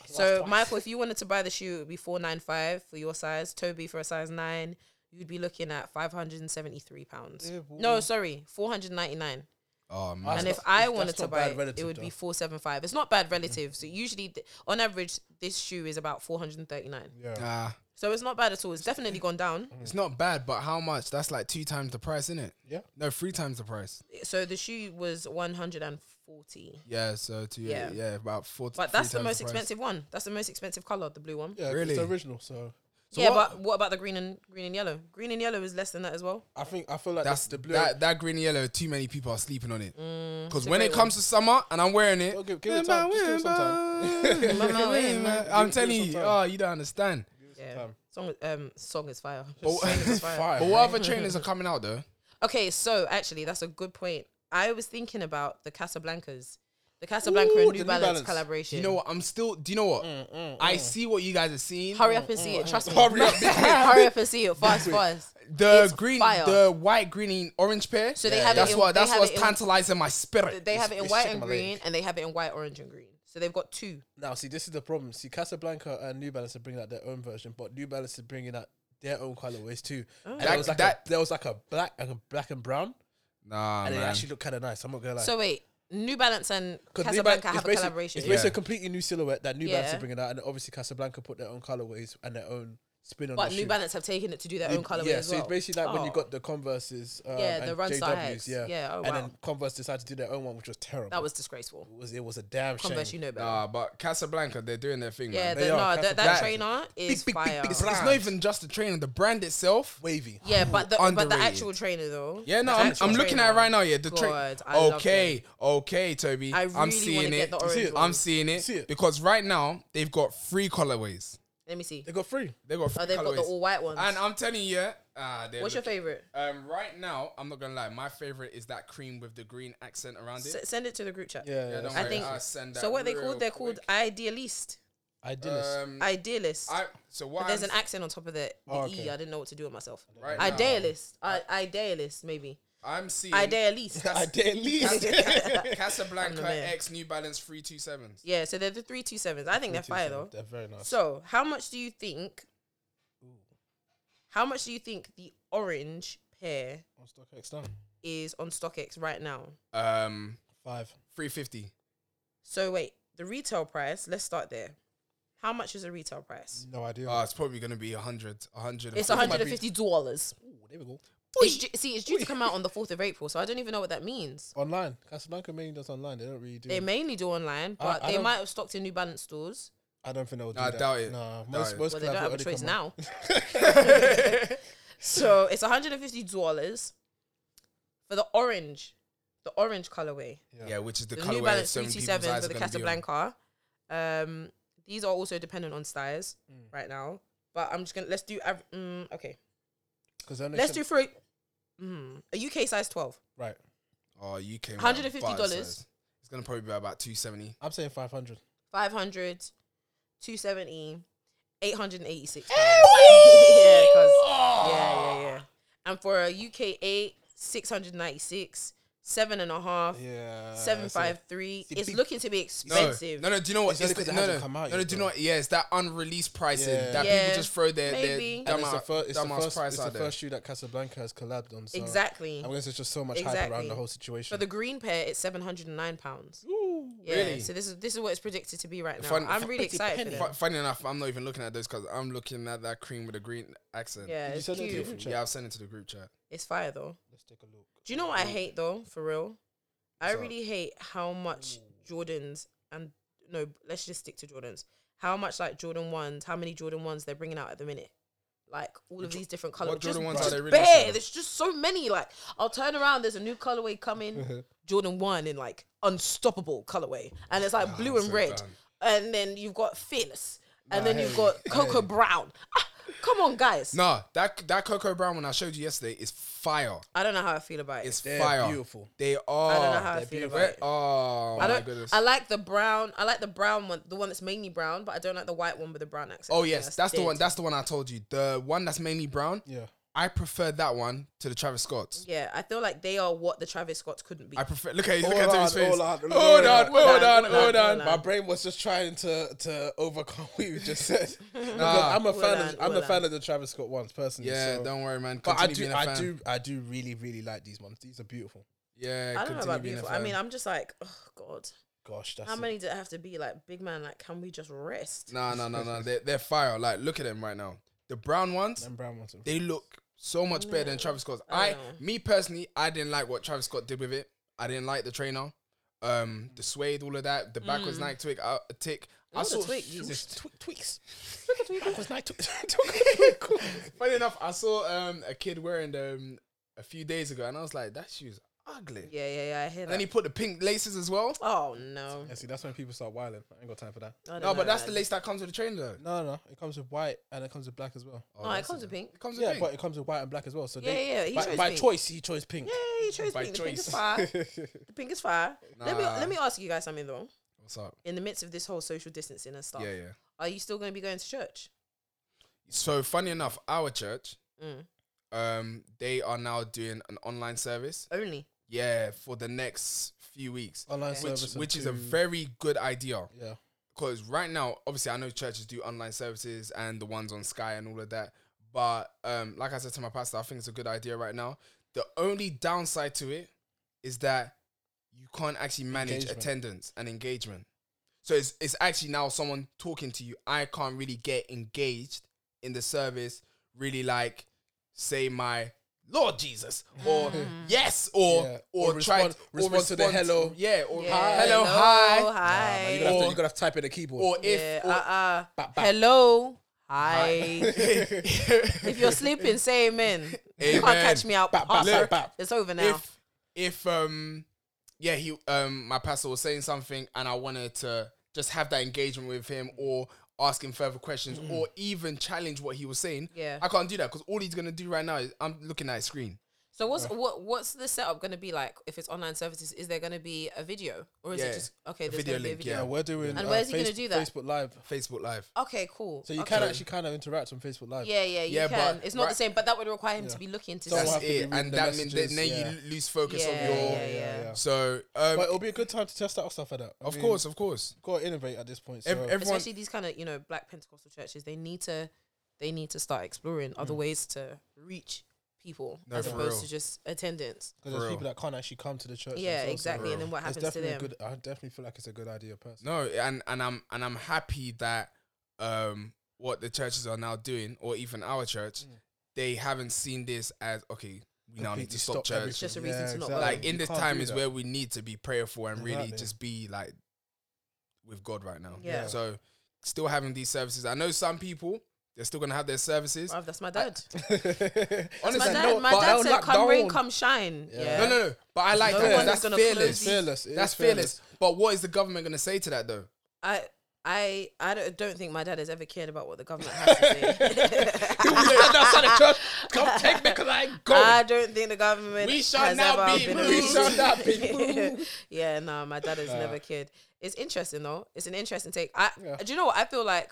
[SPEAKER 2] So, Michael, if you wanted to buy the shoe, it would be 495 for your size. Toby, for a size 9, you'd be looking at 573 pounds.
[SPEAKER 1] Yeah,
[SPEAKER 2] No, sorry, 499.
[SPEAKER 3] Oh man.
[SPEAKER 1] That's
[SPEAKER 2] and if
[SPEAKER 1] not-
[SPEAKER 2] I
[SPEAKER 1] that's
[SPEAKER 2] wanted to
[SPEAKER 1] not
[SPEAKER 2] buy
[SPEAKER 1] bad
[SPEAKER 2] it, it
[SPEAKER 1] relative,
[SPEAKER 2] would be
[SPEAKER 1] though.
[SPEAKER 2] 475. It's not bad relative. So, usually, th- on average, this shoe is about 439.
[SPEAKER 1] Yeah.
[SPEAKER 3] Nah,
[SPEAKER 2] So, it's not bad at all. It's definitely gone down.
[SPEAKER 3] it's not bad, but how much? That's like two times the price, isn't it?
[SPEAKER 1] Yeah.
[SPEAKER 3] No, three times the price.
[SPEAKER 2] So, the shoe was 140.
[SPEAKER 3] Yeah, so two. Yeah,
[SPEAKER 2] Yeah.
[SPEAKER 3] about four. to
[SPEAKER 2] But
[SPEAKER 3] three
[SPEAKER 2] that's the
[SPEAKER 3] times
[SPEAKER 2] most
[SPEAKER 3] price.
[SPEAKER 2] expensive one. That's the most expensive color, the blue one.
[SPEAKER 1] Yeah.
[SPEAKER 3] Really?
[SPEAKER 1] It's the original. So
[SPEAKER 3] So
[SPEAKER 2] yeah,
[SPEAKER 3] what-
[SPEAKER 2] but what about the green and green and yellow? Green and yellow is less than that as well.
[SPEAKER 1] I think I feel like
[SPEAKER 3] That's
[SPEAKER 1] that's the blue.
[SPEAKER 3] That, that green and yellow. Too many people are sleeping on it. Because
[SPEAKER 2] Mm, a
[SPEAKER 3] when it
[SPEAKER 2] great one.
[SPEAKER 3] comes to summer and I'm wearing it,
[SPEAKER 1] Don't give- give it time, just give it some
[SPEAKER 2] Mama, wait, man.
[SPEAKER 3] I'm
[SPEAKER 1] Give it
[SPEAKER 3] telling
[SPEAKER 1] some
[SPEAKER 3] you,
[SPEAKER 1] time.
[SPEAKER 3] oh, you don't understand.
[SPEAKER 2] Yeah.
[SPEAKER 1] time. Oh,
[SPEAKER 2] Song is- um song is fire.
[SPEAKER 3] But-
[SPEAKER 2] Song is fire.
[SPEAKER 1] Fire.
[SPEAKER 3] But what other trainers are coming out though?
[SPEAKER 2] Okay, so actually that's a good point. I was thinking about the Casablancas. The Casablanca
[SPEAKER 1] Ooh,
[SPEAKER 2] and
[SPEAKER 1] the
[SPEAKER 2] New
[SPEAKER 1] New
[SPEAKER 2] Balance,
[SPEAKER 1] Balance.
[SPEAKER 2] collaboration.
[SPEAKER 3] You know what? I'm still. Do you know what? I see what you guys are seeing.
[SPEAKER 2] Mm, Hurry
[SPEAKER 1] Mm,
[SPEAKER 2] up and see it. Trust me.
[SPEAKER 3] Hurry up.
[SPEAKER 2] Hurry up and see it. Fast, fast.
[SPEAKER 3] The
[SPEAKER 2] It's
[SPEAKER 3] green,
[SPEAKER 2] fire.
[SPEAKER 3] the white, green, and orange pair.
[SPEAKER 2] So they have it
[SPEAKER 3] that's
[SPEAKER 2] in-
[SPEAKER 3] what.
[SPEAKER 2] they
[SPEAKER 3] That's
[SPEAKER 2] have
[SPEAKER 3] what's
[SPEAKER 2] it in-
[SPEAKER 3] tantalizing my spirit.
[SPEAKER 2] They have it in
[SPEAKER 1] it's
[SPEAKER 2] white
[SPEAKER 1] chicken
[SPEAKER 2] and
[SPEAKER 1] Malay.
[SPEAKER 2] green, and they have it in white, orange, and green. So they've got two.
[SPEAKER 1] Now, see, this is the problem. See, Casablanca and New Balance are bringing out their own version, but New Balance is bringing out their own colorways too. And
[SPEAKER 2] Oh.
[SPEAKER 3] That-
[SPEAKER 1] there was like
[SPEAKER 3] that-
[SPEAKER 1] a, there was like a black and a black and brown.
[SPEAKER 3] Nah,
[SPEAKER 1] and
[SPEAKER 3] man.
[SPEAKER 1] it actually looked kind of nice. I'm not gonna lie.
[SPEAKER 2] So wait, New Balance and
[SPEAKER 1] 'Cause New Ba-
[SPEAKER 2] Casablanca
[SPEAKER 1] it's
[SPEAKER 2] have a
[SPEAKER 1] basic-
[SPEAKER 2] collaboration.
[SPEAKER 1] It's basically
[SPEAKER 3] Yeah.
[SPEAKER 1] a completely new silhouette that New Balance
[SPEAKER 2] Yeah.
[SPEAKER 1] are bringing out, and obviously Casablanca put their own colorways and their own spin on.
[SPEAKER 2] But
[SPEAKER 1] the
[SPEAKER 2] New
[SPEAKER 1] shoe.
[SPEAKER 2] Balance have taken it to do their
[SPEAKER 1] It-
[SPEAKER 2] own colorway
[SPEAKER 1] Yeah,
[SPEAKER 2] as
[SPEAKER 1] so
[SPEAKER 2] well.
[SPEAKER 1] it's basically like when you
[SPEAKER 2] Oh.
[SPEAKER 1] got the Converse's, um,
[SPEAKER 2] Yeah, the
[SPEAKER 1] and
[SPEAKER 2] run
[SPEAKER 1] JWs,
[SPEAKER 2] sides.
[SPEAKER 1] yeah,
[SPEAKER 2] Yeah, oh,
[SPEAKER 1] and
[SPEAKER 2] wow.
[SPEAKER 1] then Converse decided to do their own one, which was terrible.
[SPEAKER 2] that was disgraceful.
[SPEAKER 1] it was, it was a damn
[SPEAKER 2] Converse,
[SPEAKER 1] shame.
[SPEAKER 2] you know better.
[SPEAKER 3] Nah, but Casablanca, they're doing their thing,
[SPEAKER 2] yeah,
[SPEAKER 3] man.
[SPEAKER 1] they
[SPEAKER 2] the,
[SPEAKER 1] are
[SPEAKER 2] no, that, that
[SPEAKER 1] Casablanca.
[SPEAKER 2] trainer is fire.
[SPEAKER 3] It's, it's not even just the trainer, the brand itself.
[SPEAKER 1] Wavy.
[SPEAKER 2] yeah, but the, but the
[SPEAKER 3] underrated.
[SPEAKER 2] actual trainer though.
[SPEAKER 3] Yeah, no,
[SPEAKER 2] The
[SPEAKER 3] I'm,
[SPEAKER 2] actual
[SPEAKER 3] I'm looking
[SPEAKER 2] trainer.
[SPEAKER 3] at it right now. Yeah, the train.
[SPEAKER 2] God, I love
[SPEAKER 3] Okay, okay, Toby.
[SPEAKER 2] I
[SPEAKER 3] I'm
[SPEAKER 2] really wanna
[SPEAKER 3] seeing
[SPEAKER 2] get
[SPEAKER 3] it.
[SPEAKER 2] the orange
[SPEAKER 1] see it?
[SPEAKER 2] one.
[SPEAKER 3] I'm seeing it,
[SPEAKER 1] See it?
[SPEAKER 3] because right now they've got three colorways.
[SPEAKER 2] Let me see.
[SPEAKER 1] They got free.
[SPEAKER 3] They got three
[SPEAKER 2] Oh, they've got
[SPEAKER 3] colorways.
[SPEAKER 2] the all white ones.
[SPEAKER 3] and I'm telling you, yeah, ah, they're
[SPEAKER 2] What's your
[SPEAKER 3] looking-
[SPEAKER 2] favorite?
[SPEAKER 3] Um, right now, I'm not gonna lie. My favorite is that cream with the green accent around it.
[SPEAKER 2] S- send it to the group chat.
[SPEAKER 1] Yeah, yeah.
[SPEAKER 3] Yeah, don't
[SPEAKER 1] that's
[SPEAKER 2] I
[SPEAKER 3] worry,
[SPEAKER 2] think-
[SPEAKER 3] I'll send that
[SPEAKER 2] So what they
[SPEAKER 3] real
[SPEAKER 2] called? They're
[SPEAKER 3] quick.
[SPEAKER 2] called idealist.
[SPEAKER 1] Idealist.
[SPEAKER 3] Um,
[SPEAKER 2] Idealist.
[SPEAKER 3] I, so what?
[SPEAKER 2] There's
[SPEAKER 3] I'm
[SPEAKER 2] an accent on top of the, the
[SPEAKER 1] Oh,
[SPEAKER 2] e.
[SPEAKER 1] okay.
[SPEAKER 2] I didn't know what to do with myself.
[SPEAKER 3] Right now-
[SPEAKER 2] idealist. I, idealist. Maybe.
[SPEAKER 3] I'm seeing
[SPEAKER 2] Idealist.
[SPEAKER 1] Idealist.
[SPEAKER 2] I'm the
[SPEAKER 3] Casablanca
[SPEAKER 2] man.
[SPEAKER 3] X New Balance three two sevens.
[SPEAKER 2] yeah. So they're the three two sevens. I think they're fire though.
[SPEAKER 1] They're very nice.
[SPEAKER 2] So how much do you think? How much do you think the orange pair
[SPEAKER 1] On StockX now.
[SPEAKER 2] is on StockX right now?
[SPEAKER 3] Um,
[SPEAKER 1] Five.
[SPEAKER 3] three fifty.
[SPEAKER 2] So wait, the retail price. Let's start there. How much is the retail price?
[SPEAKER 1] No idea.
[SPEAKER 3] Oh, it's probably gonna be a hundred. A hundred.
[SPEAKER 2] It's
[SPEAKER 3] and-
[SPEAKER 2] one hundred and fifty dollars.
[SPEAKER 1] Ooh, there we go.
[SPEAKER 2] It's due, see, it's due to come out on the fourth of April, so I don't even know what that means.
[SPEAKER 1] Online. Casablanca mainly does online. They don't really do.
[SPEAKER 2] They mainly do online,
[SPEAKER 1] I-
[SPEAKER 2] but
[SPEAKER 1] I
[SPEAKER 2] they
[SPEAKER 1] don't-
[SPEAKER 2] might have stocked in New Balance stores.
[SPEAKER 1] I don't think they'll do
[SPEAKER 3] Nah, I
[SPEAKER 1] that.
[SPEAKER 3] doubt it.
[SPEAKER 1] Nah,
[SPEAKER 3] Doubt
[SPEAKER 1] most,
[SPEAKER 3] it.
[SPEAKER 1] most
[SPEAKER 2] Well, they
[SPEAKER 1] collabs
[SPEAKER 2] don't
[SPEAKER 1] will
[SPEAKER 2] have a
[SPEAKER 1] only
[SPEAKER 2] choice
[SPEAKER 1] come out-
[SPEAKER 2] now. so it's one hundred and fifty dollars for the orange, the orange colorway.
[SPEAKER 3] Yeah, which is the,
[SPEAKER 2] the
[SPEAKER 3] colorway.
[SPEAKER 2] New Balance
[SPEAKER 3] so many people's
[SPEAKER 2] 327s
[SPEAKER 3] eyes
[SPEAKER 2] with the
[SPEAKER 3] are gonna be on.
[SPEAKER 2] Casablanca. Um, these are also dependent on styles
[SPEAKER 3] Mm.
[SPEAKER 2] right now. But I'm just gonna let's do av- mm, okay.
[SPEAKER 1] 'Cause they're only
[SPEAKER 2] Let's do
[SPEAKER 1] sent-
[SPEAKER 2] for a, mm, a UK size twelve.
[SPEAKER 1] right.
[SPEAKER 3] Oh, you came. out
[SPEAKER 2] $150.
[SPEAKER 3] bars, so It's it's gonna probably be about two seventy.
[SPEAKER 1] I'm saying 500.
[SPEAKER 2] 500, 270, 886. yeah, 'cause- yeah, yeah, yeah. And for a UK 8, 696, seven and a half,
[SPEAKER 1] Yeah.
[SPEAKER 2] 753.
[SPEAKER 1] See,
[SPEAKER 2] It's
[SPEAKER 1] big-
[SPEAKER 2] looking to be
[SPEAKER 3] No,
[SPEAKER 2] expensive.
[SPEAKER 3] no, no. Do you know what?
[SPEAKER 1] It's only
[SPEAKER 3] It's the,
[SPEAKER 1] 'cause it
[SPEAKER 3] no,
[SPEAKER 1] hasn't
[SPEAKER 3] no,
[SPEAKER 1] come
[SPEAKER 3] no,
[SPEAKER 1] out
[SPEAKER 3] no.
[SPEAKER 1] yet,
[SPEAKER 3] Do you know
[SPEAKER 1] though.
[SPEAKER 3] what? Yeah, it's that unreleased pricing
[SPEAKER 1] Yeah.
[SPEAKER 3] that
[SPEAKER 2] Yeah,
[SPEAKER 3] people just throw their their
[SPEAKER 2] maybe.
[SPEAKER 1] And it's the
[SPEAKER 3] dumbass
[SPEAKER 1] first, it's the
[SPEAKER 3] dumbass
[SPEAKER 1] first,
[SPEAKER 3] price
[SPEAKER 1] it's the
[SPEAKER 3] out there.
[SPEAKER 1] first shoe that Casablanca has collabed on. So
[SPEAKER 2] Exactly.
[SPEAKER 1] I guess there's just so much hype
[SPEAKER 2] Exactly.
[SPEAKER 1] around the whole
[SPEAKER 2] For
[SPEAKER 1] situation.
[SPEAKER 2] the green pair, it's seven hundred and nine pounds. Yeah.
[SPEAKER 3] Really?
[SPEAKER 2] So this is this is what it's predicted to be right now.
[SPEAKER 3] Fun-
[SPEAKER 2] I'm
[SPEAKER 3] fun-
[SPEAKER 2] really excited for
[SPEAKER 1] penny.
[SPEAKER 2] them.
[SPEAKER 3] Fu- Funny enough, I'm not even looking at those because I'm looking at that cream with a green accent.
[SPEAKER 2] Yeah,
[SPEAKER 1] Did you
[SPEAKER 2] it's
[SPEAKER 1] send it to
[SPEAKER 2] cute.
[SPEAKER 1] your group chat?
[SPEAKER 3] yeah. I've sent it to the group chat.
[SPEAKER 2] It's fire though.
[SPEAKER 1] Let's take a look.
[SPEAKER 2] Do you know what I hate though? For real, I
[SPEAKER 3] Mm. What's up?
[SPEAKER 2] really hate how much Jordans and no, let's just stick to Jordans. How much like Jordan ones? How many Jordan ones they're bringing out at the minute? Like all of these different colors.
[SPEAKER 3] What Jordan ones are they
[SPEAKER 2] bare.
[SPEAKER 3] releasing?
[SPEAKER 2] There's just so many. Like I'll turn around. There's a new colorway coming. Jordan one in like unstoppable colorway, and it's like blue and
[SPEAKER 3] Oh, so
[SPEAKER 2] red.
[SPEAKER 3] done.
[SPEAKER 2] And then you've got fearless,
[SPEAKER 1] Nah,
[SPEAKER 2] and then you've
[SPEAKER 1] hey,
[SPEAKER 2] got cocoa brown. Ah, come on, guys.
[SPEAKER 3] No, that that cocoa brown one I showed you yesterday is fire.
[SPEAKER 2] I don't know how I feel about it.
[SPEAKER 3] It's
[SPEAKER 1] They're
[SPEAKER 3] fire.
[SPEAKER 1] beautiful.
[SPEAKER 3] They are.
[SPEAKER 2] I don't know how I
[SPEAKER 3] They're
[SPEAKER 2] feel
[SPEAKER 3] beautiful.
[SPEAKER 2] about it.
[SPEAKER 3] Oh
[SPEAKER 2] I
[SPEAKER 3] my
[SPEAKER 2] don't.
[SPEAKER 3] goodness.
[SPEAKER 2] I like the brown. I like the brown one, the one that's mainly brown, but I don't like the white one with the brown accent.
[SPEAKER 3] oh
[SPEAKER 2] I think
[SPEAKER 3] yes, that's the
[SPEAKER 2] dead.
[SPEAKER 3] one. That's the one I told you. The one that's mainly brown.
[SPEAKER 1] Yeah.
[SPEAKER 3] I prefer that one to the Travis Scott's.
[SPEAKER 2] yeah, I feel like they are what the Travis Scott's couldn't be.
[SPEAKER 3] I prefer. Look at look
[SPEAKER 1] Hold
[SPEAKER 3] at
[SPEAKER 1] on,
[SPEAKER 3] Toby's face.
[SPEAKER 1] hold on,
[SPEAKER 3] Hold on,
[SPEAKER 1] hold on,
[SPEAKER 3] hold on, hold on,
[SPEAKER 2] hold on, hold on.
[SPEAKER 1] My brain was just trying to to overcome what you just said. Because
[SPEAKER 3] Nah.
[SPEAKER 1] I'm a fan.
[SPEAKER 2] Well
[SPEAKER 1] Of,
[SPEAKER 2] done,
[SPEAKER 1] I'm
[SPEAKER 2] well
[SPEAKER 1] a fan
[SPEAKER 2] done.
[SPEAKER 1] of the Travis Scott ones
[SPEAKER 2] Mm,
[SPEAKER 1] personally.
[SPEAKER 3] Yeah,
[SPEAKER 1] so-
[SPEAKER 3] don't worry, man.
[SPEAKER 1] But I
[SPEAKER 3] Continue
[SPEAKER 1] do,
[SPEAKER 3] being a
[SPEAKER 1] I
[SPEAKER 3] fan.
[SPEAKER 1] do, I do really, really like these ones. These are beautiful.
[SPEAKER 3] Yeah,
[SPEAKER 2] I don't know
[SPEAKER 3] continue
[SPEAKER 2] about
[SPEAKER 3] being a
[SPEAKER 2] beautiful. I
[SPEAKER 3] fan.
[SPEAKER 2] mean, I'm just like, oh god,
[SPEAKER 1] Gosh, that's
[SPEAKER 2] how
[SPEAKER 1] it.
[SPEAKER 2] many did it have to be? Like, big man, like, can we just rest?
[SPEAKER 3] No, no, no, no. They're, they're fire. Like, look at them right now. The brown ones,
[SPEAKER 1] Them brown ones. are-
[SPEAKER 3] they look so much better than Travis Scott's. I, me personally, I didn't like what Travis Scott did with it. I didn't like the trainer, um, the suede, all of that. The backwards Nike twig, uh, tick. I
[SPEAKER 2] Ooh, Mm. the
[SPEAKER 3] saw.
[SPEAKER 2] twig,
[SPEAKER 1] Jesus, tw- tweaks.
[SPEAKER 3] Funny enough, I saw um a kid wearing them a few days ago, and I was like, that shoe's ugly.
[SPEAKER 2] Yeah, yeah, yeah. I hear
[SPEAKER 3] And then
[SPEAKER 2] that.
[SPEAKER 3] he put the pink laces as well.
[SPEAKER 2] Oh no,
[SPEAKER 1] Yeah, see, that's when people start wilding. I ain't got time for that.
[SPEAKER 2] I don't
[SPEAKER 3] No,
[SPEAKER 2] know,
[SPEAKER 3] but that's the
[SPEAKER 2] man.
[SPEAKER 3] lace that comes with the trainer.
[SPEAKER 1] No,
[SPEAKER 3] Though.
[SPEAKER 1] no, it comes with white and it comes with black as well.
[SPEAKER 2] No, Oh, it comes with pink.
[SPEAKER 3] It comes with
[SPEAKER 1] yeah,
[SPEAKER 3] pink.
[SPEAKER 1] but it comes with white and black as well. So
[SPEAKER 2] Yeah,
[SPEAKER 1] they,
[SPEAKER 2] yeah, he
[SPEAKER 1] by,
[SPEAKER 2] chose
[SPEAKER 1] by
[SPEAKER 2] pink.
[SPEAKER 1] choice, he chose pink.
[SPEAKER 2] Yeah, you chose
[SPEAKER 3] By
[SPEAKER 2] pink. The pink is
[SPEAKER 3] choice.
[SPEAKER 2] fire. the pink is fire. Let me
[SPEAKER 3] Nah.
[SPEAKER 2] let me ask you guys something though.
[SPEAKER 3] What's up?
[SPEAKER 2] In the midst of this whole social distancing and stuff,
[SPEAKER 3] Yeah, yeah.
[SPEAKER 2] are you still going to be going to church?
[SPEAKER 3] So funny enough, our church,
[SPEAKER 2] Mm.
[SPEAKER 3] um, they are now doing an online service.
[SPEAKER 2] Only.
[SPEAKER 3] Yeah, for the next few weeks,
[SPEAKER 1] Online
[SPEAKER 2] Okay.
[SPEAKER 3] which
[SPEAKER 1] service, and
[SPEAKER 3] which is a
[SPEAKER 1] two-
[SPEAKER 3] very good idea
[SPEAKER 1] yeah.
[SPEAKER 3] because right now, obviously, I know churches do online services and the ones on Sky and all of that. But um, like I said to my pastor, I think it's a good idea right now. The only downside to it is that you can't actually manage
[SPEAKER 1] Engagement.
[SPEAKER 3] attendance and engagement. So it's it's actually now someone talking to you. I can't really get engaged in the service. Really like say my Lord Jesus or yes or
[SPEAKER 1] Yeah.
[SPEAKER 3] or,
[SPEAKER 1] Or
[SPEAKER 3] try
[SPEAKER 1] respond- respond to the hello.
[SPEAKER 3] yeah or
[SPEAKER 2] Yeah,
[SPEAKER 3] hello hi
[SPEAKER 1] Nah, man,
[SPEAKER 2] hi.
[SPEAKER 1] you're gonna have to-
[SPEAKER 3] Or-
[SPEAKER 1] you're gonna have to type in the keyboard.
[SPEAKER 3] or if
[SPEAKER 2] yeah,
[SPEAKER 3] or,
[SPEAKER 2] uh-uh.
[SPEAKER 1] Bap, bap.
[SPEAKER 2] hello hi. if you're sleeping, say amen. You can't
[SPEAKER 3] Amen.
[SPEAKER 2] catch me out.
[SPEAKER 1] Bap, bap,
[SPEAKER 2] past that.
[SPEAKER 1] bap, bap.
[SPEAKER 2] It's over now.
[SPEAKER 3] if if um yeah he um my pastor was saying something and I wanted to just have that engagement with him or ask him further questions or even challenge what he was saying.
[SPEAKER 2] Mm. Yeah.
[SPEAKER 3] I can't do that because all he's gonna do right now is I'm looking at his screen.
[SPEAKER 2] so what's what what's the setup going to be like if it's online services? Is there going to be a video or is
[SPEAKER 3] Yeah.
[SPEAKER 2] it just okay?
[SPEAKER 3] A
[SPEAKER 2] There's
[SPEAKER 3] video
[SPEAKER 2] going to be a
[SPEAKER 3] link,
[SPEAKER 2] video.
[SPEAKER 1] yeah, we're doing.
[SPEAKER 2] And
[SPEAKER 1] uh,
[SPEAKER 2] where's he gonna
[SPEAKER 1] Facebook-
[SPEAKER 2] do that?
[SPEAKER 1] Facebook Live.
[SPEAKER 3] Facebook Live.
[SPEAKER 2] Okay, cool.
[SPEAKER 1] So you
[SPEAKER 2] okay.
[SPEAKER 1] can actually kind of interact on Facebook Live.
[SPEAKER 2] Yeah, yeah, you
[SPEAKER 3] Yeah,
[SPEAKER 2] can.
[SPEAKER 3] but
[SPEAKER 2] It's not the
[SPEAKER 3] right-
[SPEAKER 2] same, but that would require him to be looking to.
[SPEAKER 1] So I'll
[SPEAKER 2] see.
[SPEAKER 3] That's
[SPEAKER 1] have to be
[SPEAKER 3] it.
[SPEAKER 1] reading
[SPEAKER 3] And
[SPEAKER 1] the
[SPEAKER 3] that means then,
[SPEAKER 1] messages,
[SPEAKER 3] then
[SPEAKER 1] yeah.
[SPEAKER 3] you l- lose focus
[SPEAKER 2] Yeah,
[SPEAKER 3] of your
[SPEAKER 2] yeah, yeah.
[SPEAKER 3] so um
[SPEAKER 1] But it'll be a good time to test that stuff like that. I
[SPEAKER 3] of
[SPEAKER 1] mean,
[SPEAKER 3] course, of course.
[SPEAKER 1] you've got to innovate at this point. So
[SPEAKER 3] Ev- everyone
[SPEAKER 2] especially these kind of you know black Pentecostal churches. They need to they need to start exploring other ways to reach people
[SPEAKER 3] Mm. No,
[SPEAKER 2] as
[SPEAKER 3] for
[SPEAKER 2] opposed
[SPEAKER 3] real.
[SPEAKER 2] to just attendance.
[SPEAKER 1] 'cause there's
[SPEAKER 3] For
[SPEAKER 1] people that can't actually come to the church.
[SPEAKER 2] yeah,
[SPEAKER 1] themselves, so
[SPEAKER 2] exactly. And then what
[SPEAKER 1] it's
[SPEAKER 2] happens to
[SPEAKER 1] definitely a
[SPEAKER 2] them?
[SPEAKER 1] good. I definitely feel like it's a good idea, personally.
[SPEAKER 3] No, and and I'm and I'm happy that um what the churches are now doing, or even our church,
[SPEAKER 2] Mm.
[SPEAKER 3] they haven't seen this as okay. We now need
[SPEAKER 1] Completely
[SPEAKER 3] to stop,
[SPEAKER 1] stop
[SPEAKER 3] church.
[SPEAKER 1] everything.
[SPEAKER 2] It's just a reason to not go.
[SPEAKER 3] Like
[SPEAKER 2] Like,
[SPEAKER 3] in
[SPEAKER 1] You
[SPEAKER 3] this
[SPEAKER 1] can't
[SPEAKER 3] time
[SPEAKER 1] do
[SPEAKER 3] is
[SPEAKER 1] that.
[SPEAKER 3] where we need to be prayerful and really
[SPEAKER 1] Exactly.
[SPEAKER 3] just be like with God right now.
[SPEAKER 2] Yeah. Yeah.
[SPEAKER 3] So still having these services. I know some people they're still gonna have their services.
[SPEAKER 2] Bruv, that's my dad. my
[SPEAKER 3] Honestly,
[SPEAKER 2] dad,
[SPEAKER 3] no,
[SPEAKER 2] my
[SPEAKER 3] but-
[SPEAKER 2] dad
[SPEAKER 1] they'll
[SPEAKER 2] said,
[SPEAKER 1] lock
[SPEAKER 2] "Come rain,
[SPEAKER 1] down."
[SPEAKER 2] come shine." Yeah.
[SPEAKER 1] Yeah.
[SPEAKER 3] no, no, no. But I like
[SPEAKER 2] No
[SPEAKER 3] that.
[SPEAKER 2] one is
[SPEAKER 3] That's
[SPEAKER 2] gonna close
[SPEAKER 3] fearless.
[SPEAKER 2] these-
[SPEAKER 1] fearless. it is
[SPEAKER 3] That's fearless. But what is the government gonna say to that though?
[SPEAKER 2] I. I, I don't, don't think my dad has ever cared about what the government has to say.
[SPEAKER 3] Stand outside the church. Come take me, cause I ain't going.
[SPEAKER 2] I don't think the government
[SPEAKER 3] We shall
[SPEAKER 2] has
[SPEAKER 3] not
[SPEAKER 2] ever
[SPEAKER 3] be
[SPEAKER 2] been
[SPEAKER 3] moved.
[SPEAKER 2] around.
[SPEAKER 3] We shall not be moved.
[SPEAKER 2] yeah, no, my dad has never cared. It's interesting though. It's an interesting take. I
[SPEAKER 1] Yeah.
[SPEAKER 2] do you know what I feel like?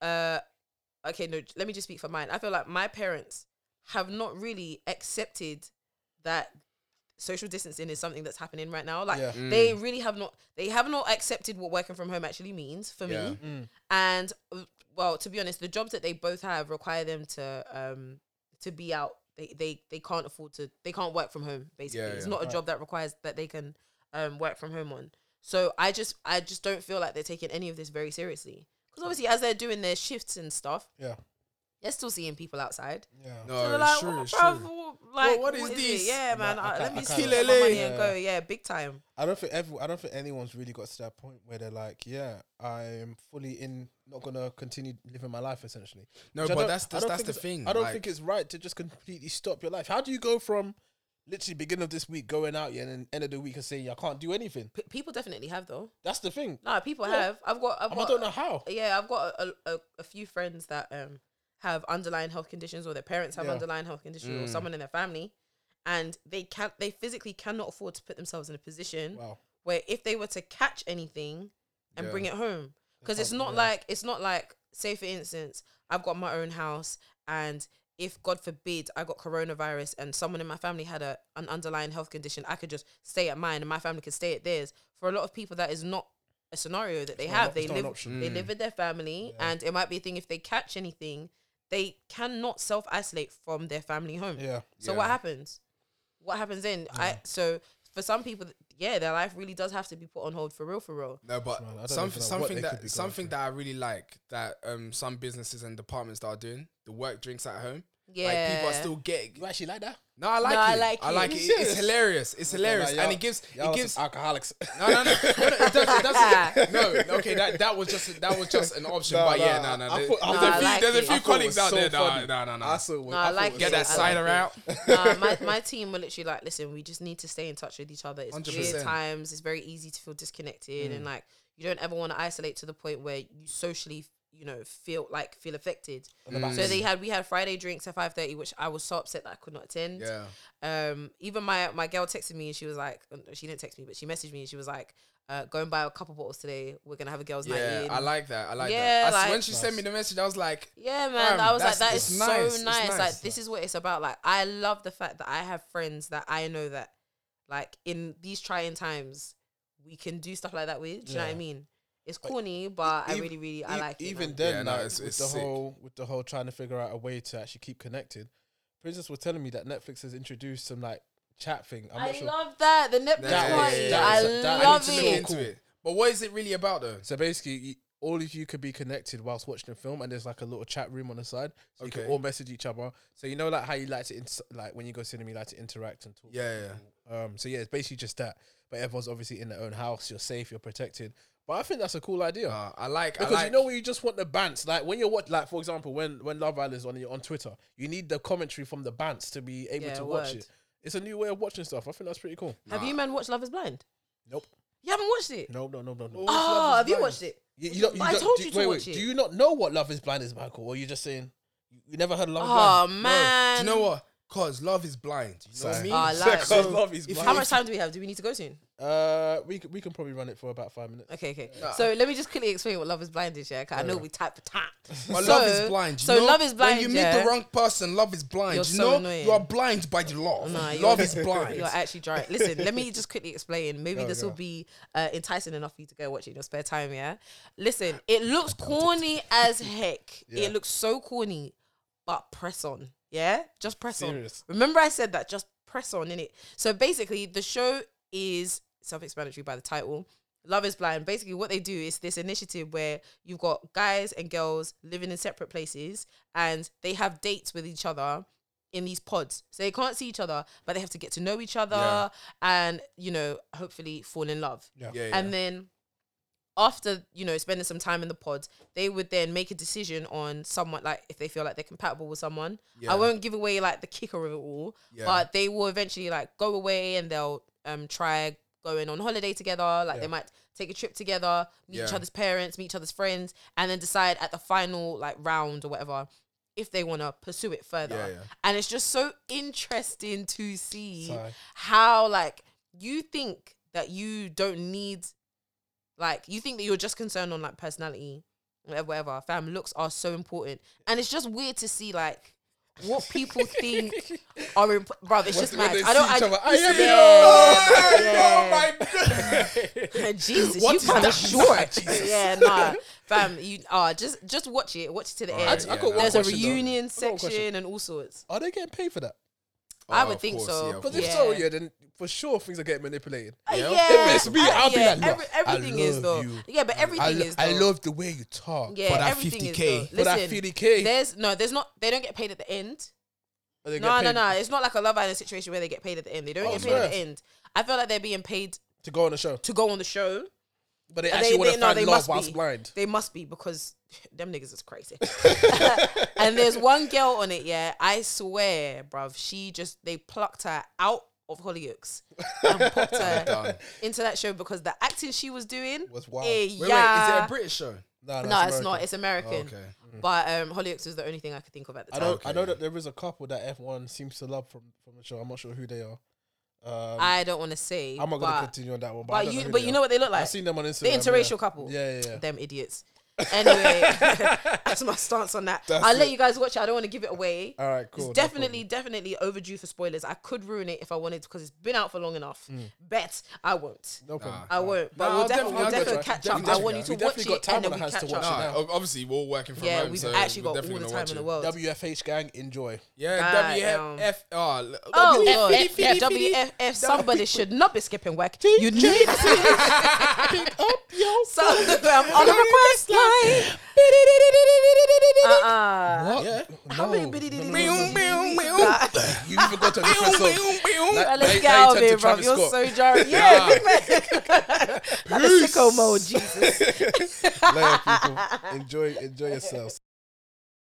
[SPEAKER 2] Uh, okay, no, let me just speak for mine. I feel like my parents have not really accepted that social distancing is something that's happening right now. Like
[SPEAKER 1] Yeah.
[SPEAKER 2] they
[SPEAKER 3] Mm.
[SPEAKER 2] really have not. They have not accepted what working from home actually means for
[SPEAKER 3] Yeah.
[SPEAKER 2] me.
[SPEAKER 1] Mm,
[SPEAKER 2] And uh, well, to be honest, the jobs that they both have require them to um to be out. They they they can't afford to. They can't work from home. Basically,
[SPEAKER 3] Yeah,
[SPEAKER 2] it's
[SPEAKER 3] yeah.
[SPEAKER 2] not a job that requires that they can um work from home on. So I just I just don't feel like they're taking any of this very seriously. Because obviously, as they're doing their shifts and stuff,
[SPEAKER 1] Yeah.
[SPEAKER 2] they're still seeing people outside.
[SPEAKER 1] Yeah.
[SPEAKER 3] No,
[SPEAKER 2] So they're like,
[SPEAKER 3] sure,
[SPEAKER 2] "Oh,
[SPEAKER 3] sure.
[SPEAKER 2] bruv, what- like,
[SPEAKER 3] what is this?"
[SPEAKER 2] it? Yeah, man.
[SPEAKER 1] I
[SPEAKER 2] I,
[SPEAKER 1] can't-
[SPEAKER 2] let
[SPEAKER 1] I
[SPEAKER 2] me
[SPEAKER 1] can't-
[SPEAKER 2] see my money
[SPEAKER 1] Yeah.
[SPEAKER 2] and go. Yeah, big time.
[SPEAKER 1] I don't think every, I don't think anyone's really got to that point where they're like, yeah, I'm fully in, not gonna continue living my life essentially.
[SPEAKER 3] No,
[SPEAKER 1] Which I
[SPEAKER 3] but
[SPEAKER 1] don't-
[SPEAKER 3] that's
[SPEAKER 1] I
[SPEAKER 3] the,
[SPEAKER 1] don't
[SPEAKER 3] that's
[SPEAKER 1] think
[SPEAKER 3] the
[SPEAKER 1] it's-
[SPEAKER 3] thing.
[SPEAKER 1] I don't
[SPEAKER 3] like-
[SPEAKER 1] think it's right to just completely stop your life. How do you go from literally beginning of this week going out yeah, and then end of the week and saying I can't do anything?
[SPEAKER 2] P- people definitely have though.
[SPEAKER 1] That's the thing.
[SPEAKER 2] No, people
[SPEAKER 1] Yeah.
[SPEAKER 2] have. I've got. I've
[SPEAKER 1] Um, I
[SPEAKER 2] got
[SPEAKER 1] don't know how.
[SPEAKER 2] yeah, I've got a, a, a few friends that um have underlying health conditions or their parents have
[SPEAKER 1] Yeah.
[SPEAKER 2] underlying health conditions or someone in their family and they can not they physically cannot afford to put themselves in a position
[SPEAKER 1] Wow.
[SPEAKER 2] where if they were to catch anything and
[SPEAKER 3] Yeah.
[SPEAKER 2] bring it home because it's
[SPEAKER 1] can't-
[SPEAKER 2] not
[SPEAKER 1] yeah.
[SPEAKER 2] like it's not like say for instance I've got my own house and if God forbid I got coronavirus and someone in my family had a an underlying health condition I could just stay at mine and my family could stay at theirs for a lot of people that is not a scenario that they
[SPEAKER 1] not an
[SPEAKER 2] have
[SPEAKER 1] op-
[SPEAKER 2] they
[SPEAKER 1] it's not an
[SPEAKER 2] live
[SPEAKER 1] option. Mm.
[SPEAKER 2] they live with their family and it might be a thing if they catch anything they cannot self isolate from their family home
[SPEAKER 1] Yeah.
[SPEAKER 2] so
[SPEAKER 3] Yeah.
[SPEAKER 2] what happens? What happens then? I so for some people, yeah, their life really does have to be put on hold for real, for real.
[SPEAKER 3] No, but
[SPEAKER 1] Man, I don't
[SPEAKER 3] some,
[SPEAKER 1] even know what
[SPEAKER 3] something
[SPEAKER 1] they could be
[SPEAKER 3] that
[SPEAKER 1] going
[SPEAKER 3] something
[SPEAKER 1] through.
[SPEAKER 3] that I really like that um some businesses and departments that are doing the work drinks at home. like people are
[SPEAKER 2] Yeah.
[SPEAKER 3] still getting.
[SPEAKER 1] You actually like that?
[SPEAKER 3] No, I like
[SPEAKER 2] No, I
[SPEAKER 3] it.
[SPEAKER 2] like
[SPEAKER 3] I
[SPEAKER 2] it.
[SPEAKER 3] like it.
[SPEAKER 2] You
[SPEAKER 3] It's
[SPEAKER 1] serious?
[SPEAKER 3] hilarious. It's hilarious,
[SPEAKER 1] Yeah, like,
[SPEAKER 3] and
[SPEAKER 1] y'all-
[SPEAKER 3] it gives
[SPEAKER 1] y'all
[SPEAKER 3] it
[SPEAKER 1] are
[SPEAKER 3] gives.
[SPEAKER 1] some alcoholics.
[SPEAKER 3] No, no, no, no, no, it doesn't, it doesn't, no. Okay, that that was just that was just an option.
[SPEAKER 1] No,
[SPEAKER 3] but yeah,
[SPEAKER 1] no,
[SPEAKER 3] no, no.
[SPEAKER 1] I
[SPEAKER 3] there-
[SPEAKER 1] thought- I
[SPEAKER 3] There's
[SPEAKER 2] thought-
[SPEAKER 3] a few,
[SPEAKER 2] I
[SPEAKER 3] there's a
[SPEAKER 2] like
[SPEAKER 3] few
[SPEAKER 2] it.
[SPEAKER 3] colleagues out
[SPEAKER 1] so
[SPEAKER 3] there. No,
[SPEAKER 1] funny.
[SPEAKER 3] no, no,
[SPEAKER 1] I
[SPEAKER 3] no.
[SPEAKER 1] saw.
[SPEAKER 2] No, I
[SPEAKER 1] thought
[SPEAKER 2] like
[SPEAKER 1] it was
[SPEAKER 3] Get
[SPEAKER 1] so
[SPEAKER 3] that
[SPEAKER 1] funny.
[SPEAKER 3] cider out.
[SPEAKER 2] Nah, Uh, my, my team were literally like, listen, we just need to stay in touch with each other. It's
[SPEAKER 3] 100%.
[SPEAKER 2] weird times. It's very easy to feel disconnected,
[SPEAKER 3] Mm.
[SPEAKER 2] and like you don't ever want to isolate to the point where you socially, you know, feel like feel affected. So
[SPEAKER 3] Mm.
[SPEAKER 2] they had we had Friday drinks at five thirty, which I was so upset that I could not attend.
[SPEAKER 3] Yeah.
[SPEAKER 2] um even my my girl texted me and she was like uh, she didn't text me but she messaged me and she was like uh go and buy a couple bottles today we're gonna have a girls night
[SPEAKER 3] Yeah,
[SPEAKER 2] in
[SPEAKER 3] I like that. I like
[SPEAKER 2] Yeah,
[SPEAKER 3] that. I s- when
[SPEAKER 2] like-
[SPEAKER 3] she sent me the message, I was like,
[SPEAKER 2] yeah man
[SPEAKER 3] Fam,
[SPEAKER 2] i was like
[SPEAKER 3] that's-
[SPEAKER 2] that
[SPEAKER 3] it's
[SPEAKER 2] is
[SPEAKER 3] nice, it's
[SPEAKER 2] so nice.
[SPEAKER 3] nice.
[SPEAKER 2] like this is what it's about like i love the fact that i have friends that i know that like in these trying times we can do stuff like that with do you know what i
[SPEAKER 1] Yeah.
[SPEAKER 2] mean it's corny but i
[SPEAKER 1] ev-
[SPEAKER 2] really really i
[SPEAKER 1] E-
[SPEAKER 2] like
[SPEAKER 1] even
[SPEAKER 2] it man.
[SPEAKER 1] then
[SPEAKER 3] Yeah, no,
[SPEAKER 1] like,
[SPEAKER 3] it's-
[SPEAKER 1] with
[SPEAKER 3] it's
[SPEAKER 1] the
[SPEAKER 3] sick.
[SPEAKER 1] whole with the whole trying to figure out a way to actually keep connected princess was telling me that netflix has introduced some like chat thing. I'm
[SPEAKER 2] I
[SPEAKER 1] not sure.
[SPEAKER 2] love that the Netflix
[SPEAKER 3] Yeah, yeah,
[SPEAKER 2] party.
[SPEAKER 3] yeah, yeah.
[SPEAKER 2] I
[SPEAKER 1] That- that- I need
[SPEAKER 2] love
[SPEAKER 1] to
[SPEAKER 3] look
[SPEAKER 2] it.
[SPEAKER 3] into it. But what is it really about though?
[SPEAKER 1] So basically, you, all of you could be connected whilst watching the film, and there's like a little chat room on the side, so you
[SPEAKER 3] Okay.
[SPEAKER 1] can all message each other. So you know, like how you like to ins- like when you go cinema, you like to interact and talk.
[SPEAKER 3] Yeah, yeah, yeah.
[SPEAKER 1] Um. So yeah, it's basically just that. But everyone's obviously in their own house. You're safe. You're protected. But I think that's a cool idea.
[SPEAKER 3] Uh, I like
[SPEAKER 1] because
[SPEAKER 3] I like,
[SPEAKER 1] you know when you just want the bants, like when you're watch, like for example, when when Love Island is on you're on Twitter, you need the commentary from the bants to be able
[SPEAKER 2] Yeah,
[SPEAKER 1] to watch
[SPEAKER 2] word.
[SPEAKER 1] it. It's a new way of watching stuff. I think that's pretty cool.
[SPEAKER 2] Have
[SPEAKER 3] Nah.
[SPEAKER 2] you man watched Love Is Blind?
[SPEAKER 1] Nope.
[SPEAKER 2] You haven't watched it.
[SPEAKER 1] No, no, no, no, no.
[SPEAKER 3] What's Love
[SPEAKER 2] Oh,
[SPEAKER 3] Is
[SPEAKER 2] have you
[SPEAKER 3] Blind?
[SPEAKER 2] watched it?
[SPEAKER 1] You, you don't,
[SPEAKER 2] But I
[SPEAKER 1] don't-
[SPEAKER 2] told
[SPEAKER 1] do,
[SPEAKER 2] you to
[SPEAKER 1] wait,
[SPEAKER 2] watch
[SPEAKER 1] wait,
[SPEAKER 2] it.
[SPEAKER 1] Do you not know what Love is Blind is, Michael? Or are you just saying you never heard of Love
[SPEAKER 2] Oh
[SPEAKER 1] is Blind?
[SPEAKER 2] man.
[SPEAKER 3] Do you know what? Cause love is blind. You know what I
[SPEAKER 1] Sorry.
[SPEAKER 3] mean?
[SPEAKER 2] Ah, I like-
[SPEAKER 3] So
[SPEAKER 1] 'Cause love is
[SPEAKER 3] if
[SPEAKER 1] blind.
[SPEAKER 2] How
[SPEAKER 3] you-
[SPEAKER 2] much time do we have? Do we need to go soon?
[SPEAKER 1] Uh, we c- we can probably run it for about five minutes.
[SPEAKER 2] Okay, okay.
[SPEAKER 3] Nah.
[SPEAKER 2] So let me just quickly explain what Love is Blind is, yeah. 'cause I know we type tap.
[SPEAKER 3] But
[SPEAKER 2] So-
[SPEAKER 3] love is blind. You
[SPEAKER 2] so
[SPEAKER 3] know?
[SPEAKER 2] love is blind.
[SPEAKER 3] When you meet
[SPEAKER 2] yeah.
[SPEAKER 3] the wrong person, love is blind.
[SPEAKER 2] You're
[SPEAKER 3] you
[SPEAKER 2] so
[SPEAKER 3] know,
[SPEAKER 2] annoying.
[SPEAKER 3] you are blind by the love.
[SPEAKER 2] Nah, you're-
[SPEAKER 3] love is blind.
[SPEAKER 2] You're actually dry. Listen, let me just quickly explain. Maybe
[SPEAKER 1] Go,
[SPEAKER 2] this
[SPEAKER 1] go.
[SPEAKER 2] will be uh, enticing enough for you to go watch it in your spare time. Yeah. Listen, it looks corny as heck.
[SPEAKER 1] Yeah.
[SPEAKER 2] It looks so corny, but press on. Yeah, just press
[SPEAKER 1] Serious.
[SPEAKER 2] on. Remember, I said that. Just press on in it. So basically, the show is self-explanatory by the title. Love is blind. Basically, what they do is this initiative where you've got guys and girls living in separate places, and they have dates with each other in these pods. So they can't see each other, but they have to get to know each other
[SPEAKER 3] Yeah.
[SPEAKER 2] and, you know, hopefully fall in love.
[SPEAKER 3] yeah, yeah.
[SPEAKER 2] And then after, you know, spending some time in the pods, they would then make a decision on someone, like if they feel like they're compatible with someone.
[SPEAKER 3] Yeah.
[SPEAKER 2] I won't give away like the kicker of it all,
[SPEAKER 3] Yeah.
[SPEAKER 2] but they will eventually like go away and they'll um try going on holiday together. Like they might take a trip together, meet each
[SPEAKER 3] Yeah.
[SPEAKER 2] other's parents, meet each other's friends, and then decide at the final like round or whatever if they want to pursue it further.
[SPEAKER 3] Yeah, yeah.
[SPEAKER 2] And it's just so interesting to see
[SPEAKER 1] Sigh.
[SPEAKER 2] how like you think that you don't need like you think that you're just concerned on like personality, whatever, whatever. Fam, looks are so important, and it's just weird to see like what people think are important. Brother, it's just
[SPEAKER 1] When
[SPEAKER 2] mad.
[SPEAKER 1] they
[SPEAKER 2] I don't.
[SPEAKER 1] see each other,
[SPEAKER 2] I,
[SPEAKER 1] "I am
[SPEAKER 2] yeah.
[SPEAKER 1] your-"
[SPEAKER 2] Yeah.
[SPEAKER 1] Oh my God.
[SPEAKER 2] Jesus,
[SPEAKER 3] What
[SPEAKER 2] you
[SPEAKER 3] is
[SPEAKER 2] kind
[SPEAKER 3] that?
[SPEAKER 2] of short. yeah, nah, fam. You uh, just just watch it. Watch it to the
[SPEAKER 3] Alright,
[SPEAKER 2] end.
[SPEAKER 3] I got one
[SPEAKER 2] There's a
[SPEAKER 1] question though.
[SPEAKER 2] reunion
[SPEAKER 1] I got one
[SPEAKER 2] section and all sorts.
[SPEAKER 1] Are they getting paid for that?
[SPEAKER 2] I
[SPEAKER 3] Oh,
[SPEAKER 2] would
[SPEAKER 3] of
[SPEAKER 2] think
[SPEAKER 3] course,
[SPEAKER 2] so.
[SPEAKER 3] yeah, of
[SPEAKER 1] Because
[SPEAKER 3] course.
[SPEAKER 1] if so,
[SPEAKER 2] Yeah.
[SPEAKER 1] yeah, then for sure things are getting manipulated.
[SPEAKER 3] Yeah.
[SPEAKER 1] If it's me,
[SPEAKER 2] I-
[SPEAKER 1] I'll be
[SPEAKER 2] yeah,
[SPEAKER 1] like, "Look,
[SPEAKER 2] every-
[SPEAKER 1] I
[SPEAKER 2] everything is
[SPEAKER 1] love
[SPEAKER 2] though.
[SPEAKER 1] you.
[SPEAKER 2] Yeah, but everything
[SPEAKER 1] I, lo-
[SPEAKER 2] is. Though.
[SPEAKER 1] I love the way you talk.
[SPEAKER 2] Yeah,
[SPEAKER 3] for that
[SPEAKER 2] everything is.
[SPEAKER 3] 50K.
[SPEAKER 2] though.
[SPEAKER 1] For that
[SPEAKER 2] Listen,
[SPEAKER 1] 50K.
[SPEAKER 2] There's no, there's not. They don't get paid at the end.
[SPEAKER 1] But they
[SPEAKER 2] No,
[SPEAKER 1] get
[SPEAKER 2] no,
[SPEAKER 1] paid
[SPEAKER 2] no. It's not like a Love Island situation where they get paid at the end. They don't
[SPEAKER 1] Oh,
[SPEAKER 2] get paid at the
[SPEAKER 1] swear.
[SPEAKER 2] end. I feel like they're being paid
[SPEAKER 1] To go on the show.
[SPEAKER 2] to go on the show.
[SPEAKER 1] But they
[SPEAKER 2] And
[SPEAKER 1] actually
[SPEAKER 2] they,
[SPEAKER 1] want
[SPEAKER 2] they-
[SPEAKER 1] to
[SPEAKER 2] no,
[SPEAKER 1] find
[SPEAKER 2] they
[SPEAKER 1] love
[SPEAKER 2] must
[SPEAKER 1] whilst
[SPEAKER 2] be.
[SPEAKER 1] blind.
[SPEAKER 2] They must be because them niggas is crazy. and there's one girl on it, yeah. I swear, bruv, she just they plucked her out of Hollyoaks and popped her
[SPEAKER 3] Done.
[SPEAKER 2] into that show because the acting she was doing
[SPEAKER 1] Oh Was wild.
[SPEAKER 2] eh,
[SPEAKER 3] Wait,
[SPEAKER 2] yeah.
[SPEAKER 3] wait, is it a British show?
[SPEAKER 1] No,
[SPEAKER 2] no, it's not. It's American.
[SPEAKER 3] okay.
[SPEAKER 2] But um, Hollyoaks was the only thing I could think of at the
[SPEAKER 1] Mm. I
[SPEAKER 2] time.
[SPEAKER 1] know.
[SPEAKER 3] Okay.
[SPEAKER 1] I know that there is a couple that F one seems to love from from the show. I'm not sure who they are. Um,
[SPEAKER 2] I don't want to say.
[SPEAKER 1] I'm not
[SPEAKER 2] but-
[SPEAKER 1] gonna continue on that one. But, I
[SPEAKER 2] But
[SPEAKER 1] don't know
[SPEAKER 2] you,
[SPEAKER 1] who
[SPEAKER 2] but
[SPEAKER 1] they
[SPEAKER 2] you
[SPEAKER 1] are.
[SPEAKER 2] know what they look like.
[SPEAKER 1] I've seen them on Instagram.
[SPEAKER 2] the interracial
[SPEAKER 1] yeah.
[SPEAKER 2] couple.
[SPEAKER 1] Yeah, yeah, yeah.
[SPEAKER 2] Them idiots. Anyway, that's my stance on that.
[SPEAKER 1] That's
[SPEAKER 2] I'll let
[SPEAKER 1] it.
[SPEAKER 2] you guys watch it. I don't want to give it away.
[SPEAKER 1] All right, cool. no
[SPEAKER 2] it's definitely, definitely overdue for spoilers. I could ruin it if I wanted because it's been out for long enough. Bet I won't.
[SPEAKER 1] problem. Mm. No problem.
[SPEAKER 2] I won't. But
[SPEAKER 3] Nah,
[SPEAKER 2] we'll
[SPEAKER 3] I'll
[SPEAKER 2] definitely, we'll
[SPEAKER 3] definitely- I'll
[SPEAKER 2] definitely
[SPEAKER 3] go try.
[SPEAKER 2] catch up. I
[SPEAKER 3] Definitely
[SPEAKER 2] want
[SPEAKER 3] go.
[SPEAKER 2] you to
[SPEAKER 1] We
[SPEAKER 2] watch
[SPEAKER 1] definitely got
[SPEAKER 2] it
[SPEAKER 1] time
[SPEAKER 2] and
[SPEAKER 1] on
[SPEAKER 2] then we
[SPEAKER 1] our hands
[SPEAKER 2] catch
[SPEAKER 1] to watch
[SPEAKER 3] Nah,
[SPEAKER 1] it.
[SPEAKER 2] up.
[SPEAKER 1] now.
[SPEAKER 3] Ah, ob- obviously we're all working from
[SPEAKER 2] Yeah,
[SPEAKER 3] home,
[SPEAKER 2] we've
[SPEAKER 3] so
[SPEAKER 2] actually got all
[SPEAKER 3] we're
[SPEAKER 2] the
[SPEAKER 3] definitely
[SPEAKER 2] time
[SPEAKER 3] gonna
[SPEAKER 2] in the
[SPEAKER 3] watch
[SPEAKER 2] world.
[SPEAKER 1] WFH gang, enjoy.
[SPEAKER 3] it. Yeah,
[SPEAKER 2] Goddamn.
[SPEAKER 3] WFF. Oh,
[SPEAKER 2] Oh,
[SPEAKER 3] WFF,
[SPEAKER 2] Lord. yeah,
[SPEAKER 3] WFF.
[SPEAKER 2] WFF, somebody should not be skipping work. You need to pick up your so, um, on the request line. Uh-uh.
[SPEAKER 1] What? Yeah.
[SPEAKER 2] How many
[SPEAKER 1] No.
[SPEAKER 2] bitty
[SPEAKER 1] No,
[SPEAKER 2] did
[SPEAKER 1] no,
[SPEAKER 2] you
[SPEAKER 1] no, no, no. You even got to a different song.
[SPEAKER 3] WFF.
[SPEAKER 1] Like-
[SPEAKER 2] Let's
[SPEAKER 1] They-
[SPEAKER 2] get
[SPEAKER 1] they
[SPEAKER 2] out of
[SPEAKER 1] turned
[SPEAKER 2] here,
[SPEAKER 1] to
[SPEAKER 2] bro.
[SPEAKER 1] Travis
[SPEAKER 2] You're
[SPEAKER 1] Scott.
[SPEAKER 2] so jarring. Yeah, man. like a sicko mode, Jesus.
[SPEAKER 1] Later, people. Enjoy, enjoy yourselves.